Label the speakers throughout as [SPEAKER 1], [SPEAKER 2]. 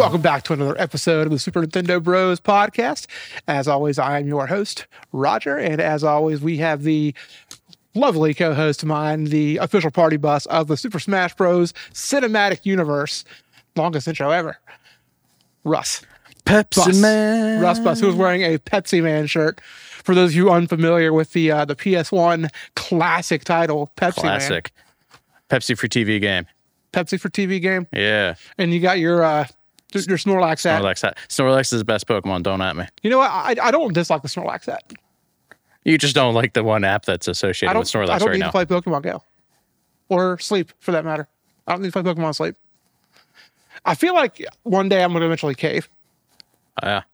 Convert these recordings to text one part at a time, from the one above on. [SPEAKER 1] Welcome back to another episode of the Super Nintendo Bros podcast. As always, I am your host, Roger. And as always, we have the lovely co host of mine, the official party bus of the Super Smash Bros. cinematic universe. Longest intro ever. Russ.
[SPEAKER 2] Pepsi
[SPEAKER 1] Bus.
[SPEAKER 2] Man.
[SPEAKER 1] Russ Bus, who's wearing a Pepsi Man shirt. For those of you unfamiliar with the uh, the PS1 classic title, Pepsi Man.
[SPEAKER 2] Classic. Pepsi for TV game.
[SPEAKER 1] Pepsi for TV game.
[SPEAKER 2] Yeah.
[SPEAKER 1] And you got your uh, your Snorlax hat.
[SPEAKER 2] Snorlax. hat. Snorlax is the best Pokemon. Don't at me.
[SPEAKER 1] You know what? I, I don't dislike the Snorlax hat.
[SPEAKER 2] You just don't like the one app that's
[SPEAKER 1] I
[SPEAKER 2] associated
[SPEAKER 1] don't,
[SPEAKER 2] with
[SPEAKER 1] I
[SPEAKER 2] Snorlax
[SPEAKER 1] don't
[SPEAKER 2] right
[SPEAKER 1] need
[SPEAKER 2] now.
[SPEAKER 1] to play Pokemon Go or sleep for that matter. I don't need to play Pokemon sleep. I feel like one day I'm going to eventually cave.
[SPEAKER 2] I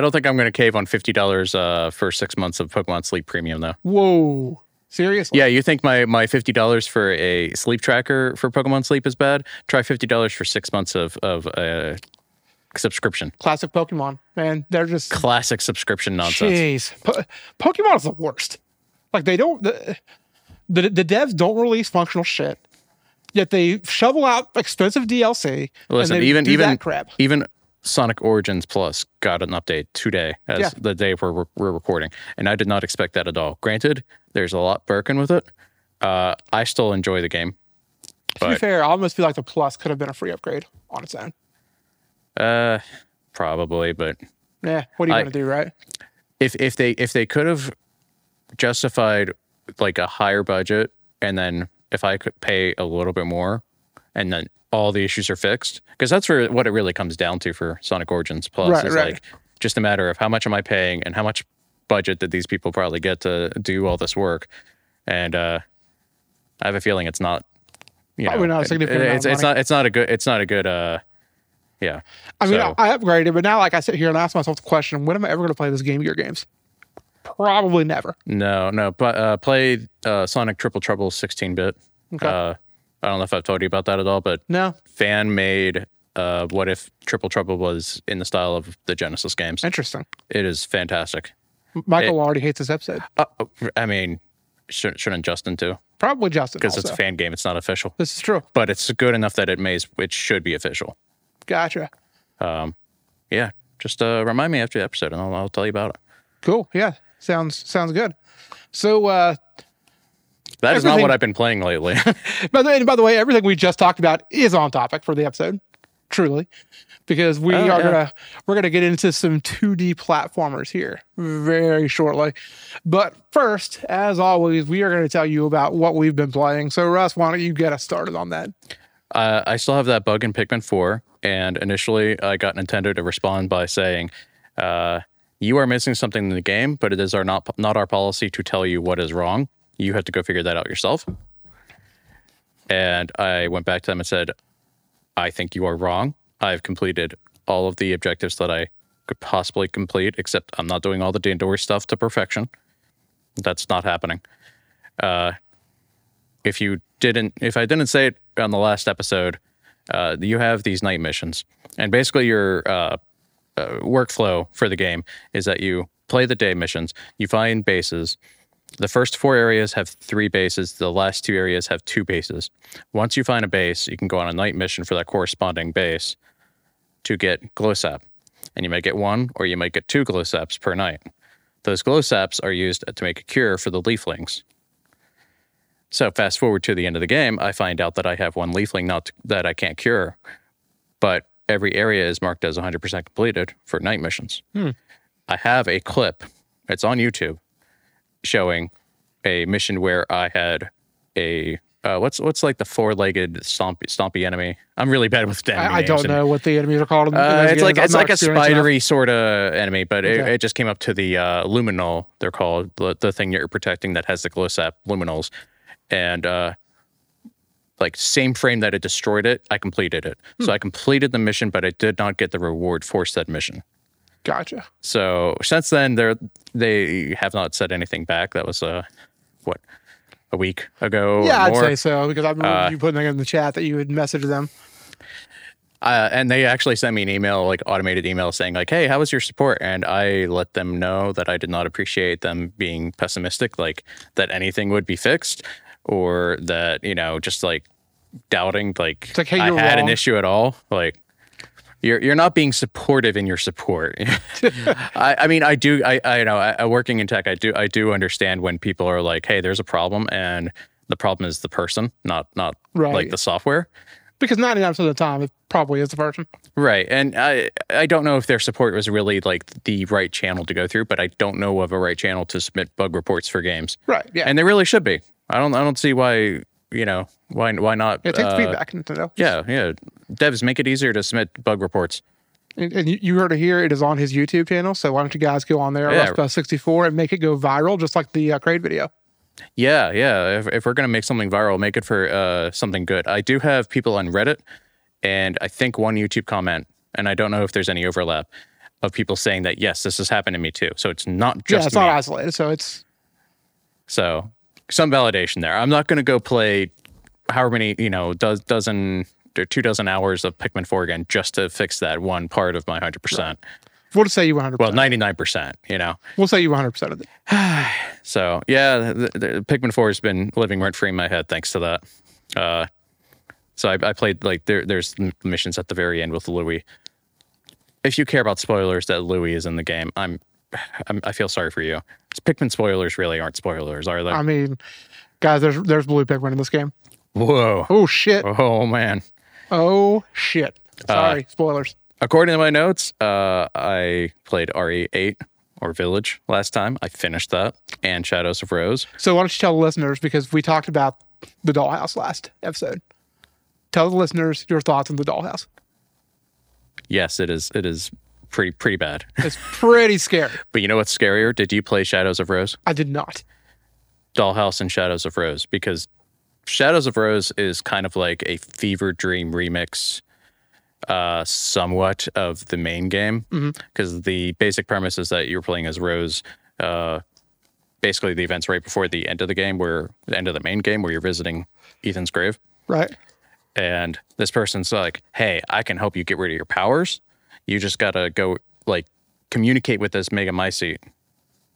[SPEAKER 2] don't think I'm going to cave on $50 uh, for six months of Pokemon Sleep Premium, though.
[SPEAKER 1] Whoa. Seriously?
[SPEAKER 2] Yeah, you think my, my $50 for a sleep tracker for Pokemon Sleep is bad? Try $50 for six months of, of uh, subscription.
[SPEAKER 1] Classic Pokemon, man. They're just.
[SPEAKER 2] Classic subscription nonsense.
[SPEAKER 1] Jeez. Po- Pokemon is the worst. Like, they don't. The, the, the devs don't release functional shit, yet they shovel out expensive DLC.
[SPEAKER 2] Listen,
[SPEAKER 1] and they
[SPEAKER 2] even
[SPEAKER 1] do
[SPEAKER 2] even
[SPEAKER 1] that crap.
[SPEAKER 2] even Sonic Origins Plus got an update today as
[SPEAKER 1] Yeah.
[SPEAKER 2] the day we're, we're recording, and I did not expect that at all. Granted, there's a lot broken with it. Uh, I still enjoy the game.
[SPEAKER 1] To be
[SPEAKER 2] but-
[SPEAKER 1] fair, I almost feel like the Plus could have been a free upgrade on its own.
[SPEAKER 2] Uh, probably, but
[SPEAKER 1] Yeah. What are you
[SPEAKER 2] I-
[SPEAKER 1] going to do, right?
[SPEAKER 2] if if they if they could have justified like a higher budget, and then if I could pay a little bit more, and then all the issues are fixed, because that's where what it really comes down to for Sonic Origins Plus
[SPEAKER 1] Right,
[SPEAKER 2] is
[SPEAKER 1] right.
[SPEAKER 2] like just a matter of how much am I paying and how much budget did these people probably get to do all this work, and uh, I have a feeling it's not. You
[SPEAKER 1] Probably
[SPEAKER 2] know,
[SPEAKER 1] not a
[SPEAKER 2] it-
[SPEAKER 1] significant amount
[SPEAKER 2] it's,
[SPEAKER 1] of
[SPEAKER 2] it's
[SPEAKER 1] money.
[SPEAKER 2] not. It's not a good. It's not a good. Uh, yeah.
[SPEAKER 1] I mean,
[SPEAKER 2] So-
[SPEAKER 1] I I upgraded, but now like I sit here and ask myself the question: When am I ever going to play this Game Gear games? Probably never.
[SPEAKER 2] No, no. But uh, play uh, Sonic Triple Trouble 16 bit.
[SPEAKER 1] Okay.
[SPEAKER 2] Uh, I don't know if I've told you about that at all, but
[SPEAKER 1] No,
[SPEAKER 2] fan made. Uh, what if Triple Trouble was in the style of the Genesis games?
[SPEAKER 1] interesting.
[SPEAKER 2] It is fantastic.
[SPEAKER 1] M- Michael already hates this episode.
[SPEAKER 2] Uh, I mean, shouldn't, shouldn't Justin too?
[SPEAKER 1] Probably Justin.
[SPEAKER 2] Because
[SPEAKER 1] Also.
[SPEAKER 2] it's a fan game. It's not official,
[SPEAKER 1] this is true.
[SPEAKER 2] but it's good enough that it may it should be official.
[SPEAKER 1] Gotcha.
[SPEAKER 2] Yeah. Just uh, remind me after the episode, and I'll, I'll tell you about it.
[SPEAKER 1] Cool. Yeah. Sounds sounds good. So, uh,
[SPEAKER 2] That is not
[SPEAKER 1] Everything-
[SPEAKER 2] what I've been playing lately.
[SPEAKER 1] by the way, and by the way, everything we just talked about is on topic for the episode, truly, because we
[SPEAKER 2] Oh,
[SPEAKER 1] are
[SPEAKER 2] yeah.
[SPEAKER 1] gonna we're gonna get into some 2D platformers here very shortly. But first, as always, we are gonna tell you about what we've been playing. So, Russ, why don't you get us started on that?
[SPEAKER 2] uh, I still have that bug in Pikmin 4, and initially I got Nintendo to respond by saying, uh, "You are missing something in the game, but it is our not not our policy to tell you what is wrong. You have to go figure that out yourself." And I went back to them and said, "I think you are wrong. I've completed all of the objectives that I could possibly complete, except I'm not doing all the Dandori stuff to perfection. That's not happening." if you didn't if I didn't say it on the last episode, uh, you have these night missions, and basically your uh, uh, workflow for the game is that you play the day missions, you find bases. The first four areas have three bases. The last two areas have two bases. Once you find a base, you can go on a night mission for that corresponding base to get glow sap. And you might get one or you might get two glow saps per night. Those glow saps are used to make a cure for the leaflings. So fast forward to the end of the game, I find out that I have one leafling not that I can't cure, but every area is marked as 100% completed for night missions.
[SPEAKER 1] Hmm.
[SPEAKER 2] I have a clip, it's on YouTube, showing a mission where I had a uh, what's what's like the four-legged stompy, stompy enemy. I'm really bad with enemy
[SPEAKER 1] I, I
[SPEAKER 2] names
[SPEAKER 1] don't
[SPEAKER 2] and-
[SPEAKER 1] know what the enemies are called. in- in
[SPEAKER 2] uh,
[SPEAKER 1] those
[SPEAKER 2] it's like
[SPEAKER 1] games. I'm
[SPEAKER 2] it's
[SPEAKER 1] not
[SPEAKER 2] like a
[SPEAKER 1] experienced enough.
[SPEAKER 2] spidery sort of enemy, but it,
[SPEAKER 1] Okay.
[SPEAKER 2] it just came up to the uh, luminol. They're called the, the thing that you're protecting that has the glow sap luminols, and uh, like same frame that it destroyed it, I completed it.
[SPEAKER 1] Hmm.
[SPEAKER 2] So I completed the mission, but I did not get the reward for said mission.
[SPEAKER 1] Gotcha.
[SPEAKER 2] So since then, they they have not said anything back. That was uh, what a week ago. or
[SPEAKER 1] Yeah, I'd
[SPEAKER 2] more.
[SPEAKER 1] say so because I remember you putting it in the chat that you had messaged them.
[SPEAKER 2] uh, and they actually sent me an email, like automated email, saying like, "Hey, how was your support?" And I let them know that I did not appreciate them being pessimistic, like that anything would be fixed, or that you know, just like doubting, like,
[SPEAKER 1] like, "Hey,
[SPEAKER 2] I
[SPEAKER 1] you're
[SPEAKER 2] had
[SPEAKER 1] wrong."
[SPEAKER 2] an issue at all, like. You're you're not being supportive in your support. I, I mean, I do. I I you know. I, I- working in tech, I do I do understand when people are like, "Hey, there's a problem," and the problem is the person, not not
[SPEAKER 1] Right.
[SPEAKER 2] like the software.
[SPEAKER 1] because 99% of the time it probably is the person.
[SPEAKER 2] Right. And I I don't know if their support was really like the right channel to go through, but I don't know of a right channel to submit bug reports for games.
[SPEAKER 1] Right. Yeah.
[SPEAKER 2] And they really should be. I don't I don't see why, you know, why why not
[SPEAKER 1] yeah, take the
[SPEAKER 2] uh,
[SPEAKER 1] feedback, Nintendo.
[SPEAKER 2] Yeah, yeah. Devs make it easier to submit bug reports.
[SPEAKER 1] And, and you- you heard it here. It is on his YouTube channel. So why don't you guys go on there,
[SPEAKER 2] Yeah.
[SPEAKER 1] Rustbus64, and make it go viral, just like the uh, Crate video.
[SPEAKER 2] Yeah, yeah. If, if we're gonna make something viral, make it for uh, something good. I do have people on Reddit, and I think one YouTube comment, and I don't know if there's any overlap of people saying that yes, this has happened to me too. So it's not just
[SPEAKER 1] yeah, it's
[SPEAKER 2] me.
[SPEAKER 1] not isolated. So it's
[SPEAKER 2] So some validation there. I'm not gonna go play however many you know does dozen or two dozen hours of Pikmin four again just to fix that one part of my hundred percent.
[SPEAKER 1] we'll just say you 100%.
[SPEAKER 2] Well, ninety nine percent. You know.
[SPEAKER 1] we'll say you 100% of it.
[SPEAKER 2] So yeah, the, the Pikmin Four has been living rent free in my head thanks to that. Uh, so I, I played like there. There's m- missions at the very end with Louis. If you care about spoilers, that Louis is in the game. I'm, I'm I feel sorry for you. 'Cause Pikmin spoilers really aren't spoilers, are they?
[SPEAKER 1] I mean, guys, there's there's blue Pikmin in this game.
[SPEAKER 2] Whoa.
[SPEAKER 1] Oh, shit.
[SPEAKER 2] Oh Uh, man.
[SPEAKER 1] Oh, shit. Sorry. Spoilers.
[SPEAKER 2] According to my notes, uh, I played RE8 or Village last time. I finished that and Shadows of Rose.
[SPEAKER 1] So why don't you tell the listeners because we talked about the dollhouse last episode. Tell the listeners your thoughts on the dollhouse.
[SPEAKER 2] Yes, it is. It is pretty pretty bad.
[SPEAKER 1] It's pretty scary.
[SPEAKER 2] But you know what's scarier? Did you play Shadows of Rose?
[SPEAKER 1] I did not.
[SPEAKER 2] Dollhouse and Shadows of Rose because Shadows of Rose is kind of like a fever dream remix uh somewhat of the main game because the basic premise is that you're playing as Rose uh basically the events right before the end of the game where the end of the main game where you're visiting Ethan's grave
[SPEAKER 1] Right.
[SPEAKER 2] and this person's like, "Hey, I can help you get rid of your powers. You just gotta go like communicate with this megamycete,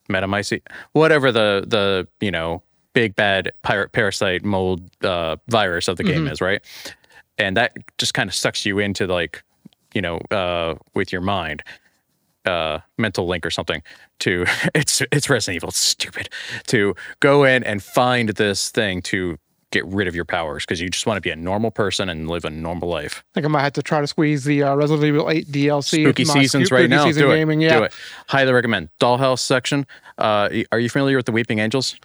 [SPEAKER 2] metamycete, whatever the the you know big bad pirate parasite mold uh, virus of the game is, right? And that just kind of sucks you into like you know uh, with your mind." Uh, mental link or something to it's it's Resident Evil. It's stupid to go in and find this thing to get rid of your powers because you just want to be a normal person and live a normal life.
[SPEAKER 1] I think I might have to try to squeeze the uh, Resident Evil 8 DLC. into
[SPEAKER 2] Spooky
[SPEAKER 1] my
[SPEAKER 2] seasons
[SPEAKER 1] spoo-
[SPEAKER 2] right
[SPEAKER 1] spooky
[SPEAKER 2] now.
[SPEAKER 1] season
[SPEAKER 2] Do it.
[SPEAKER 1] gaming, yeah.
[SPEAKER 2] Do it. Highly recommend. Dollhouse section. Uh, y- are you familiar with the Weeping Angels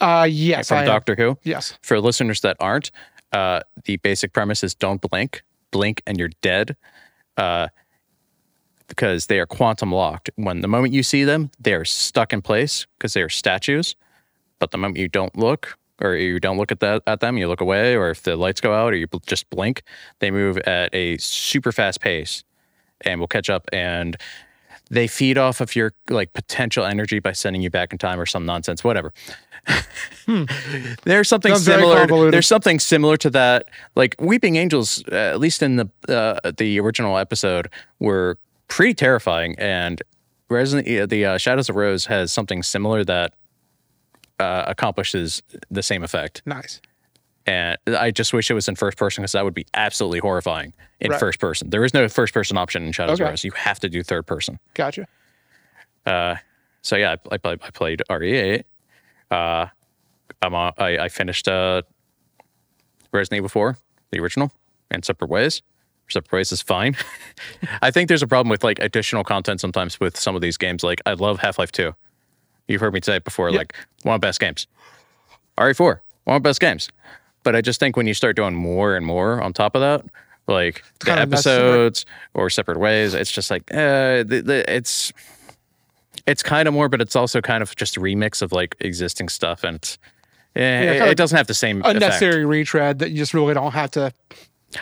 [SPEAKER 1] Uh, yes,
[SPEAKER 2] from
[SPEAKER 1] I am.
[SPEAKER 2] Doctor Who?
[SPEAKER 1] Yes.
[SPEAKER 2] For listeners that aren't, uh, the basic premise is don't blink, blink and you're dead. Uh, because they are quantum locked. When the moment you see them, they are stuck in place because they are statues. But the moment you don't look, or you don't look at that at them, you look away, or if the lights go out, or you bl- just blink, they move at a super fast pace, and will catch up. And they feed off of your like potential energy by sending you back in time or some nonsense, whatever. There's something
[SPEAKER 1] Hmm. Sounds very
[SPEAKER 2] similar.
[SPEAKER 1] convoluted.
[SPEAKER 2] There's something similar to that. Like Weeping Angels, uh, at least in the uh, the original episode, were pretty terrifying. And Resident uh, the uh, Shadows of Rose has something similar that uh, accomplishes the same effect.
[SPEAKER 1] Nice.
[SPEAKER 2] And I just wish it was in first person because that would be absolutely horrifying in
[SPEAKER 1] Right.
[SPEAKER 2] first person. There is no first person option in Shadows
[SPEAKER 1] Okay.
[SPEAKER 2] of Rose. You have to do third person.
[SPEAKER 1] Gotcha.
[SPEAKER 2] So yeah, I, I, played, I played RE8. Uh, I'm on, I, I finished uh, Resident Evil 4, the original, and Separate Ways. Separate Ways is fine. I think there's a problem with like additional content sometimes with some of these games. Like I love Half Life 2. You've heard me say it before. Like one of the best games. RE4, one of the best games. But I just think when you start doing more and more on top of that, like the
[SPEAKER 1] kinda messy, right?
[SPEAKER 2] episodes or separate ways, it's just like uh, the, the, it's it's kind of more, but it's also kind of just a remix of like existing stuff, and it's, eh,
[SPEAKER 1] kinda
[SPEAKER 2] it, it doesn't have the same effect.
[SPEAKER 1] Unnecessary retread that you just really don't have to.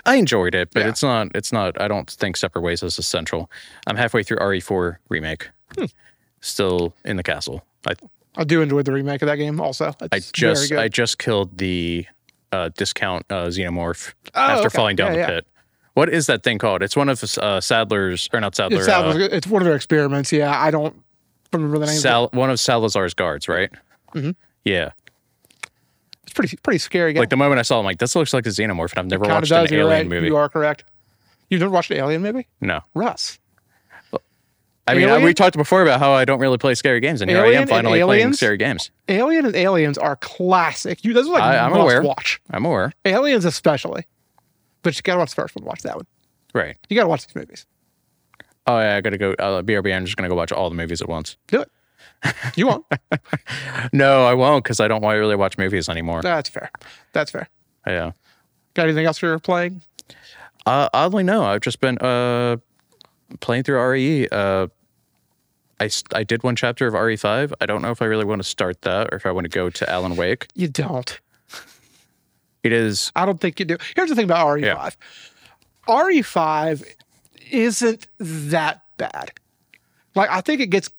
[SPEAKER 2] I enjoyed it, but
[SPEAKER 1] Yeah.
[SPEAKER 2] it's not. It's not. I don't think Separate Ways is essential. I'm halfway through RE4 remake,
[SPEAKER 1] Hmm.
[SPEAKER 2] still in the castle. I
[SPEAKER 1] I uh, do enjoy the remake of that game also. It's
[SPEAKER 2] I just
[SPEAKER 1] very
[SPEAKER 2] I
[SPEAKER 1] good.
[SPEAKER 2] just killed the uh, discount uh, xenomorph
[SPEAKER 1] Oh,
[SPEAKER 2] after
[SPEAKER 1] okay.
[SPEAKER 2] falling down
[SPEAKER 1] Yeah,
[SPEAKER 2] the
[SPEAKER 1] yeah.
[SPEAKER 2] pit. What is that thing called? It's one of uh, Sadler's or not Sadler.
[SPEAKER 1] it's,
[SPEAKER 2] uh,
[SPEAKER 1] Salvador's- it's one of their experiments. Yeah. I don't remember the name. of it.
[SPEAKER 2] Sal- one of Salazar's guards, right?
[SPEAKER 1] Mm-hmm.
[SPEAKER 2] Yeah.
[SPEAKER 1] It's pretty pretty scary game.
[SPEAKER 2] Like the moment I saw, it, I'm like, this looks like a xenomorph, and I've never
[SPEAKER 1] Kinda
[SPEAKER 2] watched an
[SPEAKER 1] does, you're
[SPEAKER 2] alien
[SPEAKER 1] right.
[SPEAKER 2] movie.
[SPEAKER 1] You are correct. You've never watched Alien, maybe?
[SPEAKER 2] No.
[SPEAKER 1] Russ.
[SPEAKER 2] I mean, I, we
[SPEAKER 1] Alien?
[SPEAKER 2] talked before about how I don't really play scary games, and here I
[SPEAKER 1] Alien
[SPEAKER 2] am
[SPEAKER 1] and
[SPEAKER 2] finally playing
[SPEAKER 1] Aliens?
[SPEAKER 2] scary games.
[SPEAKER 1] Alien and Aliens are classic. You those are like
[SPEAKER 2] I- I'm
[SPEAKER 1] must
[SPEAKER 2] aware.
[SPEAKER 1] watch.
[SPEAKER 2] I'm aware.
[SPEAKER 1] Aliens especially. But you gotta watch the first one, watch that one.
[SPEAKER 2] Right.
[SPEAKER 1] You gotta watch these movies.
[SPEAKER 2] Oh, yeah, I got to go. Uh, BRB, I'm just going to go watch all the movies at once.
[SPEAKER 1] Do it. You won't.
[SPEAKER 2] No, I won't because I don't want to really watch movies anymore.
[SPEAKER 1] That's fair. That's fair.
[SPEAKER 2] Yeah.
[SPEAKER 1] Got anything else you're playing?
[SPEAKER 2] Uh, oddly, no. I've just been uh, playing through RE. Uh, I, s- I did one chapter of RE5. I don't know if I really want to start that or if I want to go to Alan Wake.
[SPEAKER 1] You don't.
[SPEAKER 2] It is
[SPEAKER 1] I don't think you do. Here's the thing about E RE5.
[SPEAKER 2] Yeah.
[SPEAKER 1] RE5 E isn't that bad. Like I think it gets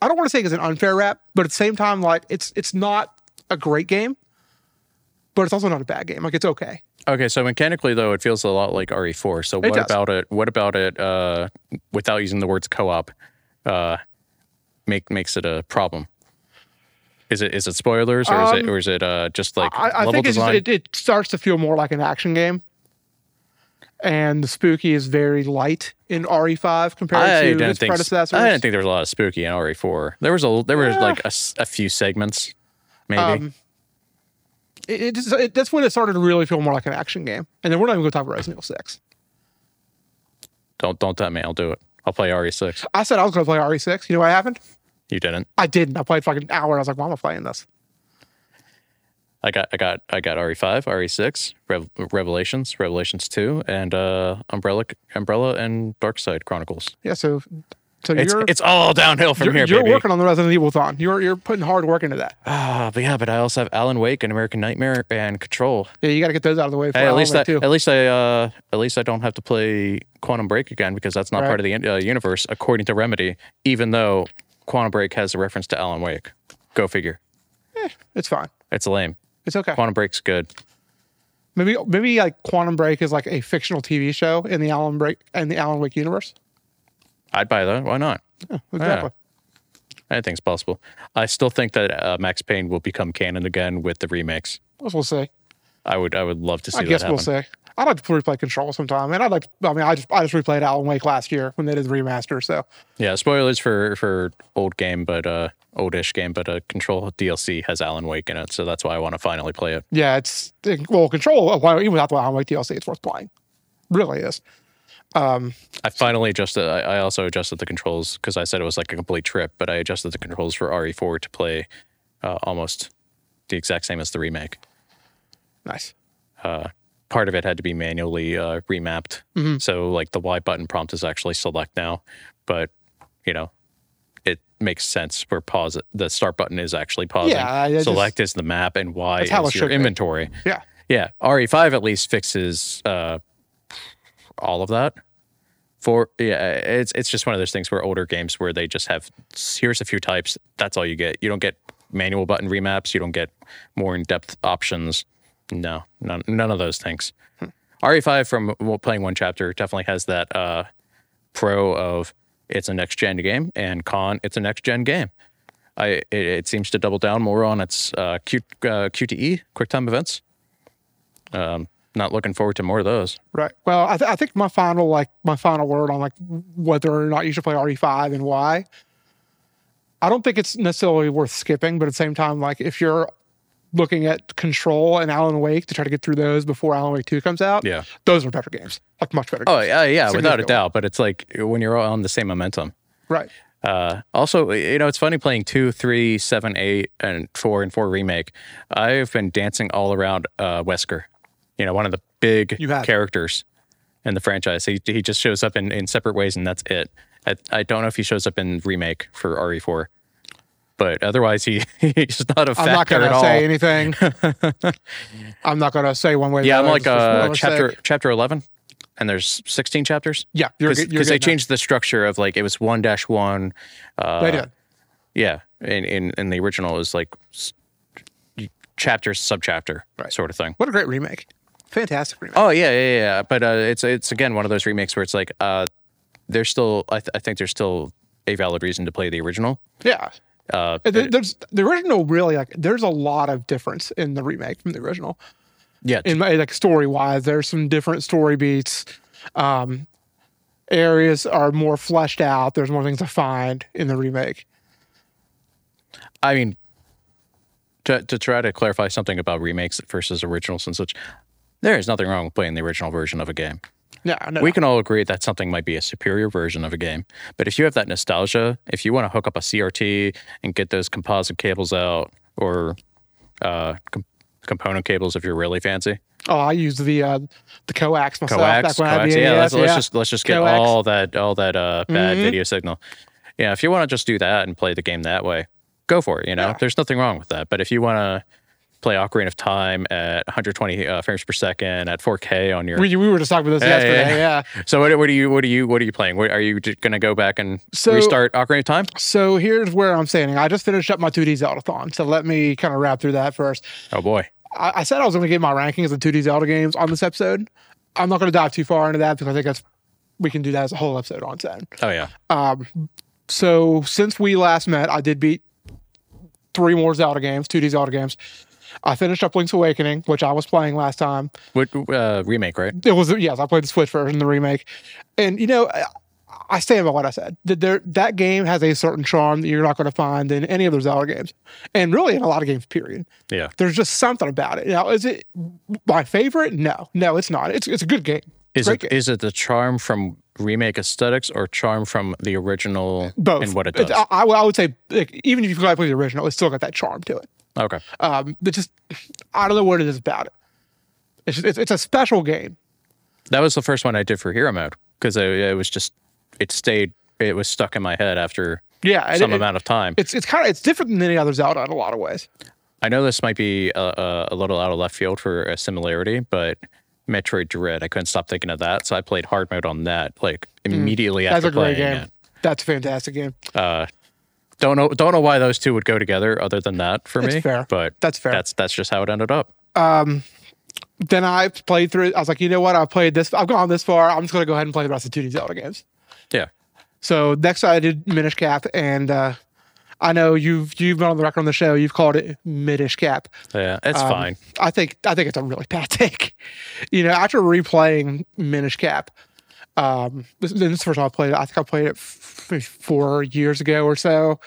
[SPEAKER 1] I don't want to say it's an unfair rap, but at the same time, like it's it's not a great game, but it's also not a bad game. Like it's okay.
[SPEAKER 2] okay. So mechanically, though, it feels a lot like RE4. So what
[SPEAKER 1] does.
[SPEAKER 2] about it? What about it? Uh, without using the words co-op, uh, make makes it a problem. Is it is it spoilers or is it or is it uh, just like
[SPEAKER 1] Um, I, I
[SPEAKER 2] level
[SPEAKER 1] think it's just,
[SPEAKER 2] design?
[SPEAKER 1] it, it starts to feel more like an action game. And the spooky is very light in RE5 compared
[SPEAKER 2] I
[SPEAKER 1] to
[SPEAKER 2] didn't
[SPEAKER 1] its
[SPEAKER 2] think
[SPEAKER 1] predecessors.
[SPEAKER 2] I didn't think there was a lot of spooky in RE4. There was a there was like a, s- a few segments, maybe.
[SPEAKER 1] Um, it, it just, it, that's when it started to really feel more like an action game. And then we're not even going to talk about Resident Evil 6.
[SPEAKER 2] don't don't tempt me. I'll do it. I'll play RE6.
[SPEAKER 1] I said I was going to play RE6. You know what happened?
[SPEAKER 2] You didn't.
[SPEAKER 1] I didn't. I played for like an hour and I was like, why am I playing this?
[SPEAKER 2] I got I got I got E RE5, RE6, Rev, Revelations, Revelations 2, and uh, Umbrella Umbrella and Dark Side Chronicles.
[SPEAKER 1] Yeah, so so
[SPEAKER 2] It's
[SPEAKER 1] you're,
[SPEAKER 2] it's all downhill from
[SPEAKER 1] you're,
[SPEAKER 2] here,
[SPEAKER 1] you're
[SPEAKER 2] baby.
[SPEAKER 1] working on the Resident Evil Thon. You're, you're putting hard work into that.
[SPEAKER 2] Ah, but yeah, but I also have Alan Wake and American Nightmare and Control.
[SPEAKER 1] Yeah, you got to get those out of the way for
[SPEAKER 2] Hey, at least I,
[SPEAKER 1] that, too.
[SPEAKER 2] at least I uh, at least I don't have to play Quantum Break again because that's not
[SPEAKER 1] Right.
[SPEAKER 2] part of the uh, universe according to Remedy. Even though Quantum Break has a reference to Alan Wake, go figure.
[SPEAKER 1] It's fine.
[SPEAKER 2] It's lame.
[SPEAKER 1] It's okay.
[SPEAKER 2] Quantum Break's good.
[SPEAKER 1] Maybe maybe like Quantum Break is like a fictional TV show in the Alan Break and the Alan Wake universe.
[SPEAKER 2] I'd buy that. Why not?
[SPEAKER 1] Exactly.
[SPEAKER 2] Anything's possible. I still think that uh, Max Payne will become canon again with the remakes.
[SPEAKER 1] Guess We'll see.
[SPEAKER 2] I would I would love to see
[SPEAKER 1] I
[SPEAKER 2] that
[SPEAKER 1] guess
[SPEAKER 2] happen.
[SPEAKER 1] we'll see. I'd like to replay Control sometime, and I'd like. To, I mean, I just I just replayed Alan Wake last year when they did the remaster. So
[SPEAKER 2] Yeah, spoilers for for old game, but uh, oldish game, but uh, Control DLC has Alan Wake in it, so that's why I want to finally play it.
[SPEAKER 1] yeah, it's well Control even without the Alan Wake DLC, it's worth playing. Really is.
[SPEAKER 2] I finally adjusted. I, I also adjusted the controls because I said it was like a complete trip, but I adjusted the controls for RE4 to play uh, almost the exact same as the remake.
[SPEAKER 1] Nice.
[SPEAKER 2] Part of it had to be manually uh, remapped,
[SPEAKER 1] Mm-hmm.
[SPEAKER 2] so like the Y button prompt is actually select now, but you know it makes sense where pause. The start button is actually pausing.
[SPEAKER 1] Yeah, I- I just-
[SPEAKER 2] select is the map, and Y
[SPEAKER 1] That's how
[SPEAKER 2] is
[SPEAKER 1] it
[SPEAKER 2] your
[SPEAKER 1] should be.
[SPEAKER 2] inventory.
[SPEAKER 1] Yeah.
[SPEAKER 2] Yeah, RE5 at least fixes uh, all of that. For yeah, it's it's just one of those things where older games where they just have here's a few types. That's all you get. You don't get manual button remaps. You don't get more in depth options. No, none none of those things.
[SPEAKER 1] Hmm.
[SPEAKER 2] RE5 from well, playing one chapter definitely has that uh, pro of it's a next gen game and con it's a next gen game. I it, it seems to double down more on its uh, Q, uh, QTE quick time events Um, not looking forward to more of those.
[SPEAKER 1] Right. Well, I, th- I think my final like my final word on like whether or not you should play RE5 and why. I don't think it's necessarily worth skipping, but at the same time, like if you're looking at Control and Alan Wake to try to get through those before Alan Wake Two comes out,
[SPEAKER 2] Yeah.
[SPEAKER 1] those are better games, like much better.
[SPEAKER 2] Oh
[SPEAKER 1] games.
[SPEAKER 2] yeah, yeah, without a
[SPEAKER 1] Significantly.
[SPEAKER 2] doubt. But it's like when you're all on the same momentum.
[SPEAKER 1] Right.
[SPEAKER 2] Uh, also, you know, it's funny playing two, three, seven, eight, and four, and four remake. I've been dancing all around uh, Wesker. You know, one of the big
[SPEAKER 1] You have.
[SPEAKER 2] characters in the franchise. He he just shows up in, in separate ways, and that's it. I, I don't know if he shows up in remake for RE4, but otherwise he, he's not a
[SPEAKER 1] I'm
[SPEAKER 2] factor
[SPEAKER 1] not going
[SPEAKER 2] at
[SPEAKER 1] to
[SPEAKER 2] all.
[SPEAKER 1] say anything. I'm not going to say one way. or the
[SPEAKER 2] yeah, I'm
[SPEAKER 1] other,
[SPEAKER 2] like
[SPEAKER 1] just for
[SPEAKER 2] uh,
[SPEAKER 1] spoiler's
[SPEAKER 2] chapter
[SPEAKER 1] sake.
[SPEAKER 2] chapter eleven, and there's sixteen chapters.
[SPEAKER 1] Yeah, you're good- you're
[SPEAKER 2] because they
[SPEAKER 1] good now.
[SPEAKER 2] changed the structure of like it was one dash one.
[SPEAKER 1] They
[SPEAKER 2] uh,
[SPEAKER 1] did.
[SPEAKER 2] Yeah, in in in the original is like s- chapter subchapter
[SPEAKER 1] Right.
[SPEAKER 2] sort of thing.
[SPEAKER 1] What a great remake! Fantastic remake.
[SPEAKER 2] Oh yeah, yeah, yeah. But uh, it's it's again one of those remakes where it's like uh, there's still I, th- I think there's still a valid reason to play the original.
[SPEAKER 1] Yeah.
[SPEAKER 2] Uh,
[SPEAKER 1] Uh, there- There's the original really like there's a lot of difference in the remake from the original.
[SPEAKER 2] yeah,
[SPEAKER 1] In my like story wise, there's some different story beats. Um areas are more fleshed out. There's more things to find in the remake.
[SPEAKER 2] I mean, to, to try to clarify something about remakes versus originals and such, there is nothing wrong with playing the original version of a game.
[SPEAKER 1] No, no.
[SPEAKER 2] We can all agree that something might be a superior version of a game. But if you have that nostalgia, if you want to hook up a CRT and get those composite cables out or uh, com- component cables if you're really fancy,
[SPEAKER 1] oh, I used the uh, the coax myself
[SPEAKER 2] coax,
[SPEAKER 1] back when I had
[SPEAKER 2] coax.
[SPEAKER 1] the
[SPEAKER 2] yeah, let's,
[SPEAKER 1] NES,
[SPEAKER 2] let's just let's just get
[SPEAKER 1] Coax.
[SPEAKER 2] all that all that uh, bad video signal. Yeah, if you want to just do that and play the game that way, go for it. You know,
[SPEAKER 1] Yeah.
[SPEAKER 2] there's nothing wrong with that. But if you want to play Ocarina of Time at 120 uh, frames per second at 4K on your
[SPEAKER 1] we, we were just talking about this
[SPEAKER 2] Yeah, yeah,
[SPEAKER 1] yesterday. Yeah.
[SPEAKER 2] so what, what are you what are you what are you playing? What, are you just gonna go back and
[SPEAKER 1] So-
[SPEAKER 2] restart Ocarina of Time?
[SPEAKER 1] So here's where I'm standing. I just finished up my 2D Zelda-thon, so let me kind of wrap through that first.
[SPEAKER 2] Oh boy,
[SPEAKER 1] I, I said I was going to give my rankings of 2D Zelda games on this episode. I'm not going to dive too far into that because I think that's we can do that as a whole episode on its own.
[SPEAKER 2] oh yeah,
[SPEAKER 1] So since we last met, I did beat three more Zelda games, 2D Zelda games. I finished up Link's Awakening, which I was playing last time.
[SPEAKER 2] what uh, remake right?
[SPEAKER 1] It was yes, I played the Switch version, the remake, and you know, I, I stand by what I said. That there, that game has a certain charm that you're not going to find in any of those Zelda games, and really in a lot of games. Period.
[SPEAKER 2] Yeah,
[SPEAKER 1] There's just something about it. Now, is it my favorite? No, no, it's not. It's it's a good game.
[SPEAKER 2] is
[SPEAKER 1] Great
[SPEAKER 2] it
[SPEAKER 1] game.
[SPEAKER 2] is it the charm from remake aesthetics or charm from the original
[SPEAKER 1] both
[SPEAKER 2] and what it does?
[SPEAKER 1] It's- I, I would- I would say like, even if you play the original, it's still got that charm to it.
[SPEAKER 2] okay,
[SPEAKER 1] Um, but just I don't know what it is about it. It's it's, it's a special game.
[SPEAKER 2] that was the first one I did for Hero Mode because it, it was just it stayed it was stuck in my head after
[SPEAKER 1] Yeah, and
[SPEAKER 2] some
[SPEAKER 1] it-
[SPEAKER 2] amount of time.
[SPEAKER 1] It's it's kind of it's different than any other Zelda in a lot of ways.
[SPEAKER 2] I know this might be a, a, a little out of left field for a similarity, but Metroid Dread, I couldn't stop thinking of that, so I played hard mode on that like immediately
[SPEAKER 1] Hmm. That's
[SPEAKER 2] after
[SPEAKER 1] a great
[SPEAKER 2] playing
[SPEAKER 1] game.
[SPEAKER 2] it.
[SPEAKER 1] That's a fantastic game.
[SPEAKER 2] Don't know, don't know why those two would go together, other than that for
[SPEAKER 1] That's
[SPEAKER 2] me.
[SPEAKER 1] fair.
[SPEAKER 2] but
[SPEAKER 1] That's fair.
[SPEAKER 2] That's that's just how it ended up.
[SPEAKER 1] Then I played through. I was like, you know what? I've played this. I've gone this far. I'm just gonna go ahead and play the rest of 2D Zelda games.
[SPEAKER 2] Yeah,
[SPEAKER 1] So next I did Minish Cap, and uh, I know you've you've been on the record on the show. You've called it Minish Cap.
[SPEAKER 2] yeah, it's
[SPEAKER 1] Um,
[SPEAKER 2] fine.
[SPEAKER 1] I think I think it's a really bad take. You know, after replaying Minish Cap, um, this, this is the first time I played it. I think I played it f- maybe four years ago or so.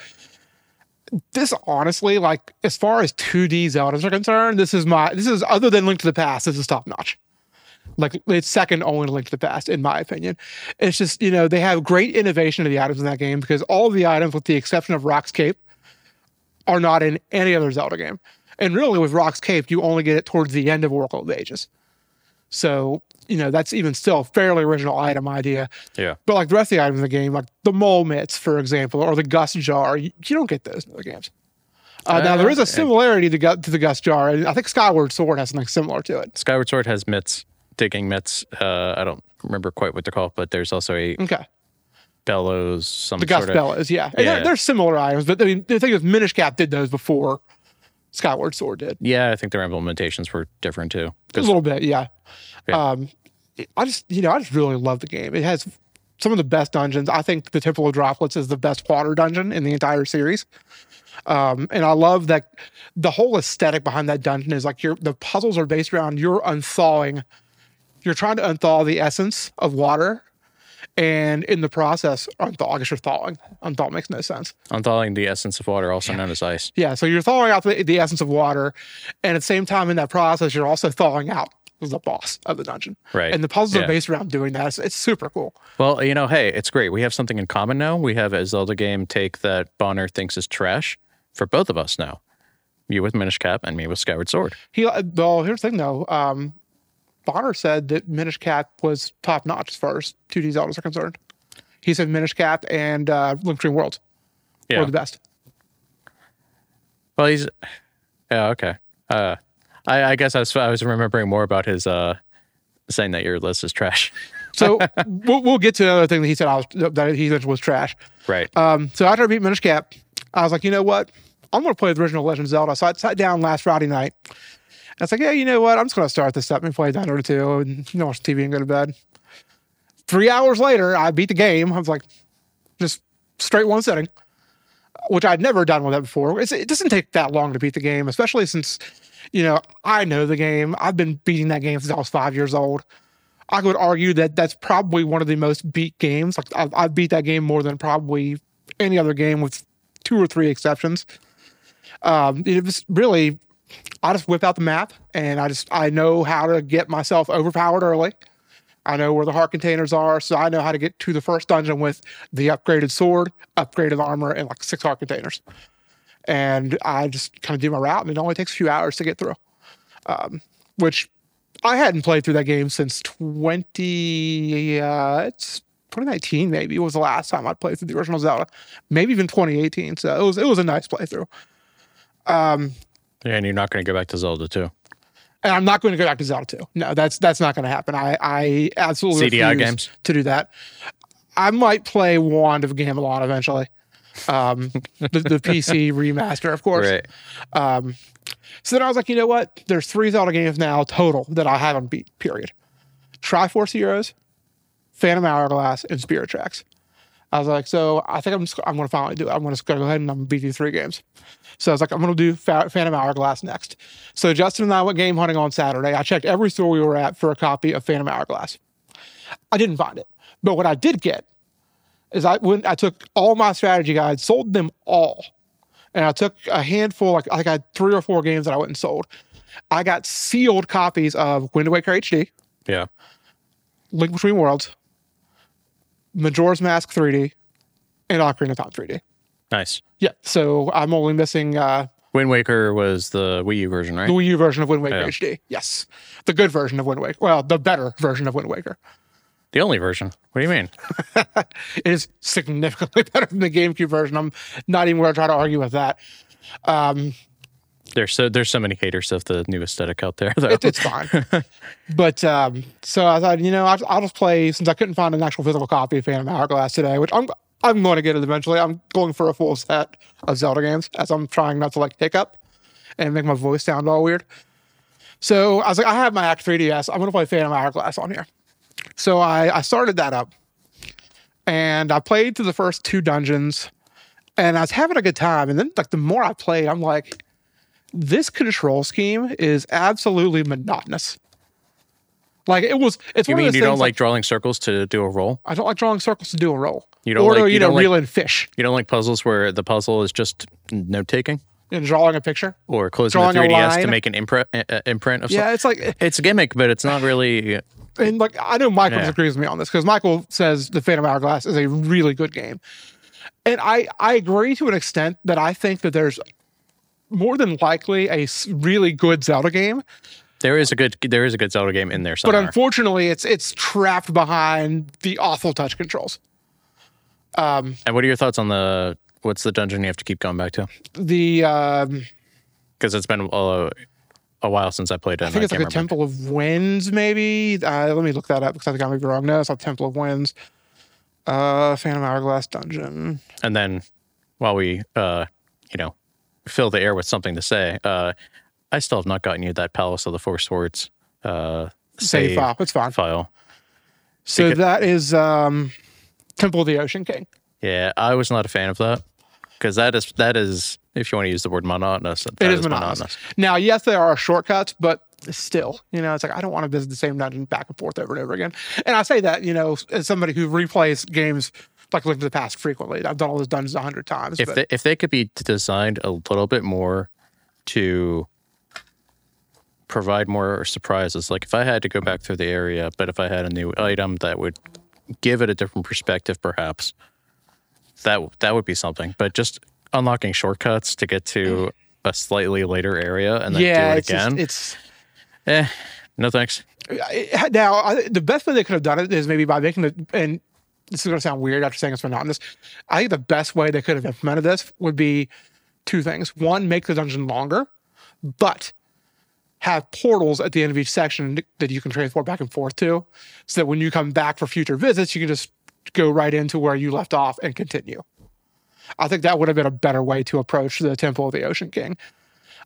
[SPEAKER 1] This honestly, like as far as 2D Zeldas are concerned, this is my this is other than Link to the Past, this is top notch. Like it's second only to Link to the Past, in my opinion. It's just you know they have great innovation of the items in that game because all of the items, with the exception of Rock's Cape, are not in any other Zelda game. And really, with Rock's Cape, you only get it towards the end of Oracle of Ages. So, you know, that's even still a fairly original item idea.
[SPEAKER 2] Yeah,
[SPEAKER 1] But like the rest of the items in the game, like the mole mitts, for example, or the gust jar, you, you don't get those in other games. Uh, now, there is a
[SPEAKER 2] Ah, Okay.
[SPEAKER 1] similarity to, gu- to the gust jar, and I think Skyward Sword has something similar to it.
[SPEAKER 2] Skyward Sword has mitts, digging mitts. Uh, I don't remember quite what they're called, but there's also a
[SPEAKER 1] Okay.
[SPEAKER 2] bellows, some
[SPEAKER 1] Mm. The
[SPEAKER 2] sort
[SPEAKER 1] gust
[SPEAKER 2] of
[SPEAKER 1] bellows, yeah. And
[SPEAKER 2] Yeah.
[SPEAKER 1] They're, they're similar items, but I mean, the thing is, Minish Cap did those before Skyward Sword did.
[SPEAKER 2] Yeah, I think their implementations were different too.
[SPEAKER 1] a
[SPEAKER 2] 'Cause-
[SPEAKER 1] little bit yeah,
[SPEAKER 2] Yeah.
[SPEAKER 1] um i just you know i just really love the game it has some of the best dungeons i think the temple of droplets is the best water dungeon in the entire series um and i love that the whole aesthetic behind that dungeon is like your the puzzles are based around you're unthawing you're trying to unthaw the essence of water and in the process unthaw i guess you're thawing unthaw makes no sense
[SPEAKER 2] Unthawing the essence of water, also known as ice.
[SPEAKER 1] yeah, so you're thawing out the, the essence of water, and at the same time in that process, you're also thawing out the boss of the dungeon.
[SPEAKER 2] Right.
[SPEAKER 1] And the puzzles
[SPEAKER 2] Yeah.
[SPEAKER 1] are based around doing that. It's, it's super cool.
[SPEAKER 2] Well, you know, hey, it's great. We have something in common now. We have a Zelda game take that Bonner thinks is trash for both of us now. You with Minish Cap and me with Skyward Sword.
[SPEAKER 1] He uh, well, here's the thing though. Um, Bonner said that Minish Cap was top notch as far as 2D Zeldas are concerned. He said Minish Cap and uh, Link Between Worlds
[SPEAKER 2] Yeah.
[SPEAKER 1] were the best.
[SPEAKER 2] Well, he's yeah okay. Uh, I, I guess I was I was remembering more about his uh saying that your list is trash.
[SPEAKER 1] So we'll, we'll get to another thing that he said I was, that he mentioned was trash.
[SPEAKER 2] right.
[SPEAKER 1] Um, so after I beat Minish Cap, I was like, you know what? I'm going to play the original Legend of Zelda. So I sat down last Friday night. And it's like, yeah, you know what? I'm just going to start this up and play Dino or two and you know, watch TV and go to bed. Three hours later, I beat the game. I was like, just straight one setting, which I'd never done with that before. It's, it doesn't take that long to beat the game, especially since, you know, I know the game. I've been beating that game since I was five years old. I would argue that that's probably one of the most beat games. Like I've, I've beat that game more than probably any other game, with two or three exceptions. Um, it was really, I just whip out the map, and I just I know how to get myself overpowered early. I know where the heart containers are, so I know how to get to the first dungeon with the upgraded sword, upgraded armor, and like six heart containers. And I just kind of do my route, and it only takes a few hours to get through. Um, which I hadn't played through that game since 20, uh, it's 2019 maybe was the last time I played through the original Zelda, maybe even 2018. So it was it was a nice playthrough,
[SPEAKER 2] And you're not going to go back to Zelda 2.
[SPEAKER 1] and I'm not going to go back to Zelda 2. No, that's that's not going to happen. I I absolutely
[SPEAKER 2] CDI
[SPEAKER 1] refuse
[SPEAKER 2] games?
[SPEAKER 1] to do that. I might play Wand of Gamelon eventually, um, the, the PC remaster, of course.
[SPEAKER 2] Right.
[SPEAKER 1] So then I was like, you know what? There's three Zelda games now total that I haven't beat, period. Triforce Heroes, Phantom Hourglass, and Spirit Tracks. I was like, so I think I'm just, I'm going to finally do it. I'm going to go ahead and I'm going to beat these three games. So I was like, I'm going to do Fa- Phantom Hourglass next. So Justin and I went game hunting on Saturday. I checked every store we were at for a copy of Phantom Hourglass. I didn't find it. But what I did get is I went, I took all my strategy guides, sold them all and I took a handful, like I think I had three or four games that I went and sold. I got sealed copies of Wind Waker HD,
[SPEAKER 2] Yeah.
[SPEAKER 1] Link Between Worlds, Majora's Mask 3D, and Ocarina of Time 3D.
[SPEAKER 2] Nice.
[SPEAKER 1] Yeah, so I'm only missing uh,
[SPEAKER 2] Wind Waker was the Wii U version, right?
[SPEAKER 1] the Wii U version of Wind Waker
[SPEAKER 2] Yeah.
[SPEAKER 1] HD. Yes, the good version of Wind Waker. Well, the better version of Wind Waker.
[SPEAKER 2] The only version. What do you mean?
[SPEAKER 1] It is significantly better than the GameCube version. I'm not even going to try to argue with that.
[SPEAKER 2] There's so there's so many haters of the new aesthetic out there, though.
[SPEAKER 1] It- it's fine. but um, so I thought, you know, I'll, I'll just play since I couldn't find an actual physical copy of Phantom Hourglass today, which I'm I'm going to get it eventually. I'm going for a full set of Zelda games as I'm trying not to like hiccup and make my voice sound all weird. So I was like, I have my Act 3DS. I'm going to play Phantom Hourglass on here. So I, I started that up and I played through the first two dungeons and I was having a good time. And then, like, the more I played, I'm like, this control scheme is absolutely monotonous. Like, it was, it's
[SPEAKER 2] you
[SPEAKER 1] one of
[SPEAKER 2] mean
[SPEAKER 1] those
[SPEAKER 2] you don't
[SPEAKER 1] things,
[SPEAKER 2] like drawing circles to do a roll?
[SPEAKER 1] I don't like drawing circles to do a roll.
[SPEAKER 2] You don't
[SPEAKER 1] or
[SPEAKER 2] like-
[SPEAKER 1] to,
[SPEAKER 2] you
[SPEAKER 1] you know,
[SPEAKER 2] don't like-
[SPEAKER 1] reel in fish
[SPEAKER 2] You don't like puzzles where the puzzle is just note taking
[SPEAKER 1] and drawing a picture.
[SPEAKER 2] or closing
[SPEAKER 1] Drawing a
[SPEAKER 2] the 3DS to
[SPEAKER 1] line.
[SPEAKER 2] make an imprint uh, imprint of
[SPEAKER 1] Yeah,
[SPEAKER 2] something?
[SPEAKER 1] it's like,
[SPEAKER 2] It's eh, a gimmick, but it's not really.
[SPEAKER 1] and like I know Michael
[SPEAKER 2] Yeah.
[SPEAKER 1] disagrees with me on this because Michael says the Phantom Hourglass is a really good game, and I I agree to an extent that I think that there's more than likely a s- really good Zelda game,
[SPEAKER 2] There is a good there is a good Zelda game in there
[SPEAKER 1] but
[SPEAKER 2] somewhere.
[SPEAKER 1] unfortunately it's it's trapped behind the awful touch controls.
[SPEAKER 2] and what are your thoughts on the what's the dungeon you have to keep going back to?
[SPEAKER 1] The um,
[SPEAKER 2] Because it's been a, a while since I played it.
[SPEAKER 1] I think it's like a
[SPEAKER 2] remember.
[SPEAKER 1] Temple of Winds, maybe. Uh, let me look that up because I think I may be wrong. No, it's not Temple of Winds. Uh, Phantom Hourglass Dungeon.
[SPEAKER 2] and then while we uh you know fill the air with something to say uh i still have not gotten you that palace of the four swords uh
[SPEAKER 1] Save,
[SPEAKER 2] save
[SPEAKER 1] file. It's fine.
[SPEAKER 2] file
[SPEAKER 1] So
[SPEAKER 2] Because-
[SPEAKER 1] that is um, Temple of the Ocean King.
[SPEAKER 2] yeah i was not a fan of that because that is that is if you want to use the word monotonous
[SPEAKER 1] it
[SPEAKER 2] that
[SPEAKER 1] is, monotonous. Now, yes, there are shortcuts, but still, you know, it's like I don't want to visit the same dungeon back and forth over and over again. And I say that, you know, as somebody who replays games like Link to the Past frequently. I've done all those dungeons a hundred times.
[SPEAKER 2] if
[SPEAKER 1] but
[SPEAKER 2] they, if they could be designed a little bit more to provide more surprises like if i had to go back through the area but if i had a new item that would give it a different perspective perhaps that that would be something but just unlocking shortcuts to get to a slightly later area and then
[SPEAKER 1] Mm. yeah,
[SPEAKER 2] do it
[SPEAKER 1] it's just-
[SPEAKER 2] again
[SPEAKER 1] it's
[SPEAKER 2] eh, no thanks
[SPEAKER 1] it- now I, the best way they could have done it is maybe by making the and this is going to sound weird after saying it's monotonous i think the best way they could have implemented this would be two things one make the dungeon longer but have portals at the end of each section that you can transport back and forth to so that when you come back for future visits you can just go right into where you left off and continue i think that would have been a better way to approach the temple of the ocean king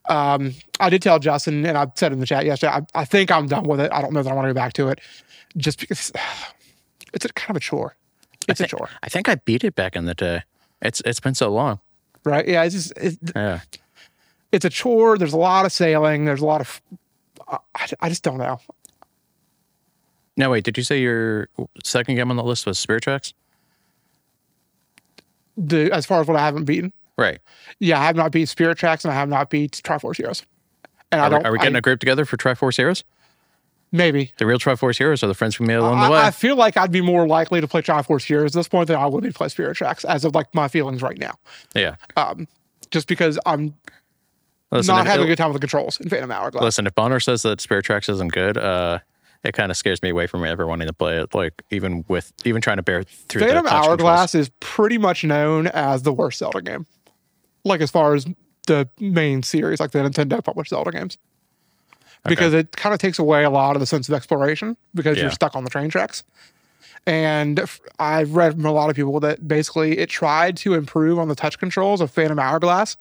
[SPEAKER 1] Um, I did tell Justin, and I said in the chat yesterday, I, I think I'm done with it. I don't know that I want to go back to it, just because it's a kind of a chore. It's a chore,
[SPEAKER 2] i think i beat it back in the day it's it's been so long
[SPEAKER 1] right? Yeah, it's just it,
[SPEAKER 2] yeah
[SPEAKER 1] it's a chore. There's a lot of sailing. There's a lot of I, I just don't know.
[SPEAKER 2] No, wait. Did you say your second game on the list was Spirit Tracks?
[SPEAKER 1] The, as far as what I haven't beaten,
[SPEAKER 2] Right.
[SPEAKER 1] yeah, I have not beat Spirit Tracks and I have not beat Triforce Heroes. And I
[SPEAKER 2] Are, we-
[SPEAKER 1] don't.
[SPEAKER 2] are we getting a group together for Triforce Heroes?
[SPEAKER 1] maybe?
[SPEAKER 2] The real Triforce Heroes are the friends we made along the way.
[SPEAKER 1] I, I feel like I'd be more likely to play Triforce Heroes at this point than I would be to play Spirit Tracks, as of like my feelings right now,
[SPEAKER 2] yeah.
[SPEAKER 1] just because I'm
[SPEAKER 2] Listen,
[SPEAKER 1] not
[SPEAKER 2] if-
[SPEAKER 1] having a
[SPEAKER 2] it-
[SPEAKER 1] good time with the controls in Phantom Hourglass.
[SPEAKER 2] listen, if Bonner says that Spirit Tracks isn't good, uh, it kind of scares me away from ever wanting to play it. Like even with even trying to bear through
[SPEAKER 1] Phantom
[SPEAKER 2] the touch
[SPEAKER 1] Hourglass is pretty much known as the worst Zelda game. Like as far as the main series, like the Nintendo published Zelda games. Because it kind of takes away a lot of the sense of exploration because
[SPEAKER 2] Yeah.
[SPEAKER 1] you're stuck on the train tracks. And f- I've read from a lot of people that basically it tried to improve on the touch controls of Phantom Hourglass,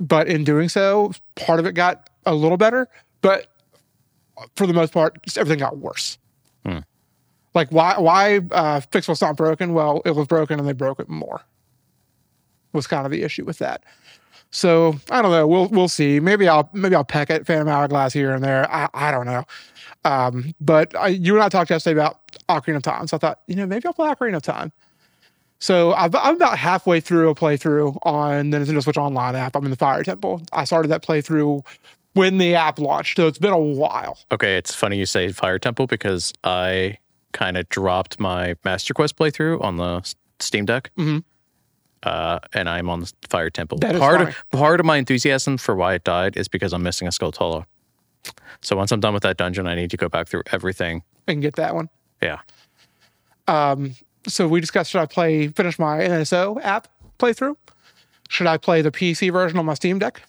[SPEAKER 1] but in doing so, part of it got a little better, but for the most part, just everything got worse. Like why why uh, fix what's not broken? Well, it was broken and they broke it more. Was kind of the issue with that. So I don't know. We'll we'll see. Maybe I'll maybe I'll peck at Phantom Hourglass here and there. I, I don't know. Um, but I, you and I talked yesterday about Ocarina of Time, so I thought you know maybe I'll play Ocarina of Time. So I've, I'm about halfway through a playthrough on the Nintendo Switch Online app. I'm in the Fire Temple. I started that playthrough when the app launched, so it's been a while.
[SPEAKER 2] Okay, it's funny you say Fire Temple because I kind of dropped my Master Quest playthrough on the S- Steam Deck. Uh, and I'm on the Fire Temple.
[SPEAKER 1] Mm-hmm. That is
[SPEAKER 2] part
[SPEAKER 1] funny.
[SPEAKER 2] of part of my enthusiasm for why it died is because I'm missing a Skull Hollow. So once I'm done with that dungeon, I need to go back through everything.
[SPEAKER 1] and get that one.
[SPEAKER 2] Yeah.
[SPEAKER 1] so we discussed should I play finish my NSO app playthrough? Should I play the PC version on my Steam Deck?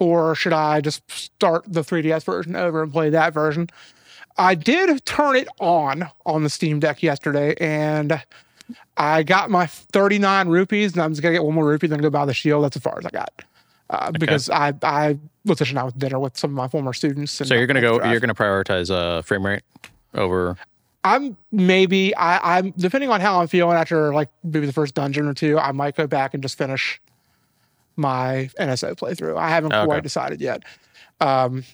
[SPEAKER 1] Or should I just start the 3DS version over and play that version? I did turn it on on the Steam Deck yesterday and I got my 39 rupees and I'm just going to get one more rupee, then go buy the shield. That's as far as I got. Uh, Because I, I was sitting out with dinner with some of my former students. And
[SPEAKER 2] So you're gonna go.
[SPEAKER 1] Drive.
[SPEAKER 2] You're gonna prioritize uh, frame rate over.
[SPEAKER 1] I'm maybe I, I'm depending on how I'm feeling after like maybe the first dungeon or two, I might go back and just finish my NSO playthrough. I haven't
[SPEAKER 2] Okay.
[SPEAKER 1] quite decided yet. Um,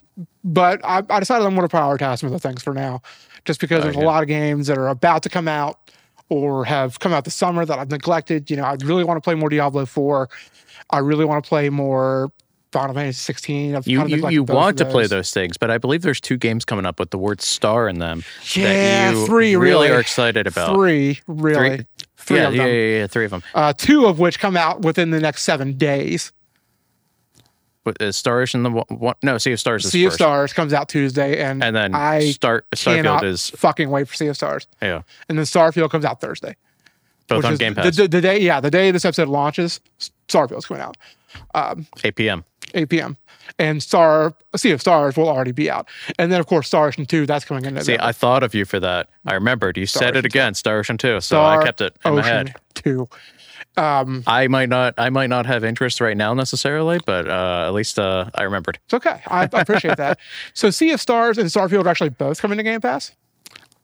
[SPEAKER 1] but I, I decided I'm going to prioritize some of the things for now, just because there's
[SPEAKER 2] yeah.
[SPEAKER 1] a lot of games that are about to come out or have come out this summer that I've neglected. You know, I really want to play more Diablo 4. I really want to play more Final Fantasy 16. I've
[SPEAKER 2] You
[SPEAKER 1] kind of
[SPEAKER 2] you,
[SPEAKER 1] neglected
[SPEAKER 2] you
[SPEAKER 1] both of
[SPEAKER 2] want to play
[SPEAKER 1] those.
[SPEAKER 2] those things, but I believe there's two games coming up with the word star in them
[SPEAKER 1] Yeah,
[SPEAKER 2] that you
[SPEAKER 1] three, really.
[SPEAKER 2] are excited about.
[SPEAKER 1] Three, really.
[SPEAKER 2] Three-
[SPEAKER 1] Three
[SPEAKER 2] yeah,
[SPEAKER 1] of
[SPEAKER 2] yeah,
[SPEAKER 1] them.
[SPEAKER 2] yeah, yeah, three of them.
[SPEAKER 1] uh, two of which come out within the next seven days.
[SPEAKER 2] But is Star Ocean the one, one? No, Sea of Stars is
[SPEAKER 1] sea
[SPEAKER 2] first.
[SPEAKER 1] of Stars comes out Tuesday, and
[SPEAKER 2] and then
[SPEAKER 1] I
[SPEAKER 2] Star
[SPEAKER 1] cannot
[SPEAKER 2] Starfield is
[SPEAKER 1] fucking wait for Sea of Stars,
[SPEAKER 2] yeah,
[SPEAKER 1] and then Starfield comes out Thursday,
[SPEAKER 2] both on
[SPEAKER 1] is
[SPEAKER 2] Game
[SPEAKER 1] the-
[SPEAKER 2] Pass,
[SPEAKER 1] The, the day, yeah, the day this episode launches, Starfield's coming out
[SPEAKER 2] 8 p.m.
[SPEAKER 1] 8 p.m. and Star Sea of Stars will already be out, and then of course Star Ocean Two that's coming in.
[SPEAKER 2] See,
[SPEAKER 1] November.
[SPEAKER 2] I thought of you for that. I remembered you said
[SPEAKER 1] Ocean
[SPEAKER 2] it again, Star Ocean 2, so
[SPEAKER 1] Star
[SPEAKER 2] I kept it in
[SPEAKER 1] Ocean
[SPEAKER 2] my head.
[SPEAKER 1] Two.
[SPEAKER 2] I might not, I might not have interest right now necessarily, but uh, at least uh, I remembered.
[SPEAKER 1] It's okay. I, I appreciate that. So Sea of Stars and Starfield are actually both coming to Game Pass.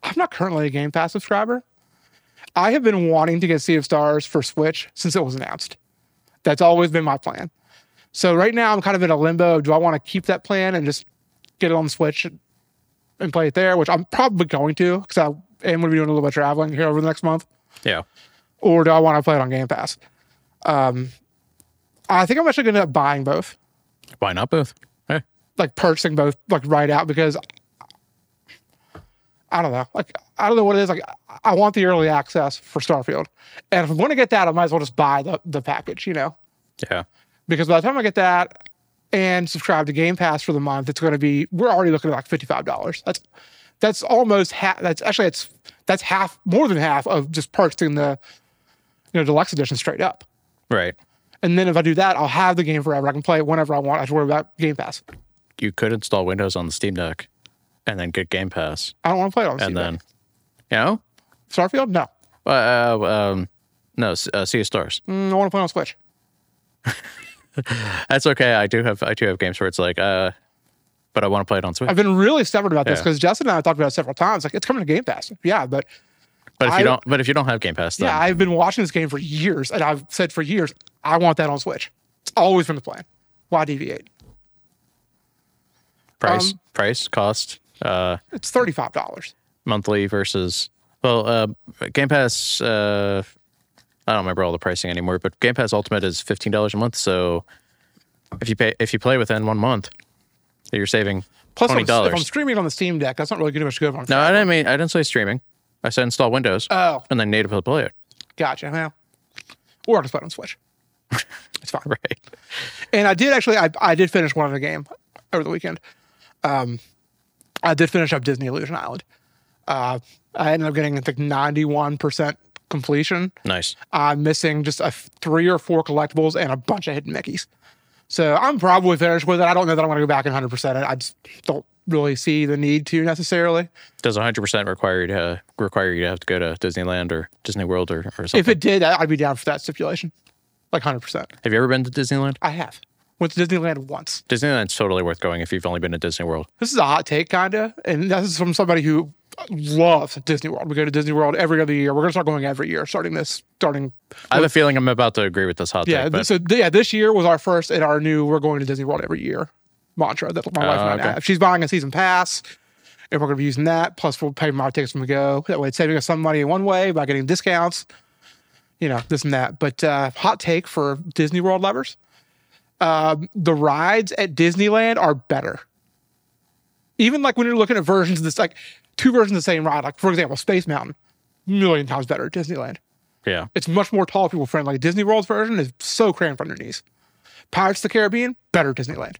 [SPEAKER 1] I'm not currently a Game Pass subscriber. I have been wanting to get Sea of Stars for Switch since it was announced. That's always been my plan. So right now I'm kind of in a limbo. Do I want to keep that plan and just get it on the Switch and play it there, which I'm probably going to because I am going to be doing a little bit of traveling here over the next month
[SPEAKER 2] Yeah,
[SPEAKER 1] or do I want to play it on Game Pass? Um, I think I'm actually going to end up buying both,
[SPEAKER 2] why not both? Eh,
[SPEAKER 1] like purchasing both, like right out because I don't know, like I don't know what it is. Like I- I want the early access for Starfield, and if I'm going to get that, I might as well just buy the the package, you know,
[SPEAKER 2] yeah,
[SPEAKER 1] because by the time I get that and subscribe to Game Pass for the month, it's going to be we're already looking at like fifty five dollars. That's that's almost half. That's actually it's that's half more than half of just purchasing the you know deluxe edition straight up.
[SPEAKER 2] right.
[SPEAKER 1] And then if I do that, I'll have the game forever. I can play it whenever I want. I have to worry about Game Pass.
[SPEAKER 2] You could install Windows on the Steam Deck, and then get Game Pass,
[SPEAKER 1] I don't want to play it on the
[SPEAKER 2] and
[SPEAKER 1] Steam
[SPEAKER 2] then,
[SPEAKER 1] Deck.
[SPEAKER 2] you know,
[SPEAKER 1] Starfield? No.
[SPEAKER 2] uh, um, no, S- uh, Sea of Stars.
[SPEAKER 1] Mm, I want to play it on Switch.
[SPEAKER 2] That's okay. I do have I do have games where it's like, uh, but I want to play it on Switch.
[SPEAKER 1] I've been really stubborn about this
[SPEAKER 2] Yeah.
[SPEAKER 1] because Justin and I have talked about it several times. Like, it's coming to Game Pass. Yeah, but
[SPEAKER 2] but if you
[SPEAKER 1] I-
[SPEAKER 2] don't, but if you don't have Game Pass, then
[SPEAKER 1] yeah, I've been watching this game for years, and I've said for years, I want that on Switch. It's always been the plan. Why deviate?
[SPEAKER 2] price,
[SPEAKER 1] um,
[SPEAKER 2] price, cost. Uh,
[SPEAKER 1] It's $35.
[SPEAKER 2] monthly versus well, uh, Game Pass. Uh, I don't remember all the pricing anymore, but Game Pass Ultimate is fifteen dollars a month. So if you pay if you play within one month, you're saving
[SPEAKER 1] Plus,
[SPEAKER 2] twenty
[SPEAKER 1] I'm, if I'm
[SPEAKER 2] dollars.
[SPEAKER 1] streaming on the Steam Deck, that's not really good much good on.
[SPEAKER 2] No, I didn't mean I didn't say streaming. I said install Windows
[SPEAKER 1] Oh,
[SPEAKER 2] and then natively play it.
[SPEAKER 1] gotcha. Well, or I'll just play it on Switch. It's fine.
[SPEAKER 2] Right.
[SPEAKER 1] And I did actually, I, I did finish one other game over the weekend. Um, I did finish up Disney Illusion Island. Uh, I ended up getting, I think, 91% completion.
[SPEAKER 2] Nice.
[SPEAKER 1] I'm missing just a f- three or four collectibles and a bunch of hidden Mickeys. So I'm probably finished with it. I don't know that I'm going to go back and 100%. it. I just don't really see the need to necessarily.
[SPEAKER 2] Does 100% require you to uh, require you to have to go to Disneyland or Disney World or, or something?
[SPEAKER 1] If it did, I- I'd be down for that stipulation. Like 100%.
[SPEAKER 2] have you ever been to Disneyland?
[SPEAKER 1] I have. Went to Disneyland once.
[SPEAKER 2] Disneyland's totally worth going if you've only been to Disney World.
[SPEAKER 1] this is a hot take kind of and this is from somebody who loves disney world we go to disney world every other year we're going to start going every year starting this starting
[SPEAKER 2] I have a feeling I'm about to agree with this hot
[SPEAKER 1] yeah
[SPEAKER 2] take, but
[SPEAKER 1] so th- yeah this year was our first and our new we're going to disney world every year mantra that my wife and i
[SPEAKER 2] Oh, okay.
[SPEAKER 1] have she's buying a season pass and we're going to be using that plus we'll pay my tickets when we go that way it's saving us some money in one way by getting discounts you know this and that but uh hot take for disney world lovers um, the rides at disneyland are better even like when you're looking at versions of this, like two versions of the same ride, like for example, Space Mountain, million times better at Disneyland.
[SPEAKER 2] yeah.
[SPEAKER 1] It's much more tall people friendly. Disney World's version is so cramped on your knees. Pirates of the Caribbean, better at Disneyland.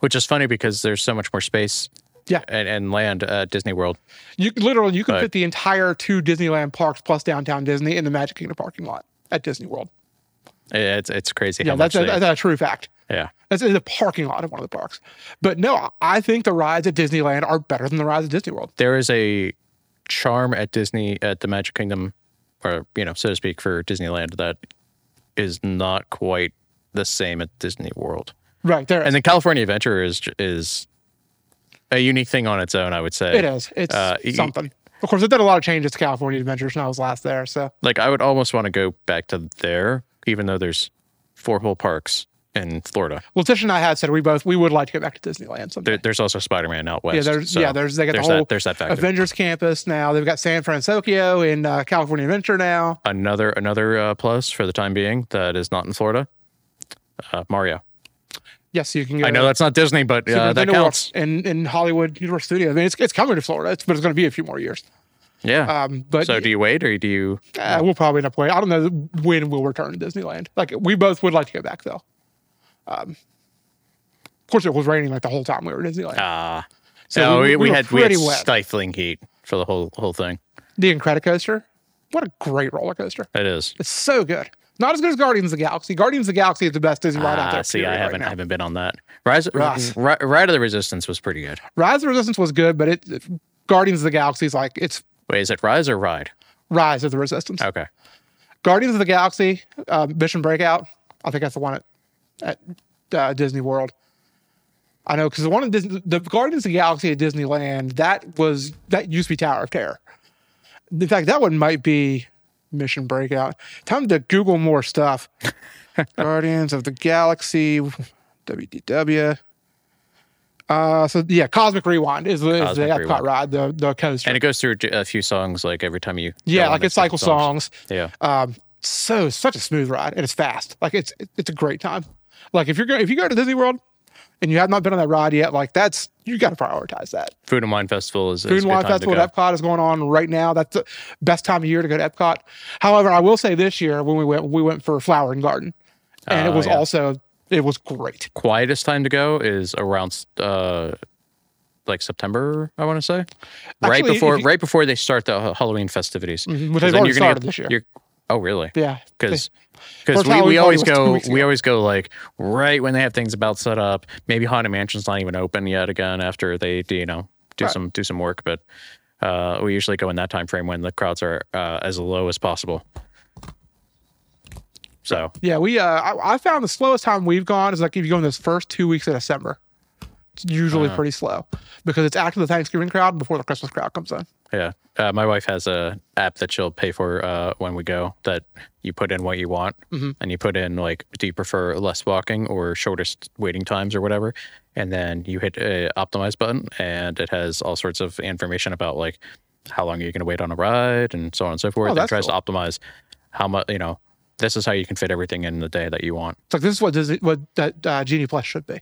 [SPEAKER 2] Which is funny because there's so much more space
[SPEAKER 1] Yeah.
[SPEAKER 2] and, and land at Disney World.
[SPEAKER 1] You literally you can
[SPEAKER 2] Right.
[SPEAKER 1] fit the entire two Disneyland parks plus downtown Disney in the Magic Kingdom parking lot at Disney World.
[SPEAKER 2] It's it's crazy.
[SPEAKER 1] Yeah,
[SPEAKER 2] how
[SPEAKER 1] that's
[SPEAKER 2] much
[SPEAKER 1] a,
[SPEAKER 2] they-
[SPEAKER 1] that's a true fact.
[SPEAKER 2] yeah.
[SPEAKER 1] That's in the parking lot of one of the parks. But no, I think the rides at Disneyland are better than the rides at Disney World.
[SPEAKER 2] There is a charm at Disney at the Magic Kingdom, or you know, so to speak, for Disneyland that is not quite the same at Disney World.
[SPEAKER 1] Right there.
[SPEAKER 2] And the California Adventure is is a unique thing on its own. I would say
[SPEAKER 1] it is. It's
[SPEAKER 2] Uh, y-
[SPEAKER 1] something. Of course, they did a lot of changes to California Adventures when I was last there. So
[SPEAKER 2] Like I would almost want to go back to there, even though there's four whole parks in Florida.
[SPEAKER 1] Letitia and I had said we both we would like to go back to Disneyland someday.
[SPEAKER 2] There, there's also Spider-Man out west.
[SPEAKER 1] yeah, there's
[SPEAKER 2] so
[SPEAKER 1] yeah, there's they got
[SPEAKER 2] there's
[SPEAKER 1] the whole
[SPEAKER 2] that there's that factor.
[SPEAKER 1] Avengers campus now. They've got San Francisco in uh, California Adventure now.
[SPEAKER 2] another another uh, plus for the time being that is not in Florida. Uh, Mario.
[SPEAKER 1] Yes, you can go.
[SPEAKER 2] I know that's not Disney, but
[SPEAKER 1] Super
[SPEAKER 2] uh, that
[SPEAKER 1] Nintendo World
[SPEAKER 2] counts.
[SPEAKER 1] in in Hollywood Universal Studios. I mean, it's it's coming to Florida, it's, but it's going to be a few more years.
[SPEAKER 2] Yeah.
[SPEAKER 1] Um, but
[SPEAKER 2] so do you wait or do you?
[SPEAKER 1] uh, we'll probably end up waiting. I don't know when we'll return to Disneyland. Like we both would like to go back though. Um, of course, it was raining like the whole time we were at Disneyland.
[SPEAKER 2] Uh,
[SPEAKER 1] So
[SPEAKER 2] no,
[SPEAKER 1] we-
[SPEAKER 2] we,
[SPEAKER 1] we
[SPEAKER 2] we
[SPEAKER 1] were
[SPEAKER 2] had we had
[SPEAKER 1] pretty wet.
[SPEAKER 2] stifling heat for the whole whole thing.
[SPEAKER 1] the Incredicoaster, what a great roller coaster!
[SPEAKER 2] It is.
[SPEAKER 1] It's so good. Not as good as Guardians of the Galaxy. Guardians of the Galaxy is the best Disney ride out
[SPEAKER 2] Ah,
[SPEAKER 1] there.
[SPEAKER 2] see,
[SPEAKER 1] period,
[SPEAKER 2] I
[SPEAKER 1] right
[SPEAKER 2] haven't
[SPEAKER 1] now.
[SPEAKER 2] I haven't been on that. Rise,
[SPEAKER 1] Ross.
[SPEAKER 2] Ri- Ride of the Resistance was pretty good.
[SPEAKER 1] Rise of the Resistance was good, but it Guardians of the Galaxy is like it's
[SPEAKER 2] Wait, is it Rise or Ride?
[SPEAKER 1] Rise of the Resistance.
[SPEAKER 2] Okay.
[SPEAKER 1] Guardians of the Galaxy, uh, Mission Breakout. I think that's the one at, at uh, Disney World. I know because the one at Disney, the Guardians of the Galaxy at Disneyland, that was that used to be Tower of Terror. In fact, that one might be Mission Breakout. Time to Google more stuff. Guardians of the Galaxy, WDW. Uh, so yeah, Cosmic Rewind is, the- is the
[SPEAKER 2] Cosmic
[SPEAKER 1] Epcot
[SPEAKER 2] Rewind.
[SPEAKER 1] ride, the the coaster.
[SPEAKER 2] And it goes through a few songs like every time you. go
[SPEAKER 1] yeah,
[SPEAKER 2] on,
[SPEAKER 1] like
[SPEAKER 2] there's
[SPEAKER 1] it's cycle
[SPEAKER 2] different
[SPEAKER 1] songs.
[SPEAKER 2] Yeah.
[SPEAKER 1] um, so such a smooth ride and it's fast. Like it's it's a great time. Like if you're going if you go to Disney World and you have not been on that ride yet, like that's you got to prioritize that.
[SPEAKER 2] Food and Wine Festival is,
[SPEAKER 1] Food
[SPEAKER 2] is a
[SPEAKER 1] and
[SPEAKER 2] good
[SPEAKER 1] Wine
[SPEAKER 2] time to
[SPEAKER 1] Festival
[SPEAKER 2] go.
[SPEAKER 1] at Epcot is going on right now. That's the best time of year to go to Epcot. However, I will say this year when we went we went for Flower and Garden, and it
[SPEAKER 2] Ah,
[SPEAKER 1] was
[SPEAKER 2] yeah.
[SPEAKER 1] also it was great.
[SPEAKER 2] Quietest time to go is around uh, like September, I want to say, right
[SPEAKER 1] Actually, if
[SPEAKER 2] before
[SPEAKER 1] you-
[SPEAKER 2] right before they start the Ha- Halloween festivities.
[SPEAKER 1] Mhm,
[SPEAKER 2] 'Cause
[SPEAKER 1] they've already
[SPEAKER 2] then you're gonna
[SPEAKER 1] started
[SPEAKER 2] get-
[SPEAKER 1] this year.
[SPEAKER 2] you're- Oh, really?
[SPEAKER 1] Yeah,
[SPEAKER 2] because
[SPEAKER 1] First
[SPEAKER 2] because we,
[SPEAKER 1] Halloween
[SPEAKER 2] we
[SPEAKER 1] party
[SPEAKER 2] always
[SPEAKER 1] was two
[SPEAKER 2] go
[SPEAKER 1] weeks
[SPEAKER 2] we
[SPEAKER 1] ago.
[SPEAKER 2] always go like right when they have things about set up. Maybe Haunted Mansion's not even open yet again after they do, you know do
[SPEAKER 1] Right.
[SPEAKER 2] some do some work, but uh, we usually go in that time frame when the crowds are uh, as low as possible. So
[SPEAKER 1] Yeah, we uh, I, I found the slowest time we've gone is like if you go in those first two weeks of December. It's usually
[SPEAKER 2] Uh-huh.
[SPEAKER 1] pretty slow because it's after the Thanksgiving crowd before the Christmas crowd comes in.
[SPEAKER 2] Yeah. Uh, my wife has a app that she'll pay for uh, when we go that you put in what you want
[SPEAKER 1] Mm-hmm.
[SPEAKER 2] and you put in like, do you prefer less walking or shortest waiting times or whatever? And then you hit a optimize button and it has all sorts of information about like how long are you going to wait on a ride and so on and so
[SPEAKER 1] Oh,
[SPEAKER 2] forth. and it
[SPEAKER 1] that's
[SPEAKER 2] tries
[SPEAKER 1] cool.
[SPEAKER 2] to optimize how much, you know, this is how you can fit everything in the day that you want.
[SPEAKER 1] It's like this is what Disney, what that uh, Genie Plus should be.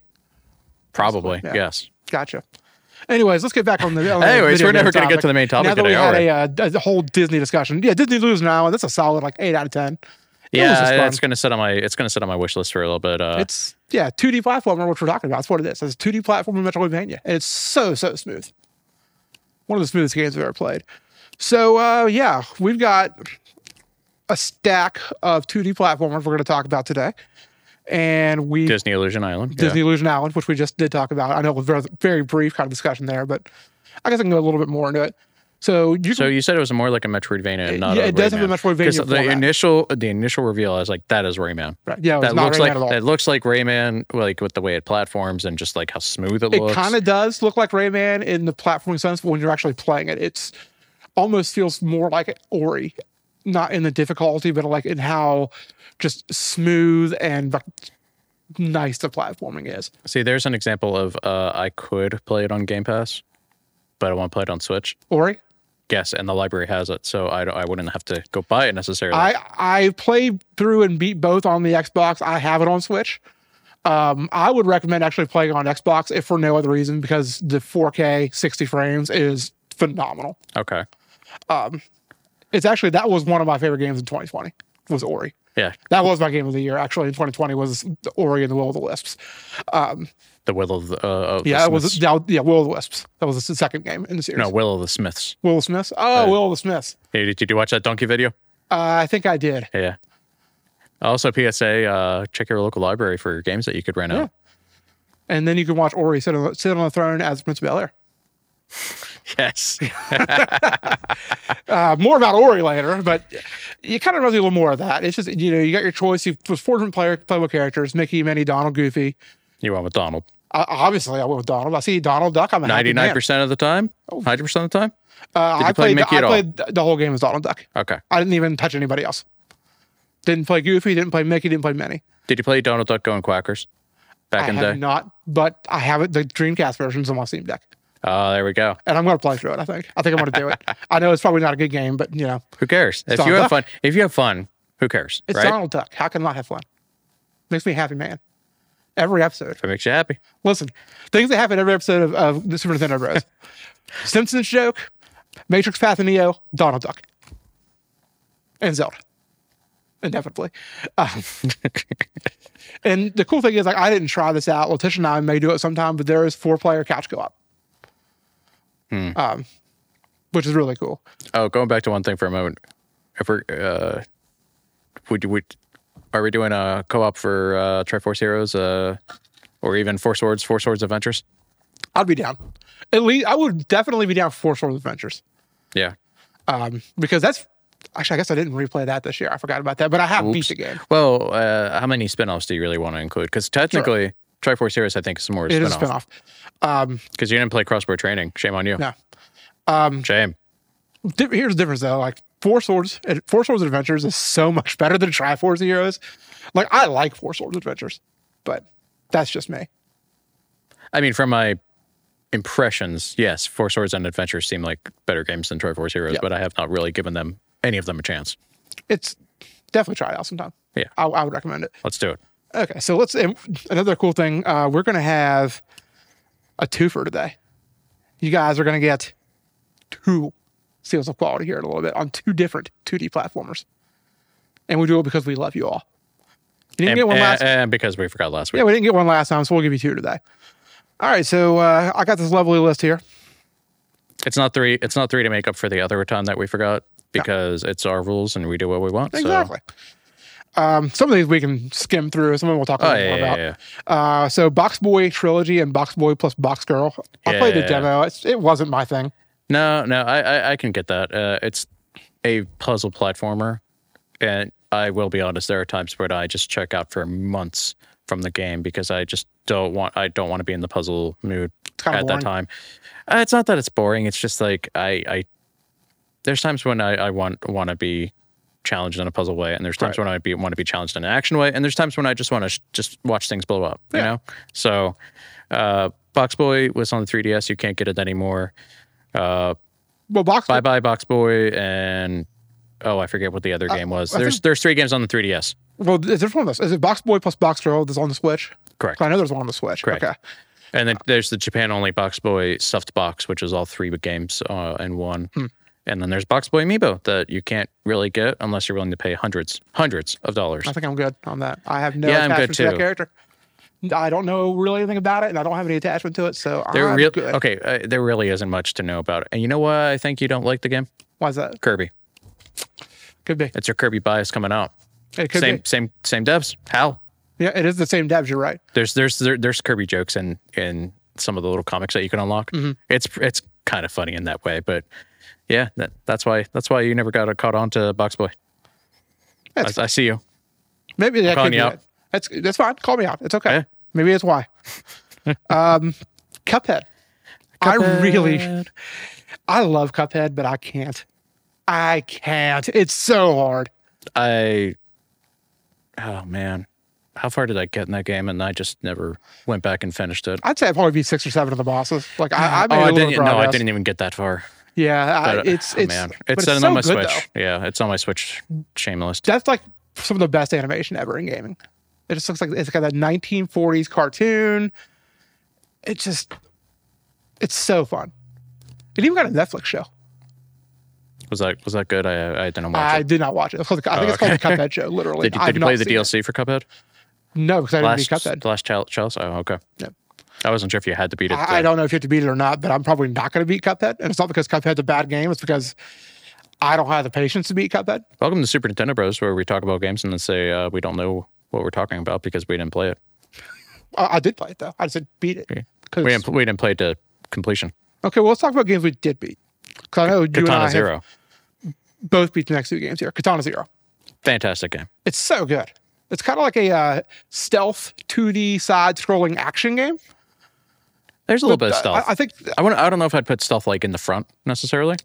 [SPEAKER 2] Probably.
[SPEAKER 1] yeah.
[SPEAKER 2] Yes.
[SPEAKER 1] Gotcha. Anyways, let's get back on the. On the
[SPEAKER 2] Anyways,
[SPEAKER 1] video
[SPEAKER 2] we're never
[SPEAKER 1] game
[SPEAKER 2] gonna get to the main topic
[SPEAKER 1] Now that
[SPEAKER 2] today,
[SPEAKER 1] we had
[SPEAKER 2] are we?
[SPEAKER 1] a, uh, d- a whole Disney discussion, yeah, Disney Lose now, and that's a solid like eight out of ten. It was just
[SPEAKER 2] Yeah.
[SPEAKER 1] fun.
[SPEAKER 2] It's going to sit on my, it's going to sit on my wish list for a little bit. Uh,
[SPEAKER 1] It's yeah, 2D platformer, which we're talking about. That's what it is. It's a 2D platformer Metroidvania, and it's so so smooth. One of the smoothest games I've ever played. So uh, yeah, we've got a stack of 2D platformers we're going to talk about today, and we
[SPEAKER 2] Disney Illusion Island. Yeah.
[SPEAKER 1] Disney Illusion Island, which we just did talk about. I know it was a very, very brief kind of discussion there, but I guess I can go a little bit more into it. So you
[SPEAKER 2] So
[SPEAKER 1] can,
[SPEAKER 2] you said it was more like a Metroidvania, and not
[SPEAKER 1] yeah,
[SPEAKER 2] a
[SPEAKER 1] it does have a
[SPEAKER 2] Rayman.
[SPEAKER 1] Metroidvania
[SPEAKER 2] 'Cause The
[SPEAKER 1] format.
[SPEAKER 2] initial, the initial reveal, I was like, "That is Rayman."
[SPEAKER 1] Right, yeah, it was
[SPEAKER 2] that
[SPEAKER 1] not
[SPEAKER 2] looks
[SPEAKER 1] Rayman
[SPEAKER 2] like
[SPEAKER 1] at all.
[SPEAKER 2] it looks like Rayman, like with the way it platforms and just like how smooth it,
[SPEAKER 1] it
[SPEAKER 2] looks.
[SPEAKER 1] kind of does look like Rayman in the platforming sense, but when you're actually playing it, it's almost feels more like Ori, not in the difficulty, but like in how just smooth and like, nice the platforming is.
[SPEAKER 2] See, there's an example of uh, I could play it on Game Pass, but I want to play it on Switch.
[SPEAKER 1] Ori,
[SPEAKER 2] Yes, and the library has it, so I don't, I wouldn't have to go buy it necessarily.
[SPEAKER 1] I I played through and beat both on the Xbox. I have it on Switch. Um, I would recommend actually playing on Xbox if for no other reason because the 4K 60 frames is phenomenal.
[SPEAKER 2] okay.
[SPEAKER 1] It's actually that was one of my favorite games in 2020 was Ori.
[SPEAKER 2] Yeah,
[SPEAKER 1] That was my game of the year actually in 2020 was Ori and the Will of the Wisps.
[SPEAKER 2] the Will of the, uh, of the
[SPEAKER 1] Yeah, that was
[SPEAKER 2] Smiths.
[SPEAKER 1] that- yeah Will of the Wisps. That was the second game in the series.
[SPEAKER 2] no Will of the Smiths.
[SPEAKER 1] Will Smith. Oh, Will the Smith.
[SPEAKER 2] Hey, did you watch that donkey video?
[SPEAKER 1] Uh, I think I did.
[SPEAKER 2] Yeah. Also, PSA: uh, check your local library for games that you could rent out.
[SPEAKER 1] And then you can watch Ori sit on, sit on the throne as Prince Bel Air.
[SPEAKER 2] Yes.
[SPEAKER 1] uh, more about Ori later, but it kind of reminds me a little more of that. It's just you know you got your choice. You there's four different player playable characters: Mickey, Minnie, Donald, Goofy.
[SPEAKER 2] you went with Donald.
[SPEAKER 1] Uh, obviously, I went with Donald. I see Donald Duck. I'm a happy man.
[SPEAKER 2] Ninety-nine percent of the time.
[SPEAKER 1] Oh.
[SPEAKER 2] Ninety percent of the time.
[SPEAKER 1] Uh,
[SPEAKER 2] Did
[SPEAKER 1] I
[SPEAKER 2] you play
[SPEAKER 1] played.
[SPEAKER 2] Mickey
[SPEAKER 1] I
[SPEAKER 2] at all?
[SPEAKER 1] played the whole game as Donald Duck.
[SPEAKER 2] Okay.
[SPEAKER 1] I didn't even touch anybody else. Didn't play Goofy. Didn't play Mickey. Didn't play Minnie.
[SPEAKER 2] Did you play Donald Duck Going Quackers back
[SPEAKER 1] I
[SPEAKER 2] in the
[SPEAKER 1] have
[SPEAKER 2] day?
[SPEAKER 1] not, but I have it. The Dreamcast version's on my Steam Deck,
[SPEAKER 2] Oh, there we go.
[SPEAKER 1] and I'm going to play through it. I think. I think I'm going to do it. I know it's probably not a good game, but you know,
[SPEAKER 2] Who cares? If you
[SPEAKER 1] Donald
[SPEAKER 2] have fun, if you have fun, who cares,
[SPEAKER 1] it's
[SPEAKER 2] right?
[SPEAKER 1] Donald Duck. How can I not have fun? Makes me a happy man. Every episode.
[SPEAKER 2] If it makes you happy.
[SPEAKER 1] Listen, things that happen every episode of, of the Super Nintendo Bros. Simpsons joke, Matrix Path of Neo, Donald Duck, and Zelda. Inevitably. Um, and the cool thing is, like, I didn't try this out. Letitia and I may do it sometime, but there is four player couch co op, um, which is really cool.
[SPEAKER 2] Oh, going back to one thing for a moment. If we're, uh, would you would, are we doing a co-op for uh, Triforce Heroes, uh, or even Four Swords, Four Swords Adventures?
[SPEAKER 1] I'd be down. At least I would definitely be down for Four Swords Adventures.
[SPEAKER 2] Yeah.
[SPEAKER 1] um, because that's actually I guess I didn't replay that this year. I forgot about that, but I have beat the game.
[SPEAKER 2] Well, uh, how many spin-offs do you really want to include? Because technically, Triforce Heroes, I think, is more
[SPEAKER 1] It is a
[SPEAKER 2] spin-off.
[SPEAKER 1] spinoff. Um,
[SPEAKER 2] Because you didn't play crossbow training. Shame on you.
[SPEAKER 1] no, Um,
[SPEAKER 2] Shame.
[SPEAKER 1] Di- here's the difference though. Like Four Swords, and Four Swords Adventures is so much better than Triforce Heroes. Like I like Four Swords Adventures, but that's just me.
[SPEAKER 2] I mean, from my impressions, yes, Four Swords and Adventures seem like better games than Triforce Heroes,
[SPEAKER 1] Yeah.
[SPEAKER 2] but I have not really given them any of them a chance.
[SPEAKER 1] It's definitely try it out sometime.
[SPEAKER 2] Yeah.
[SPEAKER 1] I, I would recommend it.
[SPEAKER 2] Let's do it.
[SPEAKER 1] Okay, so let's and another cool thing. Uh, we're gonna have a twofer today. You guys are gonna get two seals of quality here in a little bit on two different 2D platformers, and we do it because we love you all. You didn't
[SPEAKER 2] And,
[SPEAKER 1] get one
[SPEAKER 2] and-
[SPEAKER 1] last.
[SPEAKER 2] and because we forgot last week.
[SPEAKER 1] yeah, we didn't get one last time, so we'll give you two today. All right, so uh, I got this lovely list here.
[SPEAKER 2] It's not three. It's not three to make up for the other time that we forgot because it's our rules and we do what we want.
[SPEAKER 1] Exactly. Um, some of these we can skim through. Some of them we'll talk a
[SPEAKER 2] So. Oh
[SPEAKER 1] little
[SPEAKER 2] yeah,
[SPEAKER 1] more
[SPEAKER 2] yeah,
[SPEAKER 1] about.
[SPEAKER 2] yeah.
[SPEAKER 1] Uh, so Box Boy trilogy and Box Boy plus Box Girl. I played the
[SPEAKER 2] Yeah.
[SPEAKER 1] demo. It's, it wasn't my thing.
[SPEAKER 2] No, no, I, I, I can get that. Uh, it's a puzzle platformer, and I will be honest. There are times where I just check out for months from the game because I just don't want I don't want to be in the puzzle mood
[SPEAKER 1] It's kind of
[SPEAKER 2] at that
[SPEAKER 1] boring.
[SPEAKER 2] time. Uh, it's not that it's boring. It's just like I I there's times when I, I want want to be challenged in a puzzle way, and there's times
[SPEAKER 1] Right.
[SPEAKER 2] when I be want to be challenged in an action way, and there's times when I just want to sh- just watch things blow up. You
[SPEAKER 1] Yeah.
[SPEAKER 2] know, so uh, Box Boy was on the 3DS. You can't get it anymore. Uh,
[SPEAKER 1] Well, box
[SPEAKER 2] Bye Bye Box Boy and oh, I forget what the other game was.
[SPEAKER 1] Uh, I
[SPEAKER 2] There's there's three games on the 3DS.
[SPEAKER 1] Well, th- there's one of those. Is it Box Boy plus Box Girl that's on the Switch?
[SPEAKER 2] Correct.
[SPEAKER 1] I know there's one on the Switch.
[SPEAKER 2] Correct.
[SPEAKER 1] Okay.
[SPEAKER 2] And then there's the Japan only Box Boy stuffed box, which is all three games uh, in one. And then there's Box Boy Amiibo that you can't really get unless you're willing to pay hundreds, hundreds of dollars.
[SPEAKER 1] I think I'm good on that. I have no
[SPEAKER 2] Yeah, I'm good
[SPEAKER 1] attachment to that
[SPEAKER 2] too.
[SPEAKER 1] character. I don't know really anything about it, and I don't have any attachment to it, so
[SPEAKER 2] There
[SPEAKER 1] I'm
[SPEAKER 2] real
[SPEAKER 1] good.
[SPEAKER 2] okay. Uh, there really isn't much to know about it. And you know why I think you don't like the game?
[SPEAKER 1] Why is that?
[SPEAKER 2] Kirby.
[SPEAKER 1] Could be.
[SPEAKER 2] It's your Kirby bias coming out.
[SPEAKER 1] It could
[SPEAKER 2] same,
[SPEAKER 1] be.
[SPEAKER 2] same, same devs. Hal.
[SPEAKER 1] Yeah, it is the same devs. You're right.
[SPEAKER 2] There's there's there, there's Kirby jokes in in some of the little comics that you can unlock.
[SPEAKER 1] Mm-hmm.
[SPEAKER 2] It's it's kind of funny in that way, but yeah, that, that's why that's why you never got caught on to Box Boy. I,
[SPEAKER 1] That's-
[SPEAKER 2] I see you.
[SPEAKER 1] Maybe that could
[SPEAKER 2] calling
[SPEAKER 1] be
[SPEAKER 2] you out.
[SPEAKER 1] it. That's that's fine. Call me out. It's okay.
[SPEAKER 2] Yeah.
[SPEAKER 1] Maybe it's why. um, Cuphead. I really,
[SPEAKER 2] Cuphead.
[SPEAKER 1] I love Cuphead, but I can't. I can't. It's so hard.
[SPEAKER 2] I oh man, how far did I get in that game? And I just never went back and finished it.
[SPEAKER 1] I'd say I'd probably be six or seven of the bosses. Like I, I made
[SPEAKER 2] oh,
[SPEAKER 1] a
[SPEAKER 2] I
[SPEAKER 1] little
[SPEAKER 2] didn't. No, I
[SPEAKER 1] progress.
[SPEAKER 2] didn't even get that far.
[SPEAKER 1] Yeah, I,
[SPEAKER 2] But, uh,
[SPEAKER 1] it's it's
[SPEAKER 2] man,
[SPEAKER 1] but
[SPEAKER 2] it's, on my
[SPEAKER 1] so good,
[SPEAKER 2] Switch. Yeah, it's on my Switch. Shameless.
[SPEAKER 1] that's like some of the best animation ever in gaming. It just looks like it's got that 1940s cartoon. It just, it's so fun. It even got a Netflix show.
[SPEAKER 2] Was that was that good? I I didn't watch
[SPEAKER 1] I
[SPEAKER 2] it. Oh,
[SPEAKER 1] did not watch it. It's called the, I think it's called the Cuphead show. Literally,
[SPEAKER 2] Did you,
[SPEAKER 1] I've
[SPEAKER 2] did you
[SPEAKER 1] not
[SPEAKER 2] play the
[SPEAKER 1] seen it.
[SPEAKER 2] DLC for Cuphead?
[SPEAKER 1] No, because I didn't
[SPEAKER 2] Last
[SPEAKER 1] beat Cuphead.
[SPEAKER 2] last Chal- Chalice. Oh, okay.
[SPEAKER 1] No.
[SPEAKER 2] I wasn't sure if you had to beat it.
[SPEAKER 1] I, I
[SPEAKER 2] to-
[SPEAKER 1] don't know if you have to beat it or not, but I'm probably not going to beat Cuphead. And it's not because Cuphead's a bad game. It's because I don't have the patience to beat Cuphead.
[SPEAKER 2] Welcome to Super Nintendo Bros, where we talk about games and then say uh, we don't know what we're talking about because we didn't play it.
[SPEAKER 1] I, I did play it though. I just said beat it. 'Cause-
[SPEAKER 2] We didn't, we didn't play it to completion.
[SPEAKER 1] okay, well, let's talk about games we did beat. 'Cause I know you and I
[SPEAKER 2] Katana
[SPEAKER 1] have
[SPEAKER 2] Zero,
[SPEAKER 1] both beat the next two games here. Katana Zero.
[SPEAKER 2] fantastic game.
[SPEAKER 1] It's so good. It's kind of like a uh, stealth 2D side scrolling action game.
[SPEAKER 2] There's a little bit of
[SPEAKER 1] Uh,
[SPEAKER 2] stealth.
[SPEAKER 1] I,
[SPEAKER 2] I,
[SPEAKER 1] I think
[SPEAKER 2] wouldn't- I don't know if I'd put stealth like in the front necessarily.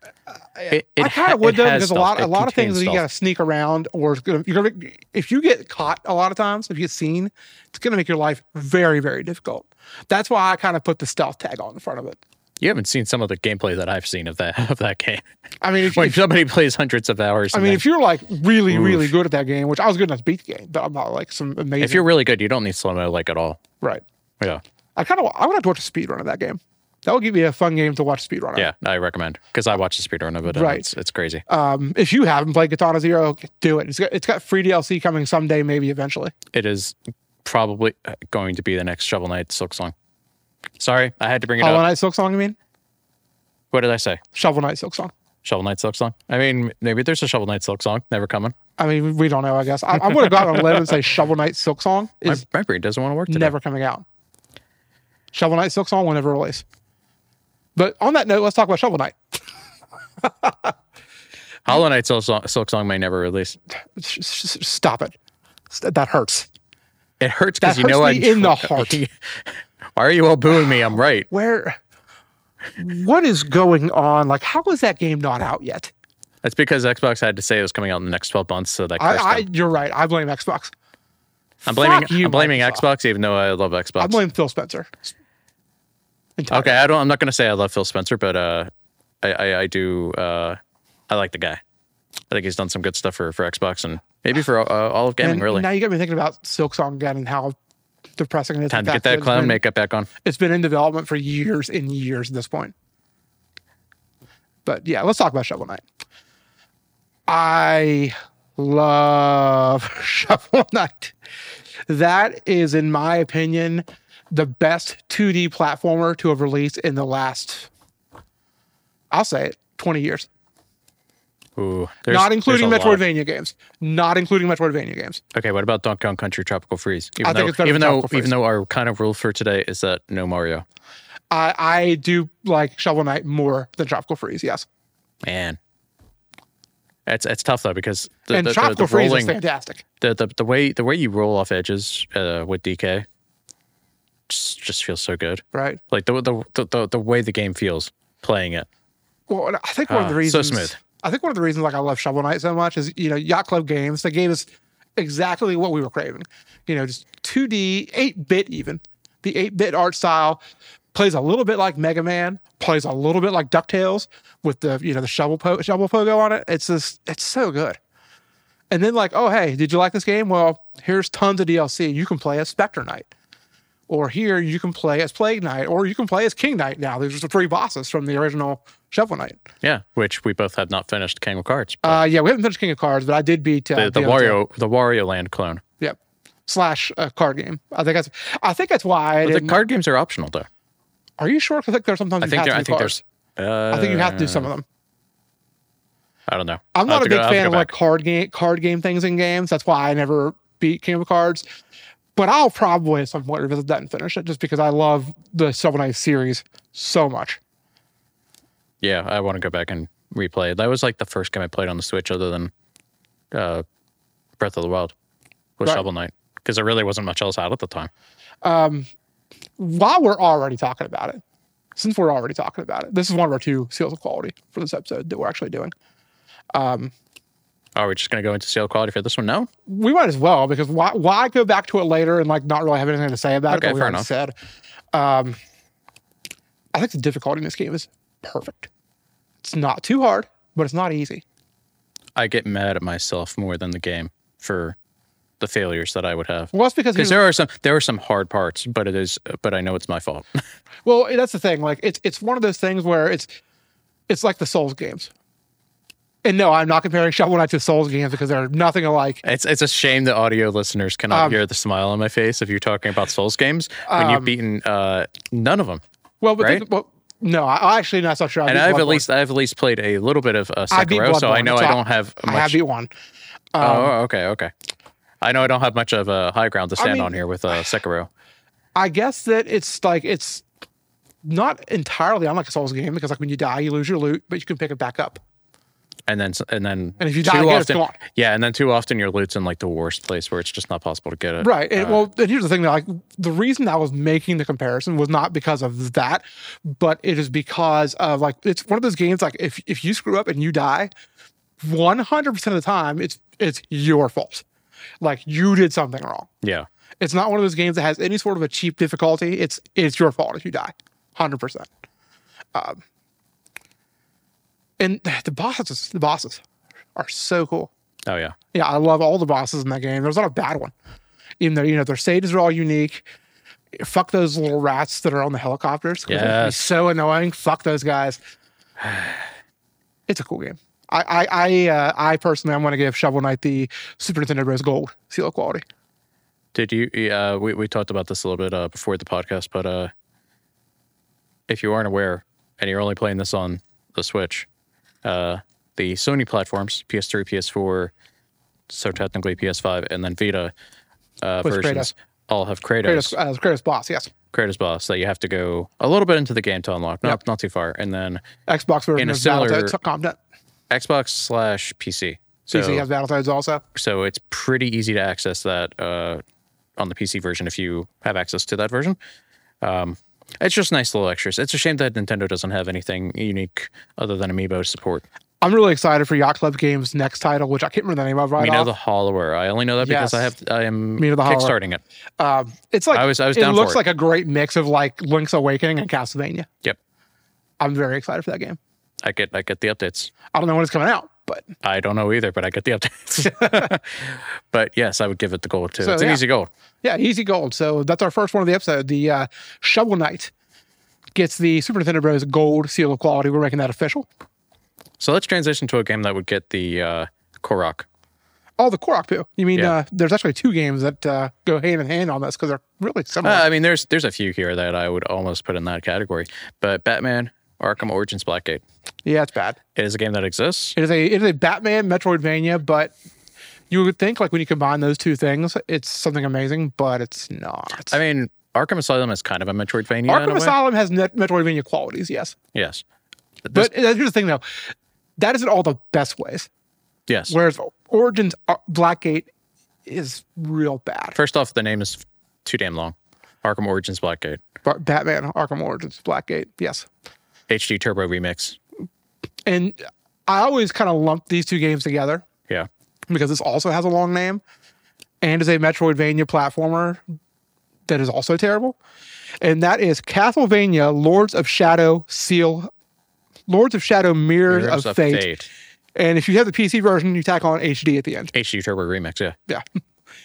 [SPEAKER 2] It- it
[SPEAKER 1] Uh, I kind
[SPEAKER 2] ha-
[SPEAKER 1] of would
[SPEAKER 2] it
[SPEAKER 1] though
[SPEAKER 2] has
[SPEAKER 1] because a
[SPEAKER 2] stealth.
[SPEAKER 1] lot
[SPEAKER 2] It
[SPEAKER 1] a lot of
[SPEAKER 2] contains
[SPEAKER 1] things that you
[SPEAKER 2] stealth.
[SPEAKER 1] got to sneak around or it's gonna, you're gonna if you get caught a lot of times if you get seen it's gonna make your life very very difficult. That's why I kind of put the stealth tag on the front of it.
[SPEAKER 2] You haven't seen some of the gameplay that I've seen of that of that game.
[SPEAKER 1] I mean, if,
[SPEAKER 2] when
[SPEAKER 1] if-
[SPEAKER 2] somebody plays hundreds of hours,
[SPEAKER 1] I
[SPEAKER 2] and
[SPEAKER 1] mean,
[SPEAKER 2] then-
[SPEAKER 1] if you're like really really
[SPEAKER 2] Oof.
[SPEAKER 1] good at that game, which I was good enough to beat the game, but I'm not like some amazing.
[SPEAKER 2] if you're really good, you don't need slow mo like at all.
[SPEAKER 1] right,
[SPEAKER 2] Yeah,
[SPEAKER 1] I kind of I would have to watch a speedrun of that game. That would give me a fun game to watch speedrun. of.
[SPEAKER 2] yeah, I recommend because I watched the speedrun of it. and
[SPEAKER 1] Right.
[SPEAKER 2] it's, it's crazy.
[SPEAKER 1] Um, if you haven't played Katana Zero, do it. It's got, it's got free DLC coming someday, maybe eventually.
[SPEAKER 2] It is probably going to be the next Shovel Knight Silk Song. Sorry, I had to bring it
[SPEAKER 1] Hollow
[SPEAKER 2] up.
[SPEAKER 1] Knight Oh, Silk Song, you mean?
[SPEAKER 2] What did I say?
[SPEAKER 1] Shovel Knight Silk Song.
[SPEAKER 2] Shovel Knight Silk Song. I mean, maybe there's a Shovel Knight Silk Song never coming.
[SPEAKER 1] I mean, we don't know, I guess. I, I'm going to go out on a limb and say Shovel Knight Silk Song
[SPEAKER 2] My,
[SPEAKER 1] is
[SPEAKER 2] my brain doesn't want to work today.
[SPEAKER 1] never coming out. Shovel Knight Silk Song will never release. But on that note, let's talk about Shovel Knight.
[SPEAKER 2] Hollow Knight Silk Song, Silk Song may never release.
[SPEAKER 1] S- s- s- Stop it. S- That hurts.
[SPEAKER 2] It hurts because
[SPEAKER 1] That
[SPEAKER 2] you know
[SPEAKER 1] hurts
[SPEAKER 2] I'm
[SPEAKER 1] me in the heart.
[SPEAKER 2] Why are you all booing me? I'm right.
[SPEAKER 1] Where? What is going on? Like, how is that game not out yet?
[SPEAKER 2] That's because Xbox had to say it was coming out in the next 12 months, so that
[SPEAKER 1] I,
[SPEAKER 2] cursed
[SPEAKER 1] I,
[SPEAKER 2] them.
[SPEAKER 1] you're right. I blame Xbox.
[SPEAKER 2] I'm blaming
[SPEAKER 1] fuck you,
[SPEAKER 2] I'm blaming
[SPEAKER 1] Microsoft.
[SPEAKER 2] Xbox, even though I love Xbox.
[SPEAKER 1] I blame Phil Spencer. Entirely.
[SPEAKER 2] okay, I don't. I'm not gonna say I love Phil Spencer, but uh, I I, I do. Uh, I like the guy. I think he's done some good stuff for for Xbox and maybe for uh, all of gaming.
[SPEAKER 1] And
[SPEAKER 2] really,
[SPEAKER 1] Now you got me thinking about Silk Song again and how depressing it is.
[SPEAKER 2] time
[SPEAKER 1] The
[SPEAKER 2] to get
[SPEAKER 1] fact
[SPEAKER 2] that
[SPEAKER 1] it's
[SPEAKER 2] clown
[SPEAKER 1] been-
[SPEAKER 2] makeup back on.
[SPEAKER 1] It's been in development for years and years at this point. But yeah, let's talk about Shovel Knight. I love Shovel Knight. That is, in my opinion, the best 2D platformer to have released in the last, I'll say it, 20 years.
[SPEAKER 2] Ooh, there's-
[SPEAKER 1] not including
[SPEAKER 2] there's a lot.
[SPEAKER 1] Metroidvania games. Not including Metroidvania games.
[SPEAKER 2] Okay, what about Donkey Kong Country Tropical Freeze? Even
[SPEAKER 1] I
[SPEAKER 2] though,
[SPEAKER 1] think it's better
[SPEAKER 2] even
[SPEAKER 1] than
[SPEAKER 2] though,
[SPEAKER 1] Tropical
[SPEAKER 2] even
[SPEAKER 1] Freeze.
[SPEAKER 2] though our kind of rule for today is that no Mario.
[SPEAKER 1] I, I do like Shovel Knight more than Tropical Freeze. Yes.
[SPEAKER 2] Man, It's it's tough though because the,
[SPEAKER 1] and
[SPEAKER 2] the, the,
[SPEAKER 1] tropical
[SPEAKER 2] the
[SPEAKER 1] freeze is
[SPEAKER 2] rolling
[SPEAKER 1] fantastic.
[SPEAKER 2] the, the the way the way you roll off edges uh, with DK just, just feels so good.
[SPEAKER 1] Right.
[SPEAKER 2] Like the the, the the the way the game feels playing it.
[SPEAKER 1] Well, and I think one of the
[SPEAKER 2] Ah, so
[SPEAKER 1] reasons
[SPEAKER 2] smooth.
[SPEAKER 1] I think one of the reasons like I love Shovel Knight so much is you know Yacht Club games. They gave us exactly what we were craving. You know, just 2D, 8-bit even. The 8-bit art style plays a little bit like Mega Man, plays a little bit like Ducktales with the you know the shovel po- shovel pogo on it. It's just it's so good. And then like, oh hey, did you like this game? Well, here's tons of DLC. You can play as Spectre Knight. Or here you can play as Plague Knight, or you can play as King Knight now. These are the three bosses from the original Shovel Knight.
[SPEAKER 2] Yeah, which we both have not finished King of Cards. but
[SPEAKER 1] Uh, yeah, we haven't finished King of Cards, but I did beat uh,
[SPEAKER 2] the, the
[SPEAKER 1] other two.
[SPEAKER 2] Wario the Wario Land clone.
[SPEAKER 1] Yep. Slash uh, card game. I think that's. I think that's why. I
[SPEAKER 2] But the
[SPEAKER 1] didn't,
[SPEAKER 2] card games are optional though.
[SPEAKER 1] are you sure? 'Cause I think there's sometimes
[SPEAKER 2] I
[SPEAKER 1] you
[SPEAKER 2] think
[SPEAKER 1] have
[SPEAKER 2] there,
[SPEAKER 1] to do
[SPEAKER 2] I think
[SPEAKER 1] cards.
[SPEAKER 2] there's. Uh,
[SPEAKER 1] I think you have to do some of them.
[SPEAKER 2] I don't know.
[SPEAKER 1] I'm
[SPEAKER 2] I'll
[SPEAKER 1] not
[SPEAKER 2] have
[SPEAKER 1] a
[SPEAKER 2] to go-
[SPEAKER 1] big
[SPEAKER 2] I'll have to
[SPEAKER 1] fan
[SPEAKER 2] go
[SPEAKER 1] of like
[SPEAKER 2] back.
[SPEAKER 1] card game card game things in games. That's why I never beat King of Cards. But I'll probably at some point revisit that and finish it, just because I love the Shovel Knight series so much.
[SPEAKER 2] Yeah, I want to go back and replay. it. That was like the first game I played on the Switch, other than uh, Breath of the Wild with
[SPEAKER 1] Right.
[SPEAKER 2] Shovel Knight, because there really wasn't much else out at the time.
[SPEAKER 1] While we're already talking about it, since we're already talking about it, this is one of our two seals of quality for this episode that we're actually doing.
[SPEAKER 2] Are we just gonna go into seal quality for this one? No.
[SPEAKER 1] we might as well because why why go back to it later and like not really have anything to say about it
[SPEAKER 2] Okay,
[SPEAKER 1] that we
[SPEAKER 2] fair
[SPEAKER 1] already
[SPEAKER 2] enough.
[SPEAKER 1] said. Um, I think the difficulty in this game is perfect. It's not too hard, but it's not easy.
[SPEAKER 2] I get mad at myself more than the game for the failures that I would have.
[SPEAKER 1] Well, that's because
[SPEAKER 2] Because
[SPEAKER 1] here's-
[SPEAKER 2] there are some there are some hard parts, but it is but I know it's my fault.
[SPEAKER 1] Well, that's the thing. Like it's it's one of those things where it's it's like the Souls games. And no, I'm not comparing Shovel Knight to Souls games because they're nothing alike.
[SPEAKER 2] it's it's a shame that audio listeners cannot
[SPEAKER 1] Um,
[SPEAKER 2] hear the smile on my face if you're talking about Souls games when you've beaten uh, none of them.
[SPEAKER 1] Well, but,
[SPEAKER 2] Right?
[SPEAKER 1] think- well, no, I, I actually not so sure. I
[SPEAKER 2] And
[SPEAKER 1] beat
[SPEAKER 2] I've at
[SPEAKER 1] Bloodborne.
[SPEAKER 2] least I've at least played a little bit of uh,
[SPEAKER 1] I beat
[SPEAKER 2] Sekiro, so I
[SPEAKER 1] Bloodborne,
[SPEAKER 2] know
[SPEAKER 1] so
[SPEAKER 2] I don't have
[SPEAKER 1] I have
[SPEAKER 2] much.
[SPEAKER 1] beat one.
[SPEAKER 2] oh, okay, okay. I know I don't have much of a high ground to stand
[SPEAKER 1] mean-
[SPEAKER 2] on here with uh, Sekiro.
[SPEAKER 1] I guess that it's like it's not entirely unlike a Souls game because like when you die, you lose your loot, but you can pick it back up.
[SPEAKER 2] And then s- and then
[SPEAKER 1] And if you die again, it's
[SPEAKER 2] often,
[SPEAKER 1] gone.
[SPEAKER 2] yeah, and then too often your loot's in like the worst place where it's just not possible to get it.
[SPEAKER 1] Right. And well, and here's the thing that like the reason I was making the comparison was not because of that, but it is because of like it's one of those games like if if you screw up and you die, 100% of the time it's it's your fault. Like you did something wrong.
[SPEAKER 2] Yeah.
[SPEAKER 1] It's not one of those games that has any sort of a cheap difficulty. It's it's your fault if you die, hundred percent. Um, and the bosses, the bosses are so cool.
[SPEAKER 2] Oh yeah.
[SPEAKER 1] Yeah, I love all the bosses in that game. There's not a bad one, even though you know their stages are all unique. Fuck those little rats that are on the helicopters. 'cause they can be
[SPEAKER 2] Yes.
[SPEAKER 1] so annoying. Fuck those guys. It's a cool game. I I I, uh, I personally I'm going to give Shovel Knight the Super Nintendo Bros. Gold seal of quality.
[SPEAKER 2] Did you? Yeah, uh, we we talked about this a little bit uh, before the podcast, but uh, if you aren't aware and you're only playing this on the Switch, uh, the Sony platforms PS3, PS4, so technically PS5, and then Vita uh,
[SPEAKER 1] What's Kratos?
[SPEAKER 2] versions all have
[SPEAKER 1] Greatest,
[SPEAKER 2] Kratos,
[SPEAKER 1] uh, greatest boss. Yes.
[SPEAKER 2] Kratos boss that you have to go a little bit into the game to unlock, not not too far, and then
[SPEAKER 1] Xbox version
[SPEAKER 2] In a
[SPEAKER 1] has
[SPEAKER 2] similar-
[SPEAKER 1] Battletoads content.
[SPEAKER 2] Xbox slash PC. So
[SPEAKER 1] PC has Battletoads also.
[SPEAKER 2] so it's pretty easy to access that uh, on the PC version if you have access to that version. Um, it's just nice little extras. It's a shame that Nintendo doesn't have anything unique other than amiibo support.
[SPEAKER 1] I'm really excited for Yacht Club Games' next title, which I can't remember the name of right
[SPEAKER 2] Mina
[SPEAKER 1] off.
[SPEAKER 2] the Hollower. I only know that because I
[SPEAKER 1] Yes.
[SPEAKER 2] have I am
[SPEAKER 1] Mina the Hollower.
[SPEAKER 2] kickstarting it.
[SPEAKER 1] um, it's like
[SPEAKER 2] I was- I was
[SPEAKER 1] it
[SPEAKER 2] down for
[SPEAKER 1] looks
[SPEAKER 2] it.
[SPEAKER 1] like a great mix of like Link's Awakening and Castlevania.
[SPEAKER 2] Yep,
[SPEAKER 1] I'm very excited for that game.
[SPEAKER 2] I get I get the updates.
[SPEAKER 1] I don't know when it's coming out, but
[SPEAKER 2] I don't know either, but I get the updates. but yes, I would give it the gold too.
[SPEAKER 1] So,
[SPEAKER 2] it's an
[SPEAKER 1] yeah.
[SPEAKER 2] easy gold.
[SPEAKER 1] yeah, easy gold. So that's our first one of the episode. The uh, Shovel Knight gets the Super Nintendo Bros. Gold Seal of Quality. We're making that official.
[SPEAKER 2] So let's transition to a game that would get the uh, Korok.
[SPEAKER 1] Oh, the Korok Poo. You mean
[SPEAKER 2] Yeah.
[SPEAKER 1] uh, there's actually two games that uh, go hand in hand on this because they're really similar.
[SPEAKER 2] Uh, I mean, there's there's a few here that I would almost put in that category, but Batman Arkham Origins Blackgate.
[SPEAKER 1] yeah, it's bad.
[SPEAKER 2] It is a game that exists.
[SPEAKER 1] It is a it is a Batman Metroidvania, but you would think like when you combine those two things, it's something amazing, but it's not.
[SPEAKER 2] I mean, Arkham Asylum is kind of a Metroidvania. in a
[SPEAKER 1] Arkham
[SPEAKER 2] way.
[SPEAKER 1] Asylum has net Metroidvania qualities, yes,
[SPEAKER 2] Yes. This-
[SPEAKER 1] but uh, here's the thing though, that isn't all the best ways.
[SPEAKER 2] Yes.
[SPEAKER 1] Whereas Origins uh, Blackgate is real bad.
[SPEAKER 2] First off, the name is too damn long. Arkham Origins Blackgate.
[SPEAKER 1] Ba- Batman Arkham Origins Blackgate, yes.
[SPEAKER 2] HD Turbo Remix.
[SPEAKER 1] And I always kind of lump these two games together
[SPEAKER 2] Yeah.
[SPEAKER 1] because this also has a long name and is a Metroidvania platformer that is also terrible. And that is Castlevania Lords of Shadow Seal Lords of Shadow Mirrors,
[SPEAKER 2] Mirrors
[SPEAKER 1] of, Fate.
[SPEAKER 2] Fate.
[SPEAKER 1] And if you have the PC version, you tack on HD at the end.
[SPEAKER 2] HD Turbo Remix. Yeah.
[SPEAKER 1] Yeah.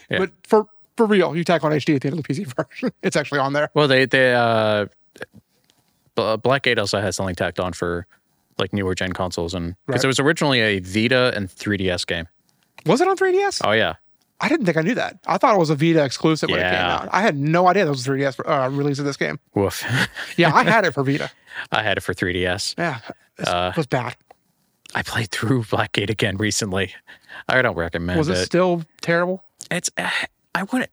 [SPEAKER 2] Yeah.
[SPEAKER 1] But for for real, you tack on HD at the end of the PC version. It's actually on there.
[SPEAKER 2] Well, they they uh, B- Blackgate also has something tacked on for like newer gen consoles, and because
[SPEAKER 1] Right.
[SPEAKER 2] it was originally a Vita and 3DS game.
[SPEAKER 1] Was it on 3DS?
[SPEAKER 2] Oh yeah,
[SPEAKER 1] I didn't think I knew that. I thought it was a Vita exclusive when it came
[SPEAKER 2] Yeah.
[SPEAKER 1] out. I had no idea that was a 3DS uh, release of this game.
[SPEAKER 2] woof.
[SPEAKER 1] Yeah, I had it for Vita.
[SPEAKER 2] I had it for 3DS.
[SPEAKER 1] Yeah, it
[SPEAKER 2] Uh,
[SPEAKER 1] was bad.
[SPEAKER 2] I played through Blackgate again recently. I don't recommend
[SPEAKER 1] Was it
[SPEAKER 2] it.
[SPEAKER 1] still terrible?
[SPEAKER 2] it's eh, I wouldn't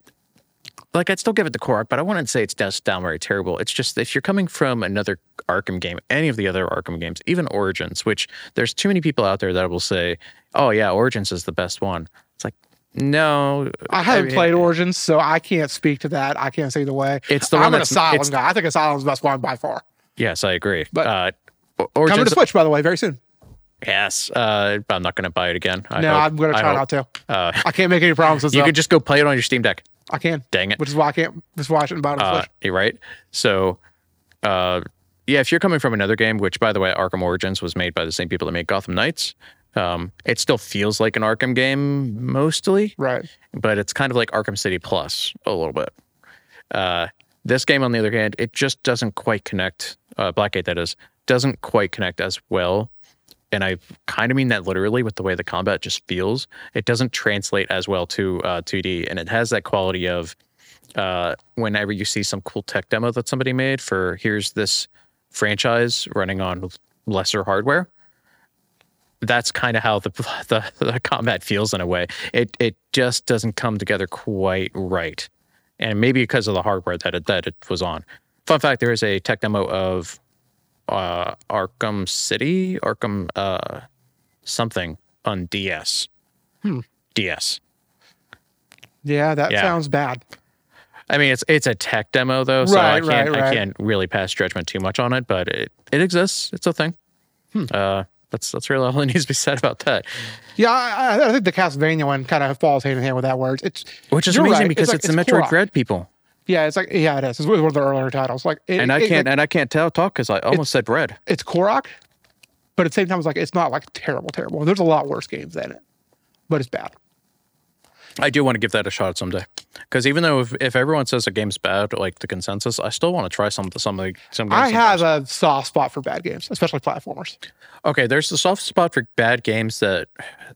[SPEAKER 2] like I'd still give it the core, but I wouldn't say it's just downright terrible. It's just if you're coming from another Arkham game, any of the other Arkham games, even Origins, which there's too many people out there that will say, "Oh yeah, Origins is the best one." It's like, no,
[SPEAKER 1] I haven't
[SPEAKER 2] mean,
[SPEAKER 1] played Origins, so I can't speak to that. I can't say the way.
[SPEAKER 2] It's the
[SPEAKER 1] I'm
[SPEAKER 2] one
[SPEAKER 1] an
[SPEAKER 2] that's-
[SPEAKER 1] Asylum
[SPEAKER 2] it's-
[SPEAKER 1] guy. I think Asylum's the best one by far.
[SPEAKER 2] Yes, I agree.
[SPEAKER 1] But-
[SPEAKER 2] uh, O-
[SPEAKER 1] Coming to
[SPEAKER 2] Origins,
[SPEAKER 1] Switch, by the way, very soon.
[SPEAKER 2] yes. Uh, but I'm not going to buy it again. I
[SPEAKER 1] no,
[SPEAKER 2] hope.
[SPEAKER 1] I'm going to
[SPEAKER 2] I
[SPEAKER 1] try
[SPEAKER 2] hope.
[SPEAKER 1] not to.
[SPEAKER 2] Uh,
[SPEAKER 1] I can't make any promises.
[SPEAKER 2] you
[SPEAKER 1] though.
[SPEAKER 2] could just go play it on your Steam Deck.
[SPEAKER 1] I can,
[SPEAKER 2] Dang it.
[SPEAKER 1] which is why I can't. That's why I shouldn't buy it on
[SPEAKER 2] Uh,
[SPEAKER 1] Switch.
[SPEAKER 2] you're right. So, uh, yeah, if you're coming from another game, which by the way, Arkham Origins was made by the same people that made Gotham Knights, um, it still feels like an Arkham game mostly,
[SPEAKER 1] Right.
[SPEAKER 2] but it's kind of like Arkham City Plus a little bit. Uh, this game, on the other hand, it just doesn't quite connect. Uh, Blackgate, that is, doesn't quite connect as well. And I kind of mean that literally with the way the combat just feels. It doesn't translate as well to uh, 2D, and it has that quality of uh, whenever you see some cool tech demo that somebody made for here's this franchise running on lesser hardware. That's kind of how the, the the combat feels in a way. It it just doesn't come together quite right, and maybe because of the hardware that it, that it was on. Fun fact: there is a tech demo of uh, Arkham City, Arkham uh, something on DS.
[SPEAKER 1] Hmm.
[SPEAKER 2] DS.
[SPEAKER 1] Yeah, that
[SPEAKER 2] Yeah.
[SPEAKER 1] sounds bad.
[SPEAKER 2] I mean, it's it's a tech demo though, so I
[SPEAKER 1] Right,
[SPEAKER 2] can't
[SPEAKER 1] right,
[SPEAKER 2] I
[SPEAKER 1] right.
[SPEAKER 2] can't really pass judgment too much on it, but it, it exists. It's a thing.
[SPEAKER 1] Hmm.
[SPEAKER 2] Uh, that's that's really all that needs to be said about that.
[SPEAKER 1] Yeah, I, I- I think the Castlevania one kind of falls hand in hand with that word. It's
[SPEAKER 2] Which is
[SPEAKER 1] you're
[SPEAKER 2] amazing
[SPEAKER 1] right.
[SPEAKER 2] because
[SPEAKER 1] like-
[SPEAKER 2] it's, the Metroid
[SPEAKER 1] Korok.
[SPEAKER 2] Dread people,
[SPEAKER 1] Yeah, it's like yeah, it is. It's one of the earlier titles. Like, it,
[SPEAKER 2] and I
[SPEAKER 1] it-
[SPEAKER 2] can't
[SPEAKER 1] like,
[SPEAKER 2] and I can't tell talk because I almost said red.
[SPEAKER 1] it's Korok, but at the same time, it's like it's not like terrible, terrible. There's a lot worse games than it, but it's bad.
[SPEAKER 2] I do want to give that a shot someday because even though if, if everyone says a game's bad, like the consensus, I still want to try some some of the some. Games
[SPEAKER 1] I
[SPEAKER 2] sometimes.
[SPEAKER 1] have a soft spot for bad games, especially platformers.
[SPEAKER 2] Okay, there's the soft spot for bad games that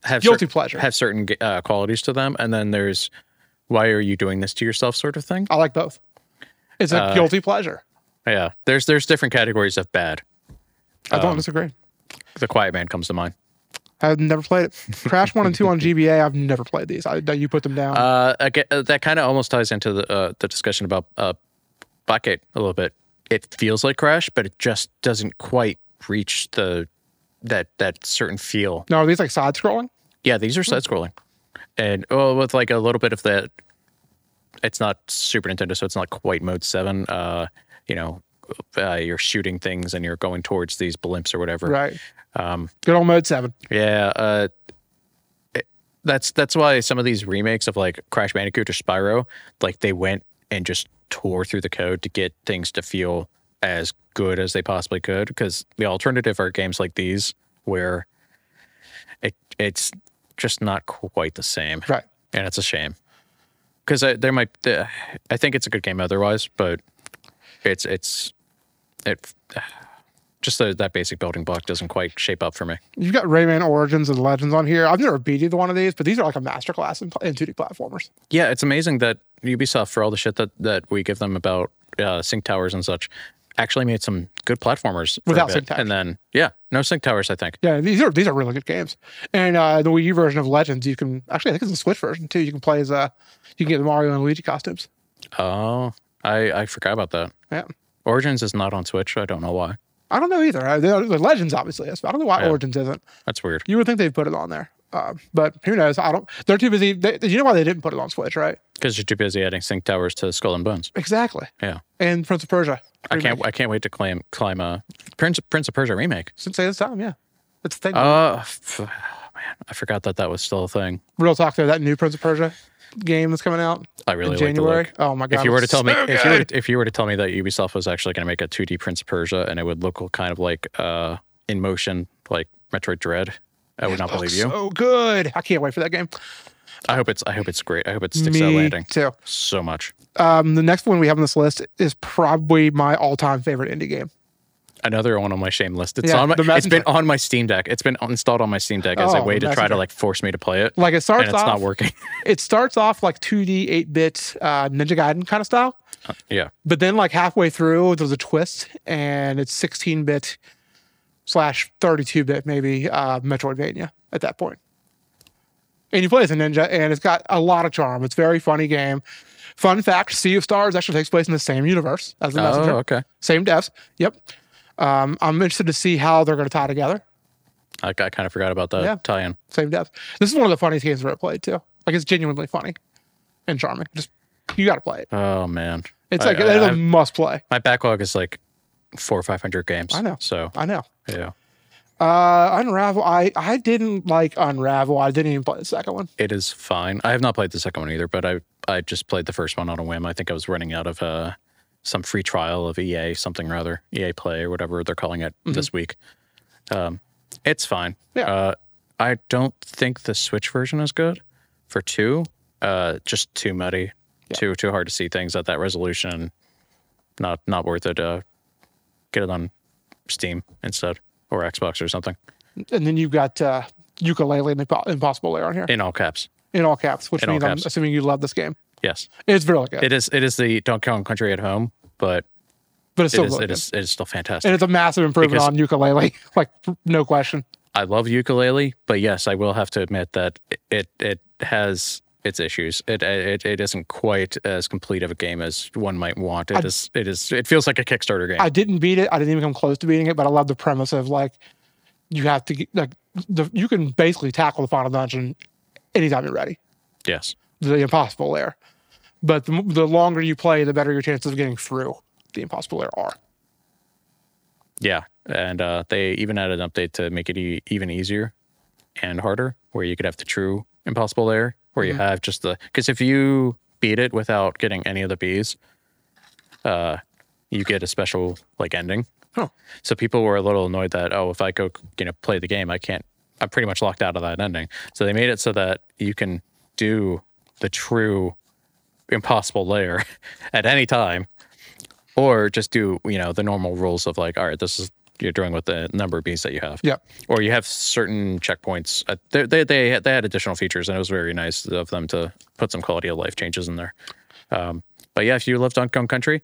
[SPEAKER 2] have
[SPEAKER 1] Guilty
[SPEAKER 2] cer-
[SPEAKER 1] pleasure.
[SPEAKER 2] have certain uh, qualities to them, and then there's why are you doing this to yourself sort of thing.
[SPEAKER 1] I like both. It's a guilty pleasure.
[SPEAKER 2] Yeah, there's there's different categories of bad.
[SPEAKER 1] I don't disagree.
[SPEAKER 2] The Quiet Man comes to mind.
[SPEAKER 1] I've never played it. Crash one and two on GBA. I've never played these. I, you put them down.
[SPEAKER 2] Uh, aga- uh, that kind of almost ties into the uh, the discussion about uh, Blackgate a little bit. It feels like Crash, but it just doesn't quite reach the that that certain feel.
[SPEAKER 1] no, are these like side scrolling?
[SPEAKER 2] Yeah, these are side scrolling, and well, with like a little bit of that. It's not Super Nintendo, so it's not quite Mode Seven. Uh, you know, uh, you're shooting things and you're going towards these blimps or whatever.
[SPEAKER 1] Right. Um, Good old mode seven.
[SPEAKER 2] Yeah, uh, it- that's that's why some of these remakes of like Crash Bandicoot or Spyro, like they went and just tore through the code to get things to feel as good as they possibly could. Because the alternative are games like these where it it's just not quite the same,
[SPEAKER 1] Right.
[SPEAKER 2] and it's a shame. Because there might, uh, I think it's a good game otherwise, but it's it's it just the, that basic building block doesn't quite shape up for me.
[SPEAKER 1] You've got Rayman Origins and Legends on here. I've never beat either one of these, but these are like a masterclass in, in 2D platformers.
[SPEAKER 2] Yeah, it's amazing that Ubisoft, for all the shit that, that we give them about uh, sync towers and such, actually made some good platformers for a
[SPEAKER 1] Without
[SPEAKER 2] bit.
[SPEAKER 1] sync towers.
[SPEAKER 2] And then, yeah, no sync towers, I think.
[SPEAKER 1] Yeah, these are these are really good games. And uh, the Wii U version of Legends, you can actually I think it's the Switch version too. You can play as uh, you can get the Mario and Luigi costumes.
[SPEAKER 2] Oh, I, I forgot about that.
[SPEAKER 1] Yeah,
[SPEAKER 2] Origins is not on Switch. I don't know why.
[SPEAKER 1] I don't know either. Uh, the, the Legends obviously is, but I don't know why
[SPEAKER 2] Yeah.
[SPEAKER 1] Origins isn't.
[SPEAKER 2] That's weird.
[SPEAKER 1] You would think they'd put it on there. Uh, but who knows? I don't. They're too busy. They, you know why they didn't put it on Switch, right?
[SPEAKER 2] because you're too busy adding sync towers to Skull and Bones.
[SPEAKER 1] Exactly.
[SPEAKER 2] Yeah,
[SPEAKER 1] And Prince of Persia.
[SPEAKER 2] I can't. I can't wait to climb climb a Prince Prince of Persia remake.
[SPEAKER 1] Since this time, yeah. It's the thing.
[SPEAKER 2] Uh, f- man, I forgot that that was still a thing.
[SPEAKER 1] Real talk though, that new Prince of Persia game that's coming out
[SPEAKER 2] I really
[SPEAKER 1] in
[SPEAKER 2] like the
[SPEAKER 1] January.
[SPEAKER 2] look.
[SPEAKER 1] oh my god!
[SPEAKER 2] if you were to
[SPEAKER 1] it's
[SPEAKER 2] tell me,
[SPEAKER 1] so
[SPEAKER 2] if you were
[SPEAKER 1] good.
[SPEAKER 2] to, if you were to tell me that Ubisoft was actually going to make a 2D Prince of Persia and it would look kind of like uh in motion like Metroid Dread, I would not believe you.
[SPEAKER 1] so good. I can't wait for that game.
[SPEAKER 2] I hope it's I hope it's great. I hope it sticks out
[SPEAKER 1] Me
[SPEAKER 2] landing
[SPEAKER 1] too.
[SPEAKER 2] so much.
[SPEAKER 1] Um, the next one we have on this list is probably my all-time favorite indie game.
[SPEAKER 2] Another one on my shame list. It's
[SPEAKER 1] Yeah,
[SPEAKER 2] on my.
[SPEAKER 1] the
[SPEAKER 2] It's been
[SPEAKER 1] messenger.
[SPEAKER 2] on my Steam Deck. It's been installed on my Steam Deck as
[SPEAKER 1] Oh,
[SPEAKER 2] a
[SPEAKER 1] the
[SPEAKER 2] way to try
[SPEAKER 1] messenger.
[SPEAKER 2] to like force me to play it,
[SPEAKER 1] Like it
[SPEAKER 2] and
[SPEAKER 1] starts
[SPEAKER 2] it's
[SPEAKER 1] off,
[SPEAKER 2] not working.
[SPEAKER 1] it starts off like 2D 8-bit uh, Ninja Gaiden kind of style,
[SPEAKER 2] yeah,
[SPEAKER 1] but then like halfway through there's a twist and it's 16-bit slash 32-bit maybe uh, Metroidvania at that point. And you play as a ninja, and it's got a lot of charm. It's a very funny game. Fun fact: Sea of Stars actually takes place in the same universe as the Messenger.
[SPEAKER 2] Oh, okay.
[SPEAKER 1] Same devs. Yep. Um, I'm interested to see how they're going to tie together.
[SPEAKER 2] I, I kind of forgot about the
[SPEAKER 1] Yeah.
[SPEAKER 2] tie-in.
[SPEAKER 1] Same devs. This is one of the funniest games I've ever played too. Like it's genuinely funny and charming. Just you got to play it.
[SPEAKER 2] Oh man,
[SPEAKER 1] It's
[SPEAKER 2] I-
[SPEAKER 1] like
[SPEAKER 2] I-
[SPEAKER 1] it's a
[SPEAKER 2] I-
[SPEAKER 1] must play.
[SPEAKER 2] my backlog is like four or five hundred games.
[SPEAKER 1] I know.
[SPEAKER 2] So
[SPEAKER 1] I know.
[SPEAKER 2] yeah,
[SPEAKER 1] Uh, Unravel. I I didn't like Unravel. I didn't even play the second one.
[SPEAKER 2] it is fine. I have not played the second one either, but I I just played the first one on a whim. I think I was running out of uh some free trial of EA something or other, EA Play or whatever they're calling it this week. Um, it's fine.
[SPEAKER 1] Yeah.
[SPEAKER 2] Uh, I don't think the Switch version is good for two. Uh, just too muddy, too too hard to see things at that resolution. Not not worth it. Uh, get it on Steam instead or Xbox or something
[SPEAKER 1] And then you've got uh, Ukulele and Impo- Impossible Lair on here
[SPEAKER 2] in all caps.
[SPEAKER 1] in all caps, which
[SPEAKER 2] In all
[SPEAKER 1] means
[SPEAKER 2] caps.
[SPEAKER 1] I'm assuming you love this game.
[SPEAKER 2] Yes,
[SPEAKER 1] It's really good,
[SPEAKER 2] it is. It is the Donkey Kong Country at home, but
[SPEAKER 1] but it's
[SPEAKER 2] it
[SPEAKER 1] still
[SPEAKER 2] is,
[SPEAKER 1] really
[SPEAKER 2] it
[SPEAKER 1] good.
[SPEAKER 2] is it is still fantastic.
[SPEAKER 1] and it's a massive improvement
[SPEAKER 2] Because-
[SPEAKER 1] on Ukulele. like no question.
[SPEAKER 2] I love ukulele, but yes, I will have to admit that it it has its issues. It it, it isn't quite as complete of a game as one might want. It is it is it feels like a Kickstarter game.
[SPEAKER 1] I didn't beat it. I didn't even come close to beating it, but I love the premise of like you have to get- like the, you can basically tackle the final dungeon anytime you're ready.
[SPEAKER 2] yes.
[SPEAKER 1] The impossible lair. But the, m- the longer you play, the better your chances of getting through the impossible lair are.
[SPEAKER 2] Yeah. And uh, they even added an update to make it e- even easier and harder, where you could have the true impossible layer, where you have just the. Because if you beat it without getting any of the bees, uh, you get a special like ending.
[SPEAKER 1] Huh.
[SPEAKER 2] So people were a little annoyed that oh, if I go you know play the game, I can't. I'm pretty much locked out of that ending. So they made it so that you can do the true impossible layer at any time or just do you know the normal rules of like all right this is you're doing with the number of bees that you have
[SPEAKER 1] Yeah.
[SPEAKER 2] or you have certain checkpoints uh, they, they, they, had- they had additional features and it was very nice of them to put some quality of life changes in there um, but yeah if you love donkey kong country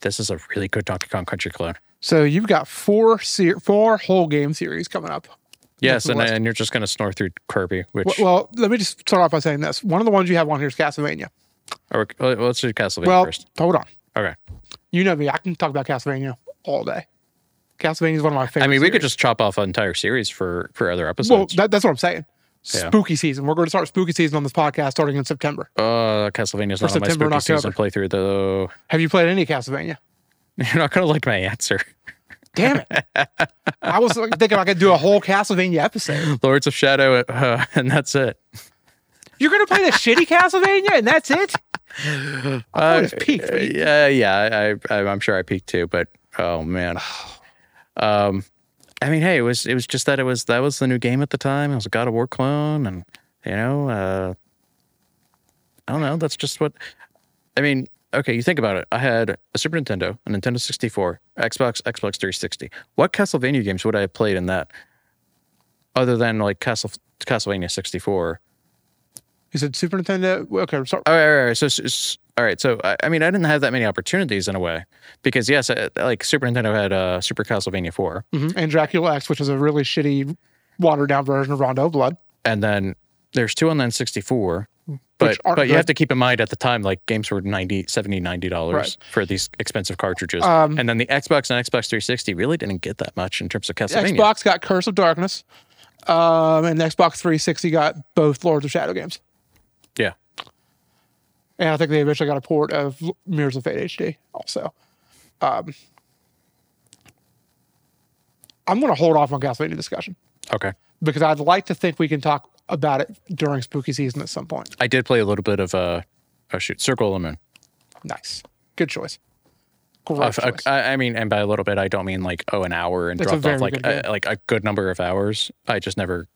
[SPEAKER 2] this is a really good donkey kong country clone
[SPEAKER 1] So you've got four ser- four whole game series coming up.
[SPEAKER 2] yes and,
[SPEAKER 1] list.
[SPEAKER 2] and you're just going to snore through kirby which
[SPEAKER 1] W- Well, let me just start off by saying this. One of the ones you have on here is Castlevania.
[SPEAKER 2] or, well, let's do castlevania
[SPEAKER 1] Well,
[SPEAKER 2] first
[SPEAKER 1] hold on.
[SPEAKER 2] okay
[SPEAKER 1] You know me. I can talk about Castlevania all day. Castlevania is one of my favorite.
[SPEAKER 2] i mean we could
[SPEAKER 1] series.
[SPEAKER 2] just chop off an entire series for for other
[SPEAKER 1] Well,
[SPEAKER 2] episodes
[SPEAKER 1] that, that's what I'm saying.
[SPEAKER 2] Yeah.
[SPEAKER 1] Spooky season. We're going to start spooky season on this podcast starting in September.
[SPEAKER 2] uh castlevania's not on my
[SPEAKER 1] September and
[SPEAKER 2] spooky season playthrough though
[SPEAKER 1] Have you played any Castlevania?
[SPEAKER 2] you're not going to like my answer
[SPEAKER 1] Damn it! I was like, thinking I could do a whole Castlevania episode.
[SPEAKER 2] Lords of Shadow, uh, and that's it.
[SPEAKER 1] You're going to play the shitty Castlevania, and that's it. I thought it was peak.
[SPEAKER 2] Uh, yeah, yeah. I, I, I'm sure I peaked too, but oh man. Um, I mean, hey, it was it was just that it was that was the new game at the time. It was a God of War clone, and you know, uh, I don't know. That's just what. I mean, okay, you think about it. I had a Super Nintendo, a Nintendo 64, Xbox, Xbox 360. What Castlevania games would I have played in that? Other than like Castle Castlevania 64,
[SPEAKER 1] You said Super Nintendo. Well, Okay, sorry.
[SPEAKER 2] all right, all right, all right. So, so- so- all right. So, I, I mean, I didn't have that many opportunities in a way because, yes, I, like Super Nintendo had uh, Super Castlevania 4,
[SPEAKER 1] Mhm. And Dracula X, which is a really shitty, watered down version of Rondo of Blood.
[SPEAKER 2] and then there's two on the N64. But,
[SPEAKER 1] aren't
[SPEAKER 2] but you
[SPEAKER 1] good.
[SPEAKER 2] have to keep in mind at the time, like games were 90 70 $90
[SPEAKER 1] Right.
[SPEAKER 2] for these expensive cartridges.
[SPEAKER 1] Um,
[SPEAKER 2] and then the Xbox and Xbox 360 really didn't get that much in terms of Castlevania.
[SPEAKER 1] Xbox got Curse of Darkness. Um, and the Xbox 360 got both Lords of Shadow games.
[SPEAKER 2] Yeah.
[SPEAKER 1] And I think they eventually got a port of L- Mirrors of Fate HD also. Um, I'm going to hold off on Castlevania discussion
[SPEAKER 2] Okay.
[SPEAKER 1] because I'd like to think we can talk about it during spooky season at some point.
[SPEAKER 2] I did play a little bit of uh, oh shoot, Circle of the Moon.
[SPEAKER 1] Nice. Good choice. Great
[SPEAKER 2] Uh,
[SPEAKER 1] choice.
[SPEAKER 2] I, I mean, and by a little bit, I don't mean like oh an hour and
[SPEAKER 1] It's a
[SPEAKER 2] dropped
[SPEAKER 1] very
[SPEAKER 2] off like
[SPEAKER 1] good
[SPEAKER 2] a,
[SPEAKER 1] game.
[SPEAKER 2] like a good number of hours. I just never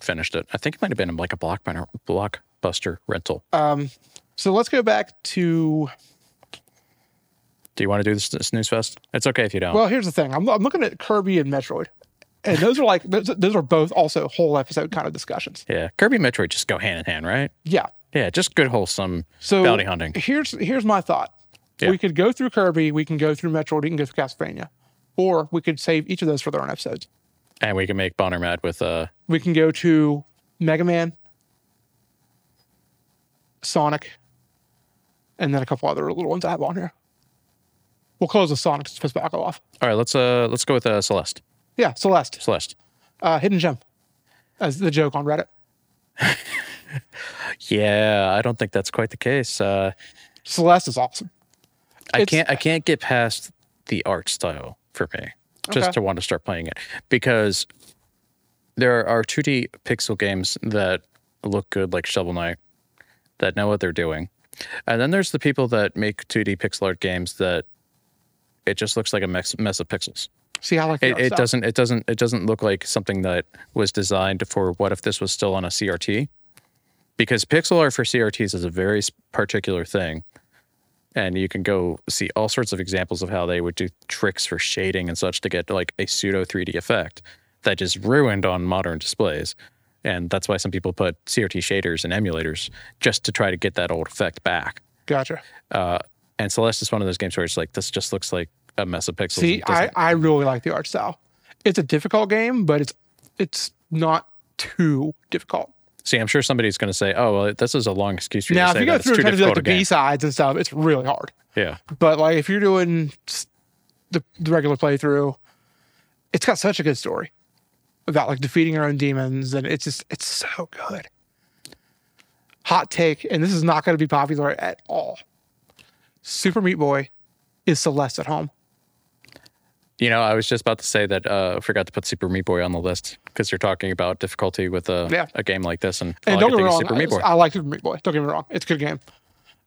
[SPEAKER 2] finished it. I think it might have been like a blockbuster blockbuster rental.
[SPEAKER 1] Uh, so let's go back to
[SPEAKER 2] do you want to do this, this news fest? It's okay if you don't.
[SPEAKER 1] Well, here's the thing. I'm, I'm looking at Kirby and Metroid, and those are like those, those are both also whole episode kind of discussions.
[SPEAKER 2] yeah, Kirby and Metroid just go hand in hand, right?
[SPEAKER 1] Yeah.
[SPEAKER 2] Yeah, just good wholesome
[SPEAKER 1] So
[SPEAKER 2] bounty hunting.
[SPEAKER 1] Here's here's my thought.
[SPEAKER 2] Yeah.
[SPEAKER 1] We could go through Kirby, we can go through Metroid, we can go through Castlevania, or we could save each of those for their own episodes.
[SPEAKER 2] and we can make Bonner mad with uh
[SPEAKER 1] We can go to Mega Man, Sonic, and then a couple other little ones I have on here. We'll close with Sonic to piss back off.
[SPEAKER 2] all right let's uh let's go with uh Celeste
[SPEAKER 1] Yeah, Celeste,
[SPEAKER 2] Celeste
[SPEAKER 1] uh, hidden gem, as the joke on Reddit.
[SPEAKER 2] yeah I don't think that's quite the case uh
[SPEAKER 1] Celeste is awesome.
[SPEAKER 2] I
[SPEAKER 1] It's-
[SPEAKER 2] can't I can't get past the art style for me just
[SPEAKER 1] Okay.
[SPEAKER 2] to want to start playing it because there are 2D pixel games that look good like Shovel Knight that know what they're doing. And then there's the people that make 2D pixel art games that it just looks like a mess, mess of pixels.
[SPEAKER 1] See, I like the
[SPEAKER 2] It,
[SPEAKER 1] art
[SPEAKER 2] it
[SPEAKER 1] style.
[SPEAKER 2] doesn't it doesn't it doesn't look like something that was designed for what if this was still on a CRT? Because pixel art for CRTs is a very s- particular thing. And you can go see all sorts of examples of how they would do tricks for shading and such to get like a pseudo 3D effect that is ruined on modern displays. And that's why some people put CRT shaders and emulators just to try to get that old effect back.
[SPEAKER 1] Gotcha.
[SPEAKER 2] Uh, and Celeste is one of those games where it's like, this just looks like a mess of pixels.
[SPEAKER 1] See,
[SPEAKER 2] and doesn't-
[SPEAKER 1] I, I really like the art style. It's a difficult game, but it's it's not too difficult.
[SPEAKER 2] See, I'm sure somebody's going to say, "Oh, well, this is a long excuse for you
[SPEAKER 1] Now,
[SPEAKER 2] to
[SPEAKER 1] if
[SPEAKER 2] say
[SPEAKER 1] you go
[SPEAKER 2] that.
[SPEAKER 1] through and
[SPEAKER 2] it's too
[SPEAKER 1] try to do
[SPEAKER 2] difficult
[SPEAKER 1] like
[SPEAKER 2] to
[SPEAKER 1] the B
[SPEAKER 2] game."
[SPEAKER 1] sides and stuff, it's really hard.
[SPEAKER 2] Yeah,
[SPEAKER 1] But like if you're doing s- the, the regular playthrough, it's got such a good story about like defeating your own demons, and it's just it's so good. Hot take, and this is not going to be popular at all. Super Meat Boy is Celeste at home.
[SPEAKER 2] you know, I was just about to say that uh, I forgot to put Super Meat Boy on the list because you're talking about difficulty with a
[SPEAKER 1] Yeah.
[SPEAKER 2] a game like this, and,
[SPEAKER 1] And
[SPEAKER 2] all Oh, I
[SPEAKER 1] don't
[SPEAKER 2] could
[SPEAKER 1] get me
[SPEAKER 2] think is
[SPEAKER 1] wrong,
[SPEAKER 2] Super Meat Boy.
[SPEAKER 1] I, I like Super Meat Boy. Don't get me wrong, it's a good game.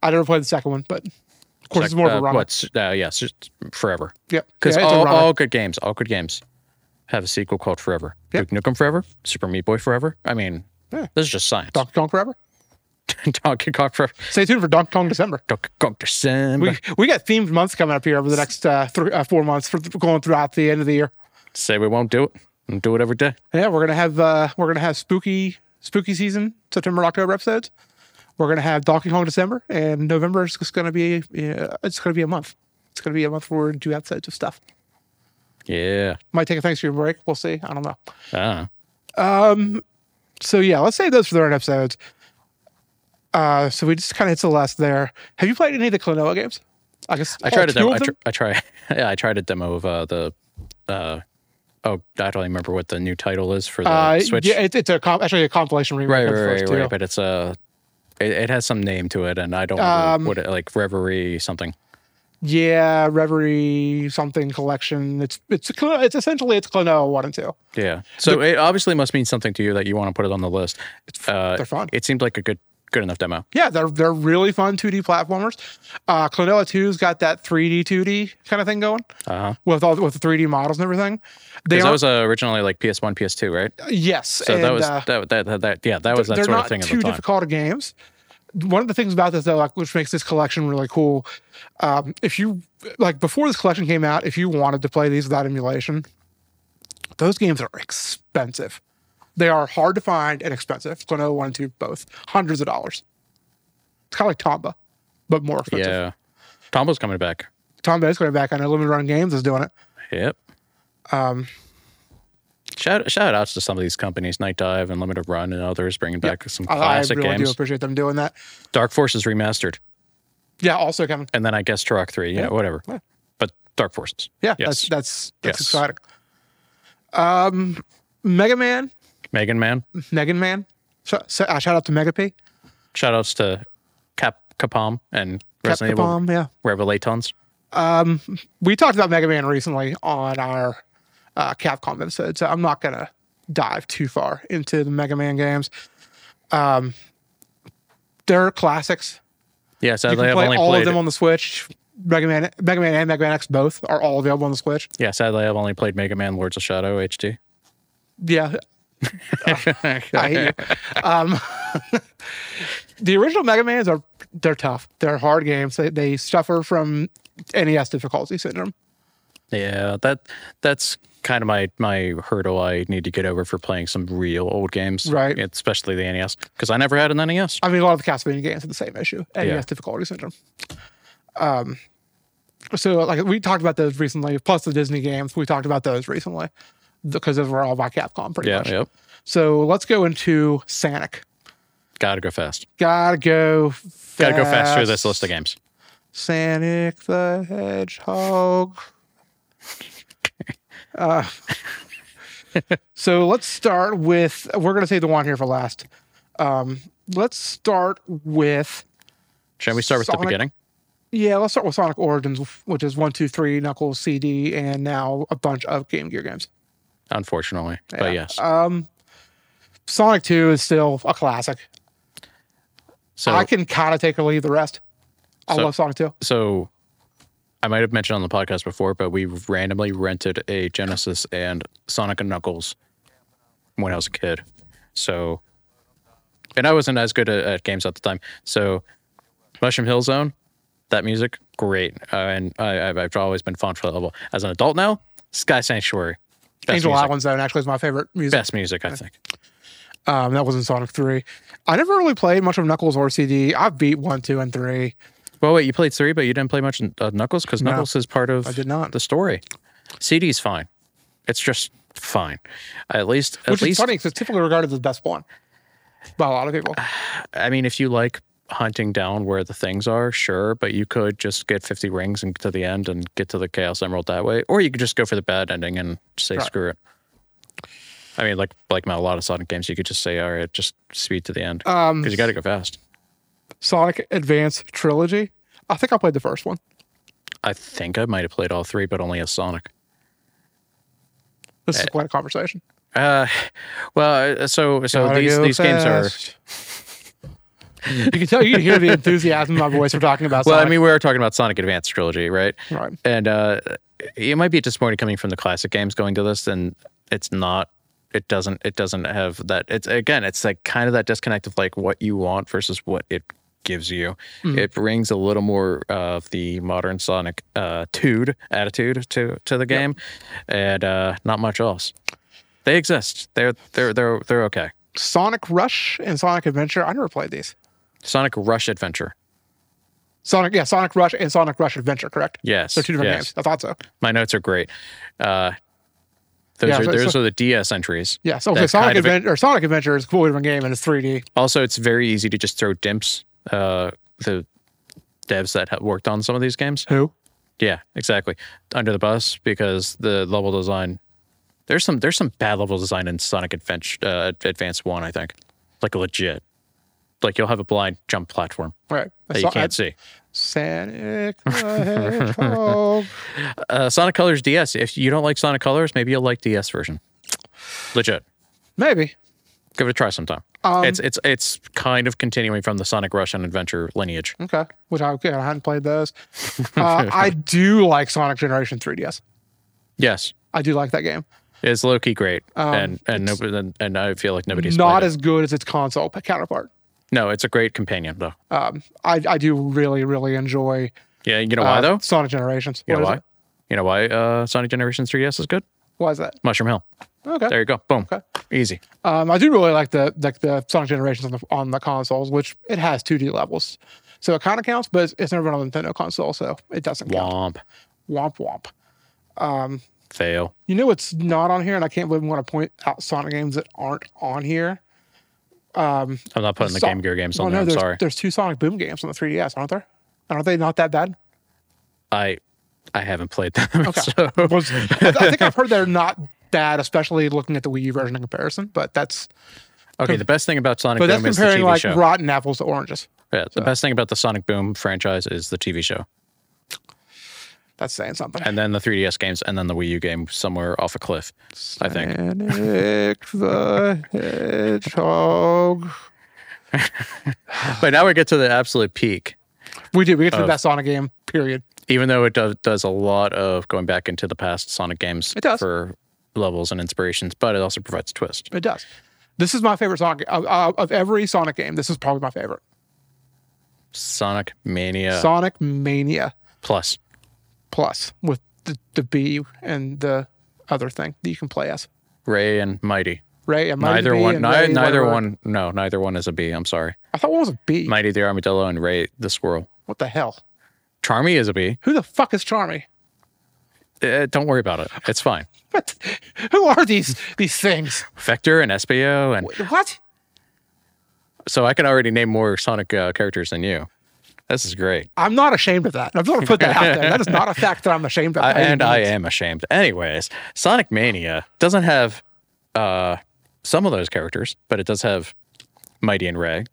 [SPEAKER 1] I never played the second one, but of course it's more of
[SPEAKER 2] Uh,
[SPEAKER 1] a run.
[SPEAKER 2] what? s- Uh, yeah, s- forever.
[SPEAKER 1] Yep,
[SPEAKER 2] Because
[SPEAKER 1] yeah, it's a
[SPEAKER 2] all,
[SPEAKER 1] runner.
[SPEAKER 2] all good games, all good games, have a sequel called Forever.
[SPEAKER 1] Yep.
[SPEAKER 2] Duke Nukem Forever, Super Meat Boy Forever. I mean,
[SPEAKER 1] Yeah.
[SPEAKER 2] this is just science.
[SPEAKER 1] Donkey Kong Forever.
[SPEAKER 2] Donkey Kong Forever,
[SPEAKER 1] Stay tuned for Donkey Kong December.
[SPEAKER 2] Donkey Kong December.
[SPEAKER 1] We we got themed months coming up here over the next uh, three, uh, four months for th- going throughout the end of the year.
[SPEAKER 2] say we won't do it, and do it every day.
[SPEAKER 1] Yeah, we're gonna have uh, we're gonna have spooky spooky season September October episodes. We're gonna have Donkey Kong December and November is just gonna be uh, it's gonna be a month. It's gonna be a month where we're gonna do episodes of stuff.
[SPEAKER 2] Yeah.
[SPEAKER 1] Might take a Thanksgiving break. We'll see. I don't know.
[SPEAKER 2] Uh,
[SPEAKER 1] So yeah, let's save those for their own episodes. Uh, so we just kind of hit the last there. Have you played any of the Klonoa games? I guess
[SPEAKER 2] I tried to
[SPEAKER 1] do
[SPEAKER 2] demo. I, tr- I try. Yeah, I tried a demo of uh, the. Uh, oh, I don't remember what the new title is for the
[SPEAKER 1] uh,
[SPEAKER 2] Switch.
[SPEAKER 1] Yeah, it, it's a com- actually a compilation remake
[SPEAKER 2] right,
[SPEAKER 1] of the
[SPEAKER 2] right, right,
[SPEAKER 1] first
[SPEAKER 2] right.
[SPEAKER 1] two.
[SPEAKER 2] But it's a. It, it has some name to it, and I don't remember
[SPEAKER 1] Um,
[SPEAKER 2] what it like Reverie something.
[SPEAKER 1] Yeah, Reverie something collection. It's it's a Klonoa- it's essentially it's Klonoa one and two.
[SPEAKER 2] Yeah. So it obviously must mean something to you that you want to put it on the list. Uh,
[SPEAKER 1] they're fun.
[SPEAKER 2] It seemed like a good, good enough demo.
[SPEAKER 1] Yeah, they're they're really fun 2D platformers. Uh, Klonoa 2's got that 3D 2D kind of thing going
[SPEAKER 2] Uh-huh.
[SPEAKER 1] with all with the 3D models and everything. They
[SPEAKER 2] Because
[SPEAKER 1] are
[SPEAKER 2] that was uh, originally like PS1, PS2, right?
[SPEAKER 1] yes,
[SPEAKER 2] So
[SPEAKER 1] and,
[SPEAKER 2] that was
[SPEAKER 1] uh,
[SPEAKER 2] that, that, that, that. Yeah, that was that
[SPEAKER 1] they're
[SPEAKER 2] sort of
[SPEAKER 1] not
[SPEAKER 2] thing at
[SPEAKER 1] too
[SPEAKER 2] the time.
[SPEAKER 1] difficult of games. One of the things about this though, like, which makes this collection really cool, um, if you like before this collection came out, if you wanted to play these without emulation, those games are expensive. They are hard to find and expensive. Klonoa one and two both, hundreds of dollars. It's kind of like Tomba, but more expensive.
[SPEAKER 2] Yeah. Tombo's coming back.
[SPEAKER 1] Tomba is going back. I know Limited Run Games is doing it.
[SPEAKER 2] Yep. Um, shout shout outs to some of these companies, Night Dive and Limited Run and others, bringing back some
[SPEAKER 1] I, I
[SPEAKER 2] classic
[SPEAKER 1] really do
[SPEAKER 2] games.
[SPEAKER 1] appreciate them doing that.
[SPEAKER 2] Dark Forces remastered,
[SPEAKER 1] Yeah. Also, Kevin.
[SPEAKER 2] and then I guess Turok Three. Yeah, whatever.
[SPEAKER 1] Yeah.
[SPEAKER 2] But Dark Forces.
[SPEAKER 1] Yeah.
[SPEAKER 2] Yes.
[SPEAKER 1] That's that's that's
[SPEAKER 2] Yes.
[SPEAKER 1] exciting. Um, Mega Man
[SPEAKER 2] Megan Man.
[SPEAKER 1] Megan Man. So, so I shout out to Mega P.
[SPEAKER 2] Shout outs to Cap Capom and Resident Evil
[SPEAKER 1] Capcom, yeah.
[SPEAKER 2] Revelatons.
[SPEAKER 1] We talked about Mega Man recently on our uh, Capcom episode, so I'm not gonna dive too far into the Mega Man games. Um, they're classics.
[SPEAKER 2] Yeah,
[SPEAKER 1] You
[SPEAKER 2] sadly
[SPEAKER 1] can
[SPEAKER 2] I've
[SPEAKER 1] play
[SPEAKER 2] only
[SPEAKER 1] all
[SPEAKER 2] played
[SPEAKER 1] of them on the Switch. Mega Man, Mega Man, and Mega Man X both are all available on the Switch.
[SPEAKER 2] Yeah, sadly I've only played Mega Man Lords of Shadow HD.
[SPEAKER 1] Yeah. I hate you. Um, the original Mega Mans are they're tough. They're hard games. They they suffer from NES difficulty syndrome.
[SPEAKER 2] Yeah, that that's kind of my my hurdle I need to get over for playing some real old games,
[SPEAKER 1] Right.
[SPEAKER 2] Especially the NES, because I never had an E NES.
[SPEAKER 1] I mean, a lot of the Castlevania games have the same issue, NES
[SPEAKER 2] Yeah.
[SPEAKER 1] difficulty syndrome. Um, so like we talked about those recently. Plus the Disney games, we talked about those recently because those were all by Capcom, pretty
[SPEAKER 2] Yeah,
[SPEAKER 1] much.
[SPEAKER 2] yep.
[SPEAKER 1] So let's go into Sonic.
[SPEAKER 2] Gotta go fast.
[SPEAKER 1] Gotta go. Fast.
[SPEAKER 2] Gotta go fast through this list of games.
[SPEAKER 1] Sonic the Hedgehog. Uh, so let's start with. We're going to save the one here for last. Um, let's start with.
[SPEAKER 2] Shall we start with the
[SPEAKER 1] Sonic-
[SPEAKER 2] beginning?
[SPEAKER 1] Yeah, let's start with Sonic Origins, which is one, two, three, Knuckles, CD, and now a bunch of Game Gear games.
[SPEAKER 2] Unfortunately,
[SPEAKER 1] Yeah. Uh,
[SPEAKER 2] but yes.
[SPEAKER 1] Sonic 2 is still a classic.
[SPEAKER 2] so
[SPEAKER 1] I can kind of take or leave the rest. I
[SPEAKER 2] So-
[SPEAKER 1] love Sonic 2.
[SPEAKER 2] so I might have mentioned on the podcast before, but we randomly rented a Genesis and Sonic and Knuckles when I was a kid. So, and I wasn't as good at, at games at the time. So, Mushroom Hill Zone, that music, great. Uh, and I, I've, I've always been fond for that level. As an adult now, Sky Sanctuary, best
[SPEAKER 1] Angel
[SPEAKER 2] music,
[SPEAKER 1] Island Zone actually is my favorite music.
[SPEAKER 2] best music, I think.
[SPEAKER 1] Um, that was in Sonic 3. I never really played much of Knuckles or CD. I've beat 1, 2, and 3.
[SPEAKER 2] Well, wait, you played three, but you didn't play much uh, Knuckles because Knuckles is part of
[SPEAKER 1] I did not.
[SPEAKER 2] the story. CD's fine. It's just fine. At least, at
[SPEAKER 1] Which
[SPEAKER 2] least,
[SPEAKER 1] is funny because it's typically regarded as the best one by a lot of people.
[SPEAKER 2] Ah. I mean, if you like hunting down where the things are, sure, but you could just get 50 rings and to the end and get to the Chaos Emerald that way, or you could just go for the bad ending and say
[SPEAKER 1] Right.
[SPEAKER 2] screw it. I mean, like like a lot of Sonic games, you could just say, all right, just speed to the end because
[SPEAKER 1] Um,
[SPEAKER 2] you got to go fast.
[SPEAKER 1] Sonic Advance Trilogy. I think I played the first one.
[SPEAKER 2] I think I might have played all three, but only as Sonic. Eh.
[SPEAKER 1] This is quite a conversation.
[SPEAKER 2] Uh, well, uh, so so
[SPEAKER 1] Gotta
[SPEAKER 2] these
[SPEAKER 1] go
[SPEAKER 2] these games are.
[SPEAKER 1] fast. you can tell you can hear the enthusiasm in my voice. We're talking about.
[SPEAKER 2] Well, I
[SPEAKER 1] Sonic.
[SPEAKER 2] mean, we were talking about Sonic Advance trilogy, right?
[SPEAKER 1] Right.
[SPEAKER 2] And uh, it might be disappointing coming from the classic games going to this, and it's not. It doesn't. It doesn't have that. It's again. It's like kind of that disconnect of like what you want versus what it gives you.
[SPEAKER 1] Hmm.
[SPEAKER 2] It brings a little more of the modern Sonic uh, tude attitude to to the game, and uh, not much else. They exist. They're they're they're they're okay.
[SPEAKER 1] Sonic Rush and Sonic Adventure. I never played these.
[SPEAKER 2] Sonic Rush Adventure.
[SPEAKER 1] Sonic, yeah, Sonic Rush and Sonic Rush Adventure. Correct.
[SPEAKER 2] Yes.
[SPEAKER 1] They're two different
[SPEAKER 2] yes.
[SPEAKER 1] games. I thought so.
[SPEAKER 2] My notes are great. Uh, those
[SPEAKER 1] Yeah,
[SPEAKER 2] are
[SPEAKER 1] so-
[SPEAKER 2] those
[SPEAKER 1] so-
[SPEAKER 2] are the DS entries.
[SPEAKER 1] Yeah. So okay,
[SPEAKER 2] That's
[SPEAKER 1] Sonic
[SPEAKER 2] kind of a-
[SPEAKER 1] Adventure or Sonic Adventure is a completely different game and it's 3D.
[SPEAKER 2] Also, it's very easy to just throw dimps. Uh, the devs that have worked on some of these games.
[SPEAKER 1] Who?
[SPEAKER 2] Yeah, exactly. Under the bus because the level design. There's some there's some bad level design in Sonic Adventure uh, Advance One. I think, like legit. Like you'll have a blind jump platform
[SPEAKER 1] Right.
[SPEAKER 2] that Oh, you
[SPEAKER 1] So-
[SPEAKER 2] can't see.
[SPEAKER 1] Sonic the Hedgehog.
[SPEAKER 2] Uh, Sonic Colors DS. If you don't like Sonic Colors, maybe you'll like DS version. Legit.
[SPEAKER 1] Maybe.
[SPEAKER 2] Give it a try sometime.
[SPEAKER 1] Um,
[SPEAKER 2] it's it's it's kind of continuing from the Sonic Rush and Adventure lineage.
[SPEAKER 1] Okay. Which I, okay, I hadn't played those. Uh, I do like Sonic Generation 3DS.
[SPEAKER 2] Yes,
[SPEAKER 1] I do like that game.
[SPEAKER 2] it's low key great, and and, nobody, and and I feel like nobody's
[SPEAKER 1] Um, Not
[SPEAKER 2] played
[SPEAKER 1] as good as its console p- counterpart.
[SPEAKER 2] it. No, it's a great companion though.
[SPEAKER 1] Um, I, I do really, really enjoy
[SPEAKER 2] yeah, you know
[SPEAKER 1] uh,
[SPEAKER 2] why though?
[SPEAKER 1] Sonic Generations.
[SPEAKER 2] You know
[SPEAKER 1] What is
[SPEAKER 2] why?
[SPEAKER 1] it?
[SPEAKER 2] You know why? Uh, Sonic Generations 3DS is good.
[SPEAKER 1] Why is that?
[SPEAKER 2] Mushroom Hill.
[SPEAKER 1] Okay.
[SPEAKER 2] There you go. Boom.
[SPEAKER 1] Okay.
[SPEAKER 2] Easy.
[SPEAKER 1] Um, I do really like the like the Sonic Generations on the on the consoles, which it has 2D levels, so it kind of counts, but it's, it's never been on a Nintendo console, so it doesn't count.
[SPEAKER 2] Womp.
[SPEAKER 1] Womp womp.
[SPEAKER 2] Fail.
[SPEAKER 1] You know what's not on here, and I can't believe I want to point out Sonic games that aren't on here.
[SPEAKER 2] I'm not putting the
[SPEAKER 1] So-
[SPEAKER 2] Game Gear games
[SPEAKER 1] Oh,
[SPEAKER 2] on there. I'm
[SPEAKER 1] there's,
[SPEAKER 2] sorry.
[SPEAKER 1] There's two Sonic Boom games on the 3DS, aren't there? And aren't they not that bad?
[SPEAKER 2] I I haven't played them.
[SPEAKER 1] Okay.
[SPEAKER 2] so
[SPEAKER 1] Was- I, th- I think I've heard they're not that, especially looking at the Wii U version in comparison. But that's
[SPEAKER 2] Okay, the best thing about Sonic
[SPEAKER 1] but that's
[SPEAKER 2] Boom is the
[SPEAKER 1] comparing
[SPEAKER 2] TV
[SPEAKER 1] like
[SPEAKER 2] show.
[SPEAKER 1] rotten apples to oranges.
[SPEAKER 2] yeah, the best thing about the Sonic Boom franchise is the TV show,
[SPEAKER 1] That's saying something.
[SPEAKER 2] and then the 3DS games, and then the Wii U game somewhere off a cliff. I think.
[SPEAKER 1] Sonic the Hedgehog.
[SPEAKER 2] But now we get to the absolute peak,
[SPEAKER 1] We do. We get to the best Sonic game. Period.
[SPEAKER 2] even though it does, does a lot of going back into the past Sonic games
[SPEAKER 1] It does.
[SPEAKER 2] for levels and inspirations, but it also provides a twist.
[SPEAKER 1] It does. This is my favorite Sonic of, of, of every Sonic game. This is probably my favorite.
[SPEAKER 2] Sonic Mania
[SPEAKER 1] Sonic Mania
[SPEAKER 2] Plus.
[SPEAKER 1] Plus with the, the B and the other thing that you can play as.
[SPEAKER 2] Ray and Mighty.
[SPEAKER 1] Ray and Mighty
[SPEAKER 2] neither
[SPEAKER 1] Bee
[SPEAKER 2] one.
[SPEAKER 1] and
[SPEAKER 2] ni-
[SPEAKER 1] Ray,
[SPEAKER 2] neither
[SPEAKER 1] whatever.
[SPEAKER 2] one. No, neither one is a bee. I'm sorry.
[SPEAKER 1] I thought one was a B.
[SPEAKER 2] Mighty the armadillo and Ray the squirrel.
[SPEAKER 1] What the hell?
[SPEAKER 2] Charmy is a bee.
[SPEAKER 1] Who the fuck is Charmy?
[SPEAKER 2] Eh, don't worry about it. It's fine.
[SPEAKER 1] What? Who are these these things?
[SPEAKER 2] Vector and SBO, and
[SPEAKER 1] What?
[SPEAKER 2] so I can already name more Sonic uh, characters than you. This is great,
[SPEAKER 1] I'm not ashamed of that. I'm going to put that out there. That is not a fact that I'm ashamed of.
[SPEAKER 2] I,
[SPEAKER 1] by any
[SPEAKER 2] and I
[SPEAKER 1] means.
[SPEAKER 2] am ashamed. Anyways, Sonic Mania doesn't have uh, some of those characters, but it does have Mighty and Ray,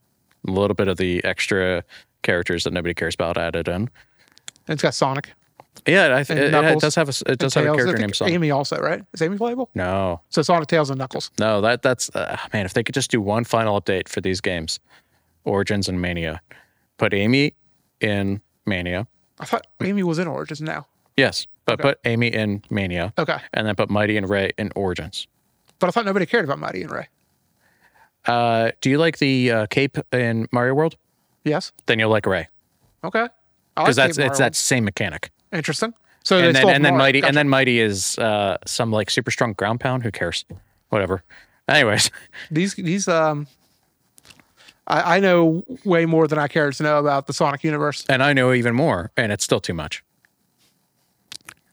[SPEAKER 2] a little bit of the extra characters that nobody cares about added in.
[SPEAKER 1] It's got Sonic.
[SPEAKER 2] Yeah, I th-
[SPEAKER 1] And
[SPEAKER 2] it, it
[SPEAKER 1] Knuckles
[SPEAKER 2] does have a s- it does have
[SPEAKER 1] Tails. I
[SPEAKER 2] a character
[SPEAKER 1] think
[SPEAKER 2] named Sonic.
[SPEAKER 1] Amy also, right? Is Amy playable?
[SPEAKER 2] No,
[SPEAKER 1] So Sonic, Tails, and Knuckles.
[SPEAKER 2] no, that that's uh, man. If they could just do one final update for these games, Origins and Mania, put Amy in Mania.
[SPEAKER 1] I thought Amy was in Origins now.
[SPEAKER 2] Yes, but put Amy in Mania,
[SPEAKER 1] Okay.
[SPEAKER 2] and then put Mighty and Ray in Origins.
[SPEAKER 1] But I thought nobody cared about Mighty and Ray.
[SPEAKER 2] Uh, do you like the uh, cape in Mario World?
[SPEAKER 1] Yes.
[SPEAKER 2] Then you'll like Ray
[SPEAKER 1] Okay. I
[SPEAKER 2] because
[SPEAKER 1] like Kate
[SPEAKER 2] that's it's
[SPEAKER 1] Marvel.
[SPEAKER 2] that same mechanic.
[SPEAKER 1] interesting. So
[SPEAKER 2] And
[SPEAKER 1] they
[SPEAKER 2] then
[SPEAKER 1] stole
[SPEAKER 2] and then
[SPEAKER 1] Mara.
[SPEAKER 2] Mighty
[SPEAKER 1] Gotcha.
[SPEAKER 2] and then Mighty is uh, some like super strong ground pound. Who cares? Whatever. Anyways,
[SPEAKER 1] these these um. I, I know way more than I care to know about the Sonic universe.
[SPEAKER 2] and I know even more, and it's still too much.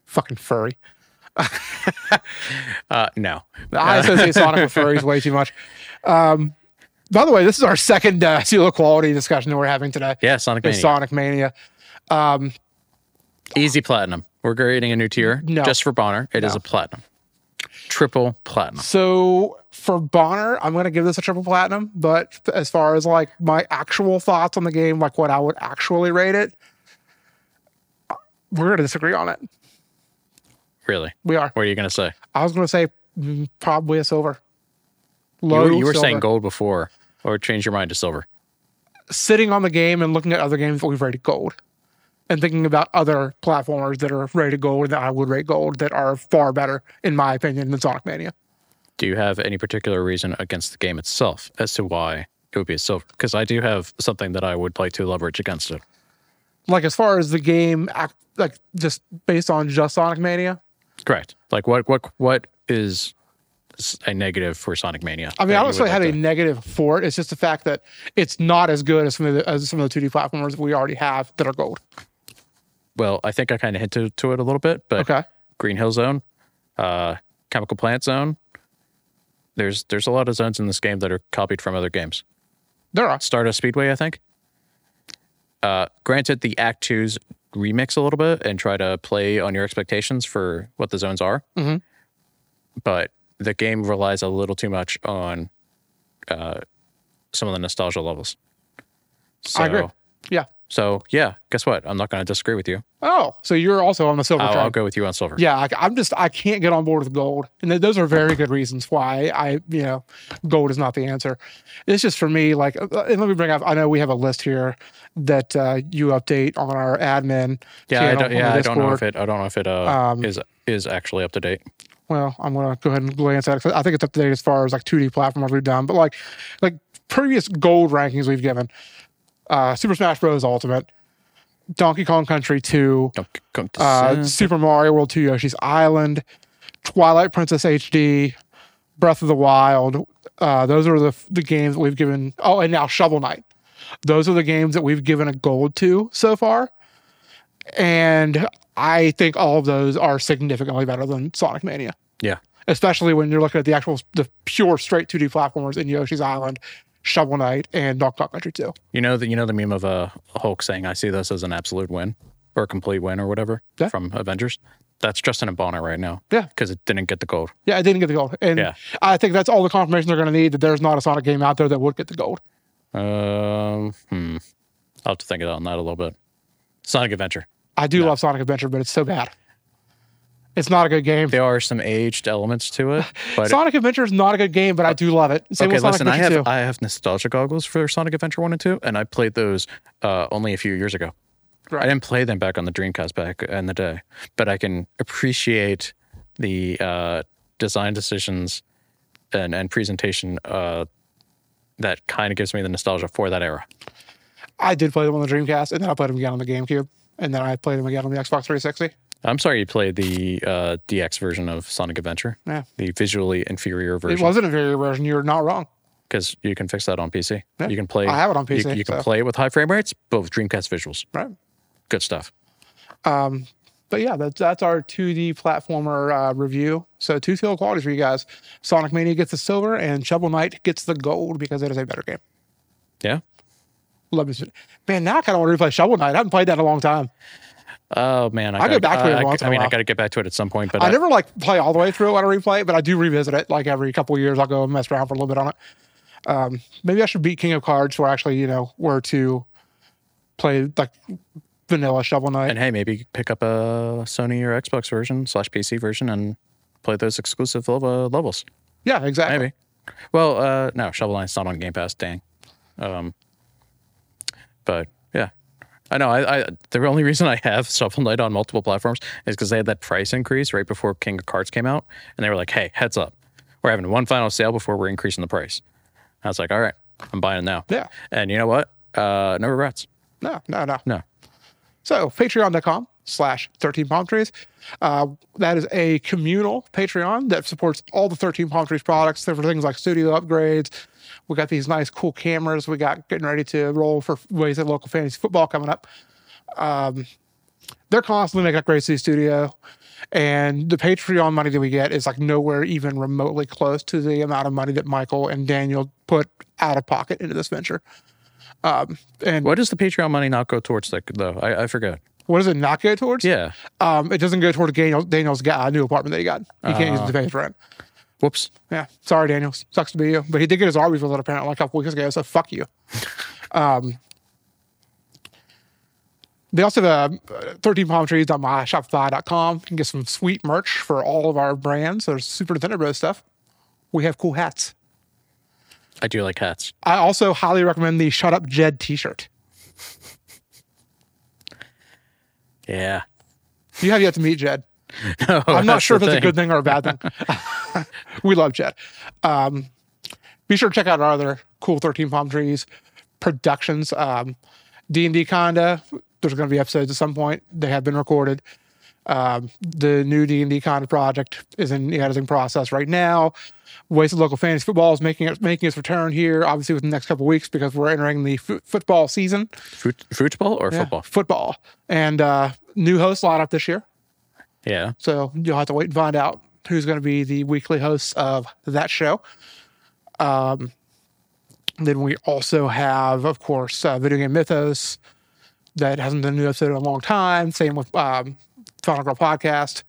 [SPEAKER 1] Fucking furry.
[SPEAKER 2] Uh, no,
[SPEAKER 1] I associate Sonic with furries way too much. Um, by the way, this is our second uh, seal of quality discussion that we're having today.
[SPEAKER 2] yeah, Sonic
[SPEAKER 1] Is
[SPEAKER 2] Mania,
[SPEAKER 1] Sonic Mania.
[SPEAKER 2] easy platinum. We're creating a new tier
[SPEAKER 1] No.
[SPEAKER 2] just for Bonner. It is a platinum, triple platinum.
[SPEAKER 1] So for Bonner, I'm going to give this a triple platinum. But as far as like my actual thoughts on the game, like what I would actually rate it, we're going to disagree on it.
[SPEAKER 2] Really?
[SPEAKER 1] We are.
[SPEAKER 2] What are you gonna say?
[SPEAKER 1] I was going to say mm, probably a silver.
[SPEAKER 2] You
[SPEAKER 1] Low
[SPEAKER 2] were, you were
[SPEAKER 1] silver.
[SPEAKER 2] saying gold before, or change your mind to silver.
[SPEAKER 1] sitting on the game and looking at other games that we've rated gold and thinking about other platformers that are rated gold that I would rate gold that are far better, in my opinion, than Sonic Mania.
[SPEAKER 2] Do you have any particular reason against the game itself as to why it would be a silver? Because I do have something that I would like to leverage against it.
[SPEAKER 1] Like, as far as the game, act, like, just based on just Sonic Mania,
[SPEAKER 2] Correct. Like what what what is s- a negative for Sonic Mania?
[SPEAKER 1] I mean,
[SPEAKER 2] that
[SPEAKER 1] I
[SPEAKER 2] you
[SPEAKER 1] don't necessarily
[SPEAKER 2] would
[SPEAKER 1] have
[SPEAKER 2] like
[SPEAKER 1] a negative for it. It's just the fact that it's not as good as some of the, as some of the 2D platformers that we already have that are gold.
[SPEAKER 2] to- Well, I think I kind of hinted to it a little bit, but
[SPEAKER 1] Okay.
[SPEAKER 2] Green Hill Zone, uh, Chemical Plant Zone. There's there's a lot of zones in this game that are copied from other games.
[SPEAKER 1] There are.
[SPEAKER 2] Stardust Speedway, I think. Uh, granted, the Act Two's remix a little bit and try to play on your expectations for what the zones are,
[SPEAKER 1] Mhm.
[SPEAKER 2] but the game relies a little too much on uh, some of the nostalgia levels. So,
[SPEAKER 1] I agree. Yeah.
[SPEAKER 2] So yeah, guess what? I'm not going to disagree with you.
[SPEAKER 1] Oh, so you're also on the silver
[SPEAKER 2] I'll,
[SPEAKER 1] train.
[SPEAKER 2] I'll go with you on silver.
[SPEAKER 1] yeah I, i'm just i can't get on board with gold and th- those are very good reasons why i you know gold is not the answer it's just for me like uh, and let me bring up i know we have a list here that uh, you update on our admin
[SPEAKER 2] yeah. I
[SPEAKER 1] channel
[SPEAKER 2] don't,
[SPEAKER 1] on
[SPEAKER 2] yeah,
[SPEAKER 1] the
[SPEAKER 2] I don't know if
[SPEAKER 1] Discord. Um,
[SPEAKER 2] it. I don't know if it uh, is is actually up to date.
[SPEAKER 1] well i'm gonna go ahead and glance at it 'cause i think it's up to date as far as like 2d platforms we've done but like like previous gold rankings we've given uh super smash bros ultimate donkey kong country 2
[SPEAKER 2] Don't c- come to
[SPEAKER 1] uh,
[SPEAKER 2] sin.
[SPEAKER 1] Super Mario World 2 Yoshi's Island, Twilight Princess HD, Breath of the Wild. Uh, those are the the games that we've given. Oh, and now Shovel Knight. Those are the games that we've given a gold to so far, and I think all of those are significantly better than Sonic Mania.
[SPEAKER 2] yeah.
[SPEAKER 1] Especially when you're looking at the actual, the pure straight 2D platformers in Yoshi's Island, Shovel Knight, and Donkey Kong Country 2.
[SPEAKER 2] You know the you know the meme of uh, Hulk saying, "I see this as an absolute win or a complete win or whatever"
[SPEAKER 1] Yeah.
[SPEAKER 2] from Avengers. that's Justin and Bonner right now.
[SPEAKER 1] Yeah.
[SPEAKER 2] because it didn't get the gold.
[SPEAKER 1] Yeah, it didn't get the gold. And
[SPEAKER 2] Yeah.
[SPEAKER 1] I think that's all the confirmation they're going to need that there's not a Sonic game out there that would get the gold.
[SPEAKER 2] Um, hmm. I'll have to think about on that a little bit. Sonic Adventure.
[SPEAKER 1] I do love Sonic Adventure, but it's so bad. It's not a good game.
[SPEAKER 2] There are some aged elements to it, but
[SPEAKER 1] Sonic Adventure is not a good game, but I do love it. Same
[SPEAKER 2] okay.
[SPEAKER 1] with Sonic
[SPEAKER 2] Listen, I
[SPEAKER 1] Adventure
[SPEAKER 2] have
[SPEAKER 1] 2.
[SPEAKER 2] I have nostalgia goggles for Sonic Adventure One and Two, and I played those uh, only a few years ago. I
[SPEAKER 1] Right.
[SPEAKER 2] didn't play them back on the Dreamcast back in the day, but I can appreciate the uh, design decisions and and presentation uh, that kind of gives me the nostalgia for that era.
[SPEAKER 1] I did play them on the Dreamcast, and then I played them again on the GameCube, and then I played them again on the Xbox 360.
[SPEAKER 2] I'm sorry you played the uh, DX version of Sonic Adventure,
[SPEAKER 1] Yeah.
[SPEAKER 2] the visually inferior
[SPEAKER 1] It
[SPEAKER 2] version,
[SPEAKER 1] wasn't a very version. You're not wrong.
[SPEAKER 2] because you can fix that on PC.
[SPEAKER 1] Yeah,
[SPEAKER 2] You can play.
[SPEAKER 1] I have it on
[SPEAKER 2] you-
[SPEAKER 1] PC,
[SPEAKER 2] You, can
[SPEAKER 1] so.
[SPEAKER 2] play it with high frame rates, but with Dreamcast visuals,
[SPEAKER 1] Right.
[SPEAKER 2] good stuff.
[SPEAKER 1] But yeah, that's, that's our 2D platformer uh, review. So two total qualities for you guys. Sonic Mania gets the silver, and Shovel Knight gets the gold because it is a better game.
[SPEAKER 2] Yeah.
[SPEAKER 1] Love this. Man, now I kind of want to replay Shovel Knight. I haven't played that in a long time.
[SPEAKER 2] Oh man, I,
[SPEAKER 1] I'll
[SPEAKER 2] gotta,
[SPEAKER 1] get back to it
[SPEAKER 2] I- I-
[SPEAKER 1] once in
[SPEAKER 2] I
[SPEAKER 1] a
[SPEAKER 2] mean, I
[SPEAKER 1] while.
[SPEAKER 2] got to get back to it at some point, but
[SPEAKER 1] I never like play all the way through it when I replay it, but I do revisit it like every couple of years. I'll go and mess around for a little bit on it. Um, maybe I should beat King of Cards, where actually you know where to play like vanilla Shovel Knight.
[SPEAKER 2] And hey, maybe pick up a Sony or Xbox version slash PC version and play those exclusive level, levels.
[SPEAKER 1] yeah, exactly.
[SPEAKER 2] Maybe. Well, uh, no, Shovel Knight's not on Game Pass. Dang. Um, but yeah, I know. I, I the only reason I have Shovel Knight on multiple platforms is because they had that price increase right before King of Cards came out, and they were like, "Hey, heads up, we're having one final sale before we're increasing the price." I was like, "All right, I'm buying it now."
[SPEAKER 1] Yeah.
[SPEAKER 2] And you know what? Uh, no regrets.
[SPEAKER 1] No, no, no.
[SPEAKER 2] No.
[SPEAKER 1] So patreon.com slash 13 palm trees. Uh, that is a communal Patreon that supports all the 13 palm trees products. There for things like studio upgrades. We got these nice cool cameras. We got getting ready to roll for ways at local fantasy football coming up. Um, they're constantly making upgrades to the studio. And the Patreon money that we get is like nowhere even remotely close to the amount of money that Michael and Daniel put out of pocket into this venture. Um, and
[SPEAKER 2] What does the Patreon money not go towards? Like though, I, I forgot.
[SPEAKER 1] what does it not go towards?
[SPEAKER 2] Yeah.
[SPEAKER 1] Um, it doesn't go toward Daniel, Daniel's guy, new apartment that he got. He can't use it to pay his rent.
[SPEAKER 2] Whoops.
[SPEAKER 1] Yeah. Sorry, Daniel. Sucks to be you. But he did get his Arby's with it apparently a couple weeks ago. So fuck you. Um, they also have uh, 13palmtrees.myshopify.com. You can get some sweet merch for all of our brands. There's Super Nintendo Bros stuff. We have cool hats.
[SPEAKER 2] I do like hats.
[SPEAKER 1] I also highly recommend the Shut Up Jed t shirt.
[SPEAKER 2] Yeah.
[SPEAKER 1] You have yet to meet Jed.
[SPEAKER 2] Oh,
[SPEAKER 1] I'm not sure if it's a good thing or a bad thing. we love Jed. Um, be sure to check out our other cool 13 Palm Trees productions. Um, D&D Conda, there's going to be episodes at some point. They have been recorded. Um, the new D&D Conda project is in the editing process right now. Wasted Local Fantasy Football is making it, making its return here, obviously within the next couple of weeks because we're entering the fu- football season.
[SPEAKER 2] Fruit, football or
[SPEAKER 1] Yeah,
[SPEAKER 2] football?
[SPEAKER 1] Football. And uh, new host lineup this year.
[SPEAKER 2] Yeah.
[SPEAKER 1] So you'll have to wait and find out who's going to be the weekly hosts of that show. Um, then we also have, of course, uh, Video Game Mythos that hasn't done a new episode in a long time. Same with um, Final Girl Podcast.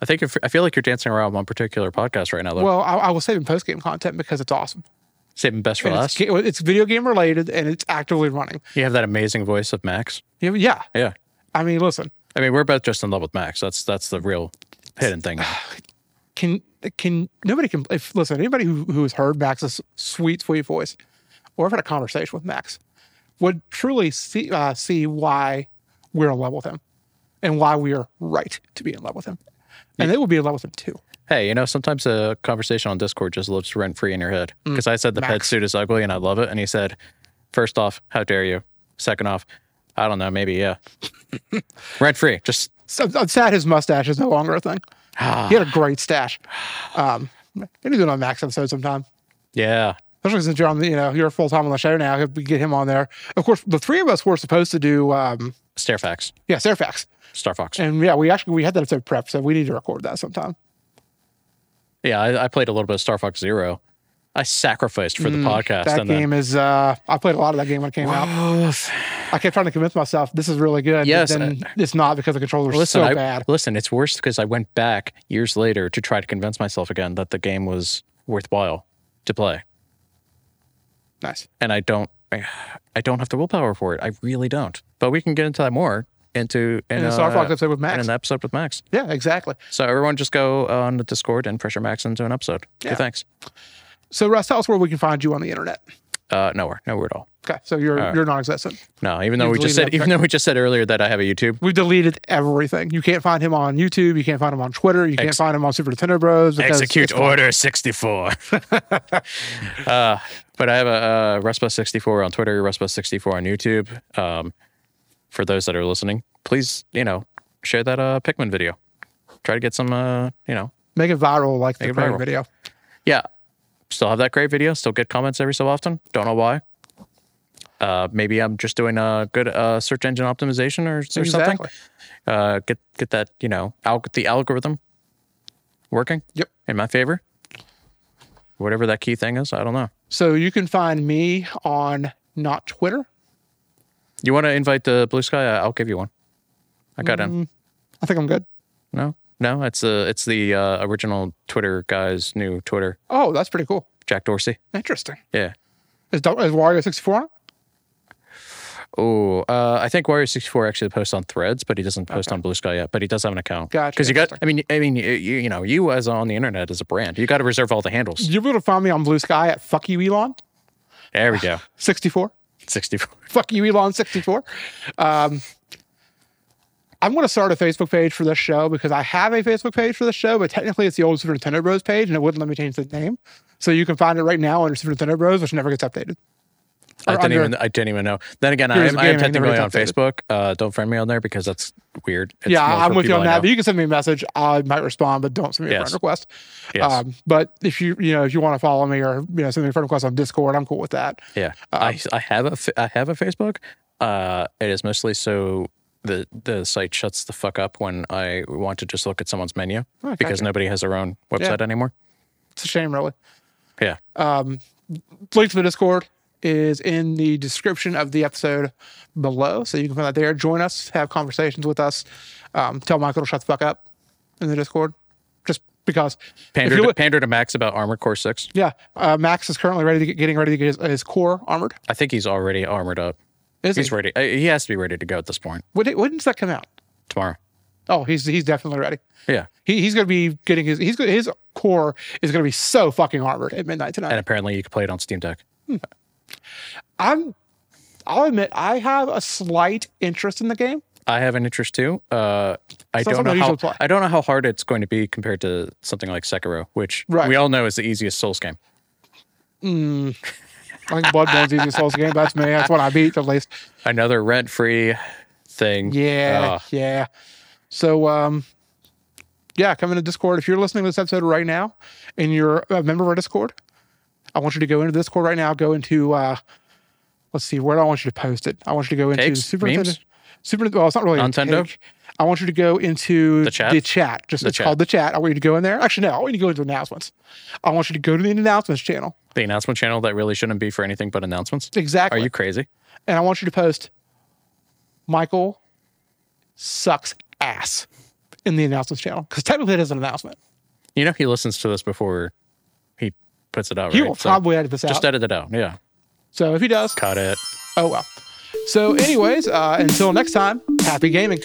[SPEAKER 2] I think if, I feel like you're dancing around one particular podcast right now. Though.
[SPEAKER 1] Well, I, I will save in post game content because it's awesome.
[SPEAKER 2] Saving best for
[SPEAKER 1] And it's,
[SPEAKER 2] last.
[SPEAKER 1] ga- it's video game related and it's actively running.
[SPEAKER 2] You have that amazing voice of Max.
[SPEAKER 1] Yeah, Yeah.
[SPEAKER 2] Yeah.
[SPEAKER 1] I mean, listen,
[SPEAKER 2] I mean, we're both just in love with Max. That's that's the real hidden thing.
[SPEAKER 1] can can nobody can if listen anybody who who has heard Max's sweet sweet voice or have had a conversation with Max would truly see uh, see why we're in love with him and why we are right to be in love with him and they will be in love with him too
[SPEAKER 2] hey, you know, sometimes a conversation on Discord just lives rent free in your head. Because I said the pet
[SPEAKER 1] Mm. Max.
[SPEAKER 2] suit is ugly and I love it, and he said, first off, how dare you? Second off, I don't know, maybe yeah. rent free. Just
[SPEAKER 1] so I'm sad his mustache is no longer a thing he had a great stash um we need to do another Max episode sometime
[SPEAKER 2] yeah.
[SPEAKER 1] especially since you're on the you know you're full time on the show now we get him on there of course the three of us were supposed to do um
[SPEAKER 2] Stairfax.
[SPEAKER 1] yeah Fairfax
[SPEAKER 2] Star Fox.
[SPEAKER 1] and yeah we actually we had that episode prepped so we need to record that sometime
[SPEAKER 2] Yeah, I, I played a little bit of Star Fox Zero, I sacrificed for the
[SPEAKER 1] Mm,
[SPEAKER 2] podcast.
[SPEAKER 1] That
[SPEAKER 2] and then,
[SPEAKER 1] game is. Uh, I played a lot of that game when it came out.
[SPEAKER 2] Woof.
[SPEAKER 1] I kept trying to convince myself this is really good. but
[SPEAKER 2] Yes,
[SPEAKER 1] then it's not because the controllers are
[SPEAKER 2] listen,
[SPEAKER 1] so
[SPEAKER 2] I-
[SPEAKER 1] bad.
[SPEAKER 2] listen, it's worse because I went back years later to try to convince myself again that the game was worthwhile to play,
[SPEAKER 1] Nice.
[SPEAKER 2] and I don't. I, I don't have the willpower for it. I really don't. But we can get into that more into in,
[SPEAKER 1] And the
[SPEAKER 2] uh,
[SPEAKER 1] Star Fox episode with
[SPEAKER 2] and
[SPEAKER 1] Max.
[SPEAKER 2] in the episode with Max.
[SPEAKER 1] yeah, exactly.
[SPEAKER 2] So everyone, just go on the Discord and pressure Max into an episode.
[SPEAKER 1] Yeah.
[SPEAKER 2] Okay, thanks.
[SPEAKER 1] So Russ, tell us where we can find you on the internet.
[SPEAKER 2] Uh, nowhere, nowhere at all.
[SPEAKER 1] Okay, so you're
[SPEAKER 2] All right.
[SPEAKER 1] you're non-existent.
[SPEAKER 2] No, even though
[SPEAKER 1] You
[SPEAKER 2] we
[SPEAKER 1] deleted
[SPEAKER 2] just said,
[SPEAKER 1] that
[SPEAKER 2] even though we just said earlier that I have a YouTube.
[SPEAKER 1] We've deleted everything. You can't find him on YouTube. You can't find him on Twitter. You can't
[SPEAKER 2] Ex-
[SPEAKER 1] find him on Super Nintendo Bros. because
[SPEAKER 2] Execute
[SPEAKER 1] it's-
[SPEAKER 2] Order 64. uh, but I have a, uh Rustbus64 on Twitter, Rustbus64 on YouTube. Um, for those that are listening, please, you know, share that uh, Pikmin video. Try to get some, uh, you know,
[SPEAKER 1] Make it viral like
[SPEAKER 2] Make
[SPEAKER 1] the
[SPEAKER 2] it
[SPEAKER 1] prior
[SPEAKER 2] viral.
[SPEAKER 1] video.
[SPEAKER 2] yeah. Still have that great video. Still get comments every so often. Don't know why. Uh, maybe I'm just doing a good uh, search engine optimization or, or something.
[SPEAKER 1] Exactly.
[SPEAKER 2] uh, get get that you know al- the algorithm working.
[SPEAKER 1] Yep.
[SPEAKER 2] In my favor. Whatever that key thing is, I don't know.
[SPEAKER 1] So you can find me on not Twitter.
[SPEAKER 2] You want to invite the blue sky? I- I'll give you one. I got in.
[SPEAKER 1] Mm. I think I'm good.
[SPEAKER 2] No, no, it's the it's the uh, original Twitter guy's new Twitter,
[SPEAKER 1] Oh, that's pretty cool.
[SPEAKER 2] Jack Dorsey.
[SPEAKER 1] Interesting.
[SPEAKER 2] Yeah.
[SPEAKER 1] Is, Dol- is Wario 64 on it?
[SPEAKER 2] Oh, uh, I think Warrior sixty four actually posts on Threads, but he doesn't post on Blue Sky yet. But he does have an account.
[SPEAKER 1] Gotcha,
[SPEAKER 2] Because you got,
[SPEAKER 1] interesting.
[SPEAKER 2] I mean, I mean, you, you know, you as on the internet as a brand, you got to reserve all the handles.
[SPEAKER 1] You'll be able to find me on Blue Sky at Fuck You Elon
[SPEAKER 2] There we go.
[SPEAKER 1] 64.
[SPEAKER 2] Sixty four.
[SPEAKER 1] Fuck You Elon 64. Um, I'm going to start a Facebook page for this show because I have a Facebook page for this show, but technically it's the old Super Nintendo Bros page and it wouldn't let me change the name. So you can find it right now under Super Nintendo Bros, which never gets updated.
[SPEAKER 2] I
[SPEAKER 1] Or
[SPEAKER 2] didn't
[SPEAKER 1] under-
[SPEAKER 2] even I didn't even know. Then again, I
[SPEAKER 1] Heroes
[SPEAKER 2] am,
[SPEAKER 1] of
[SPEAKER 2] I am
[SPEAKER 1] Gaming, never
[SPEAKER 2] technically on
[SPEAKER 1] gets
[SPEAKER 2] Facebook. Uh, don't friend me on there because that's weird. It's
[SPEAKER 1] yeah,
[SPEAKER 2] more
[SPEAKER 1] I'm
[SPEAKER 2] for
[SPEAKER 1] with you
[SPEAKER 2] people
[SPEAKER 1] on
[SPEAKER 2] I
[SPEAKER 1] that.
[SPEAKER 2] know.
[SPEAKER 1] But you can send me a message. I might respond, but don't send me a
[SPEAKER 2] Yes.
[SPEAKER 1] friend request.
[SPEAKER 2] Yes.
[SPEAKER 1] Um, but if you you know if you want to follow me or you know send me a friend request on Discord, I'm cool with that.
[SPEAKER 2] Yeah,
[SPEAKER 1] uh,
[SPEAKER 2] I, I have a fa- I have a Facebook. Uh, it is mostly so the the site shuts the fuck up when I want to just look at someone's menu
[SPEAKER 1] Oh,
[SPEAKER 2] because nobody has their own website anymore.
[SPEAKER 1] It's a shame, really.
[SPEAKER 2] Yeah,
[SPEAKER 1] Uh, link to the Discord is in the description of the episode below. So you can find that there. Join us, have conversations with us. Um, tell Michael to shut the fuck up in the Discord. Just because. If
[SPEAKER 2] pander
[SPEAKER 1] you
[SPEAKER 2] to,
[SPEAKER 1] would-
[SPEAKER 2] pander to Max about Armored Core Six.
[SPEAKER 1] yeah. Uh, Max is currently ready to get, getting ready to get his, his core armored.
[SPEAKER 2] I think he's already armored up.
[SPEAKER 1] Is
[SPEAKER 2] He's
[SPEAKER 1] he?
[SPEAKER 2] ready. uh, He has to be ready to go at this point
[SPEAKER 1] When, when does that come out?
[SPEAKER 2] tomorrow.
[SPEAKER 1] Oh, he's he's definitely ready.
[SPEAKER 2] Yeah,
[SPEAKER 1] He, he's going to be getting his he's gonna- his core is going to be so fucking armored at midnight tonight.
[SPEAKER 2] and apparently you can play it on Steam Deck.
[SPEAKER 1] I'm I'll admit I have a slight interest in the game.
[SPEAKER 2] I have an interest too. Uh, I
[SPEAKER 1] Sounds like
[SPEAKER 2] don't know
[SPEAKER 1] an
[SPEAKER 2] how
[SPEAKER 1] unusual play.
[SPEAKER 2] I don't know how hard it's going to be compared to something like Sekiro, which
[SPEAKER 1] Right.
[SPEAKER 2] we all know is the easiest Souls game.
[SPEAKER 1] I think Bloodborne's the easiest Souls game. That's me. That's what I beat at least.
[SPEAKER 2] Another rent-free thing. Uh,
[SPEAKER 1] Yeah,
[SPEAKER 2] Ugh.
[SPEAKER 1] yeah. So, um, yeah, come into Discord. If you're listening to this episode right now and you're a member of our Discord, I want you to go into Discord right now. Go into, uh, let's see, where do I want you to post it? I want you to go into
[SPEAKER 2] Cakes?
[SPEAKER 1] Super Nintendo.
[SPEAKER 2] Memes?
[SPEAKER 1] Super, well, it's not really a
[SPEAKER 2] Nintendo?
[SPEAKER 1] cake. I want you to go into the
[SPEAKER 2] chat?
[SPEAKER 1] Just
[SPEAKER 2] The
[SPEAKER 1] it's
[SPEAKER 2] chat.
[SPEAKER 1] called the chat. I want you to go in there. Actually, no, I want you to go into announcements. I want you to go to the announcements channel.
[SPEAKER 2] The announcement channel that really shouldn't be for anything but announcements. Are
[SPEAKER 1] Exactly.
[SPEAKER 2] you crazy?
[SPEAKER 1] and I want you to post Michael sucks ass in the announcements channel because technically it is an announcement.
[SPEAKER 2] You know he listens to this before he puts it out.
[SPEAKER 1] He
[SPEAKER 2] right?
[SPEAKER 1] will
[SPEAKER 2] So
[SPEAKER 1] probably edit this out.
[SPEAKER 2] just edit it out. Yeah,
[SPEAKER 1] so if he does,
[SPEAKER 2] cut it.
[SPEAKER 1] oh well. So, anyways, uh, until next time, happy gaming.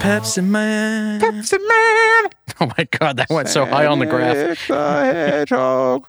[SPEAKER 2] Pepsi Man.
[SPEAKER 1] Pepsi Man,
[SPEAKER 2] Oh my god, that went so high on the graph.
[SPEAKER 1] Sonic the Hedgehog.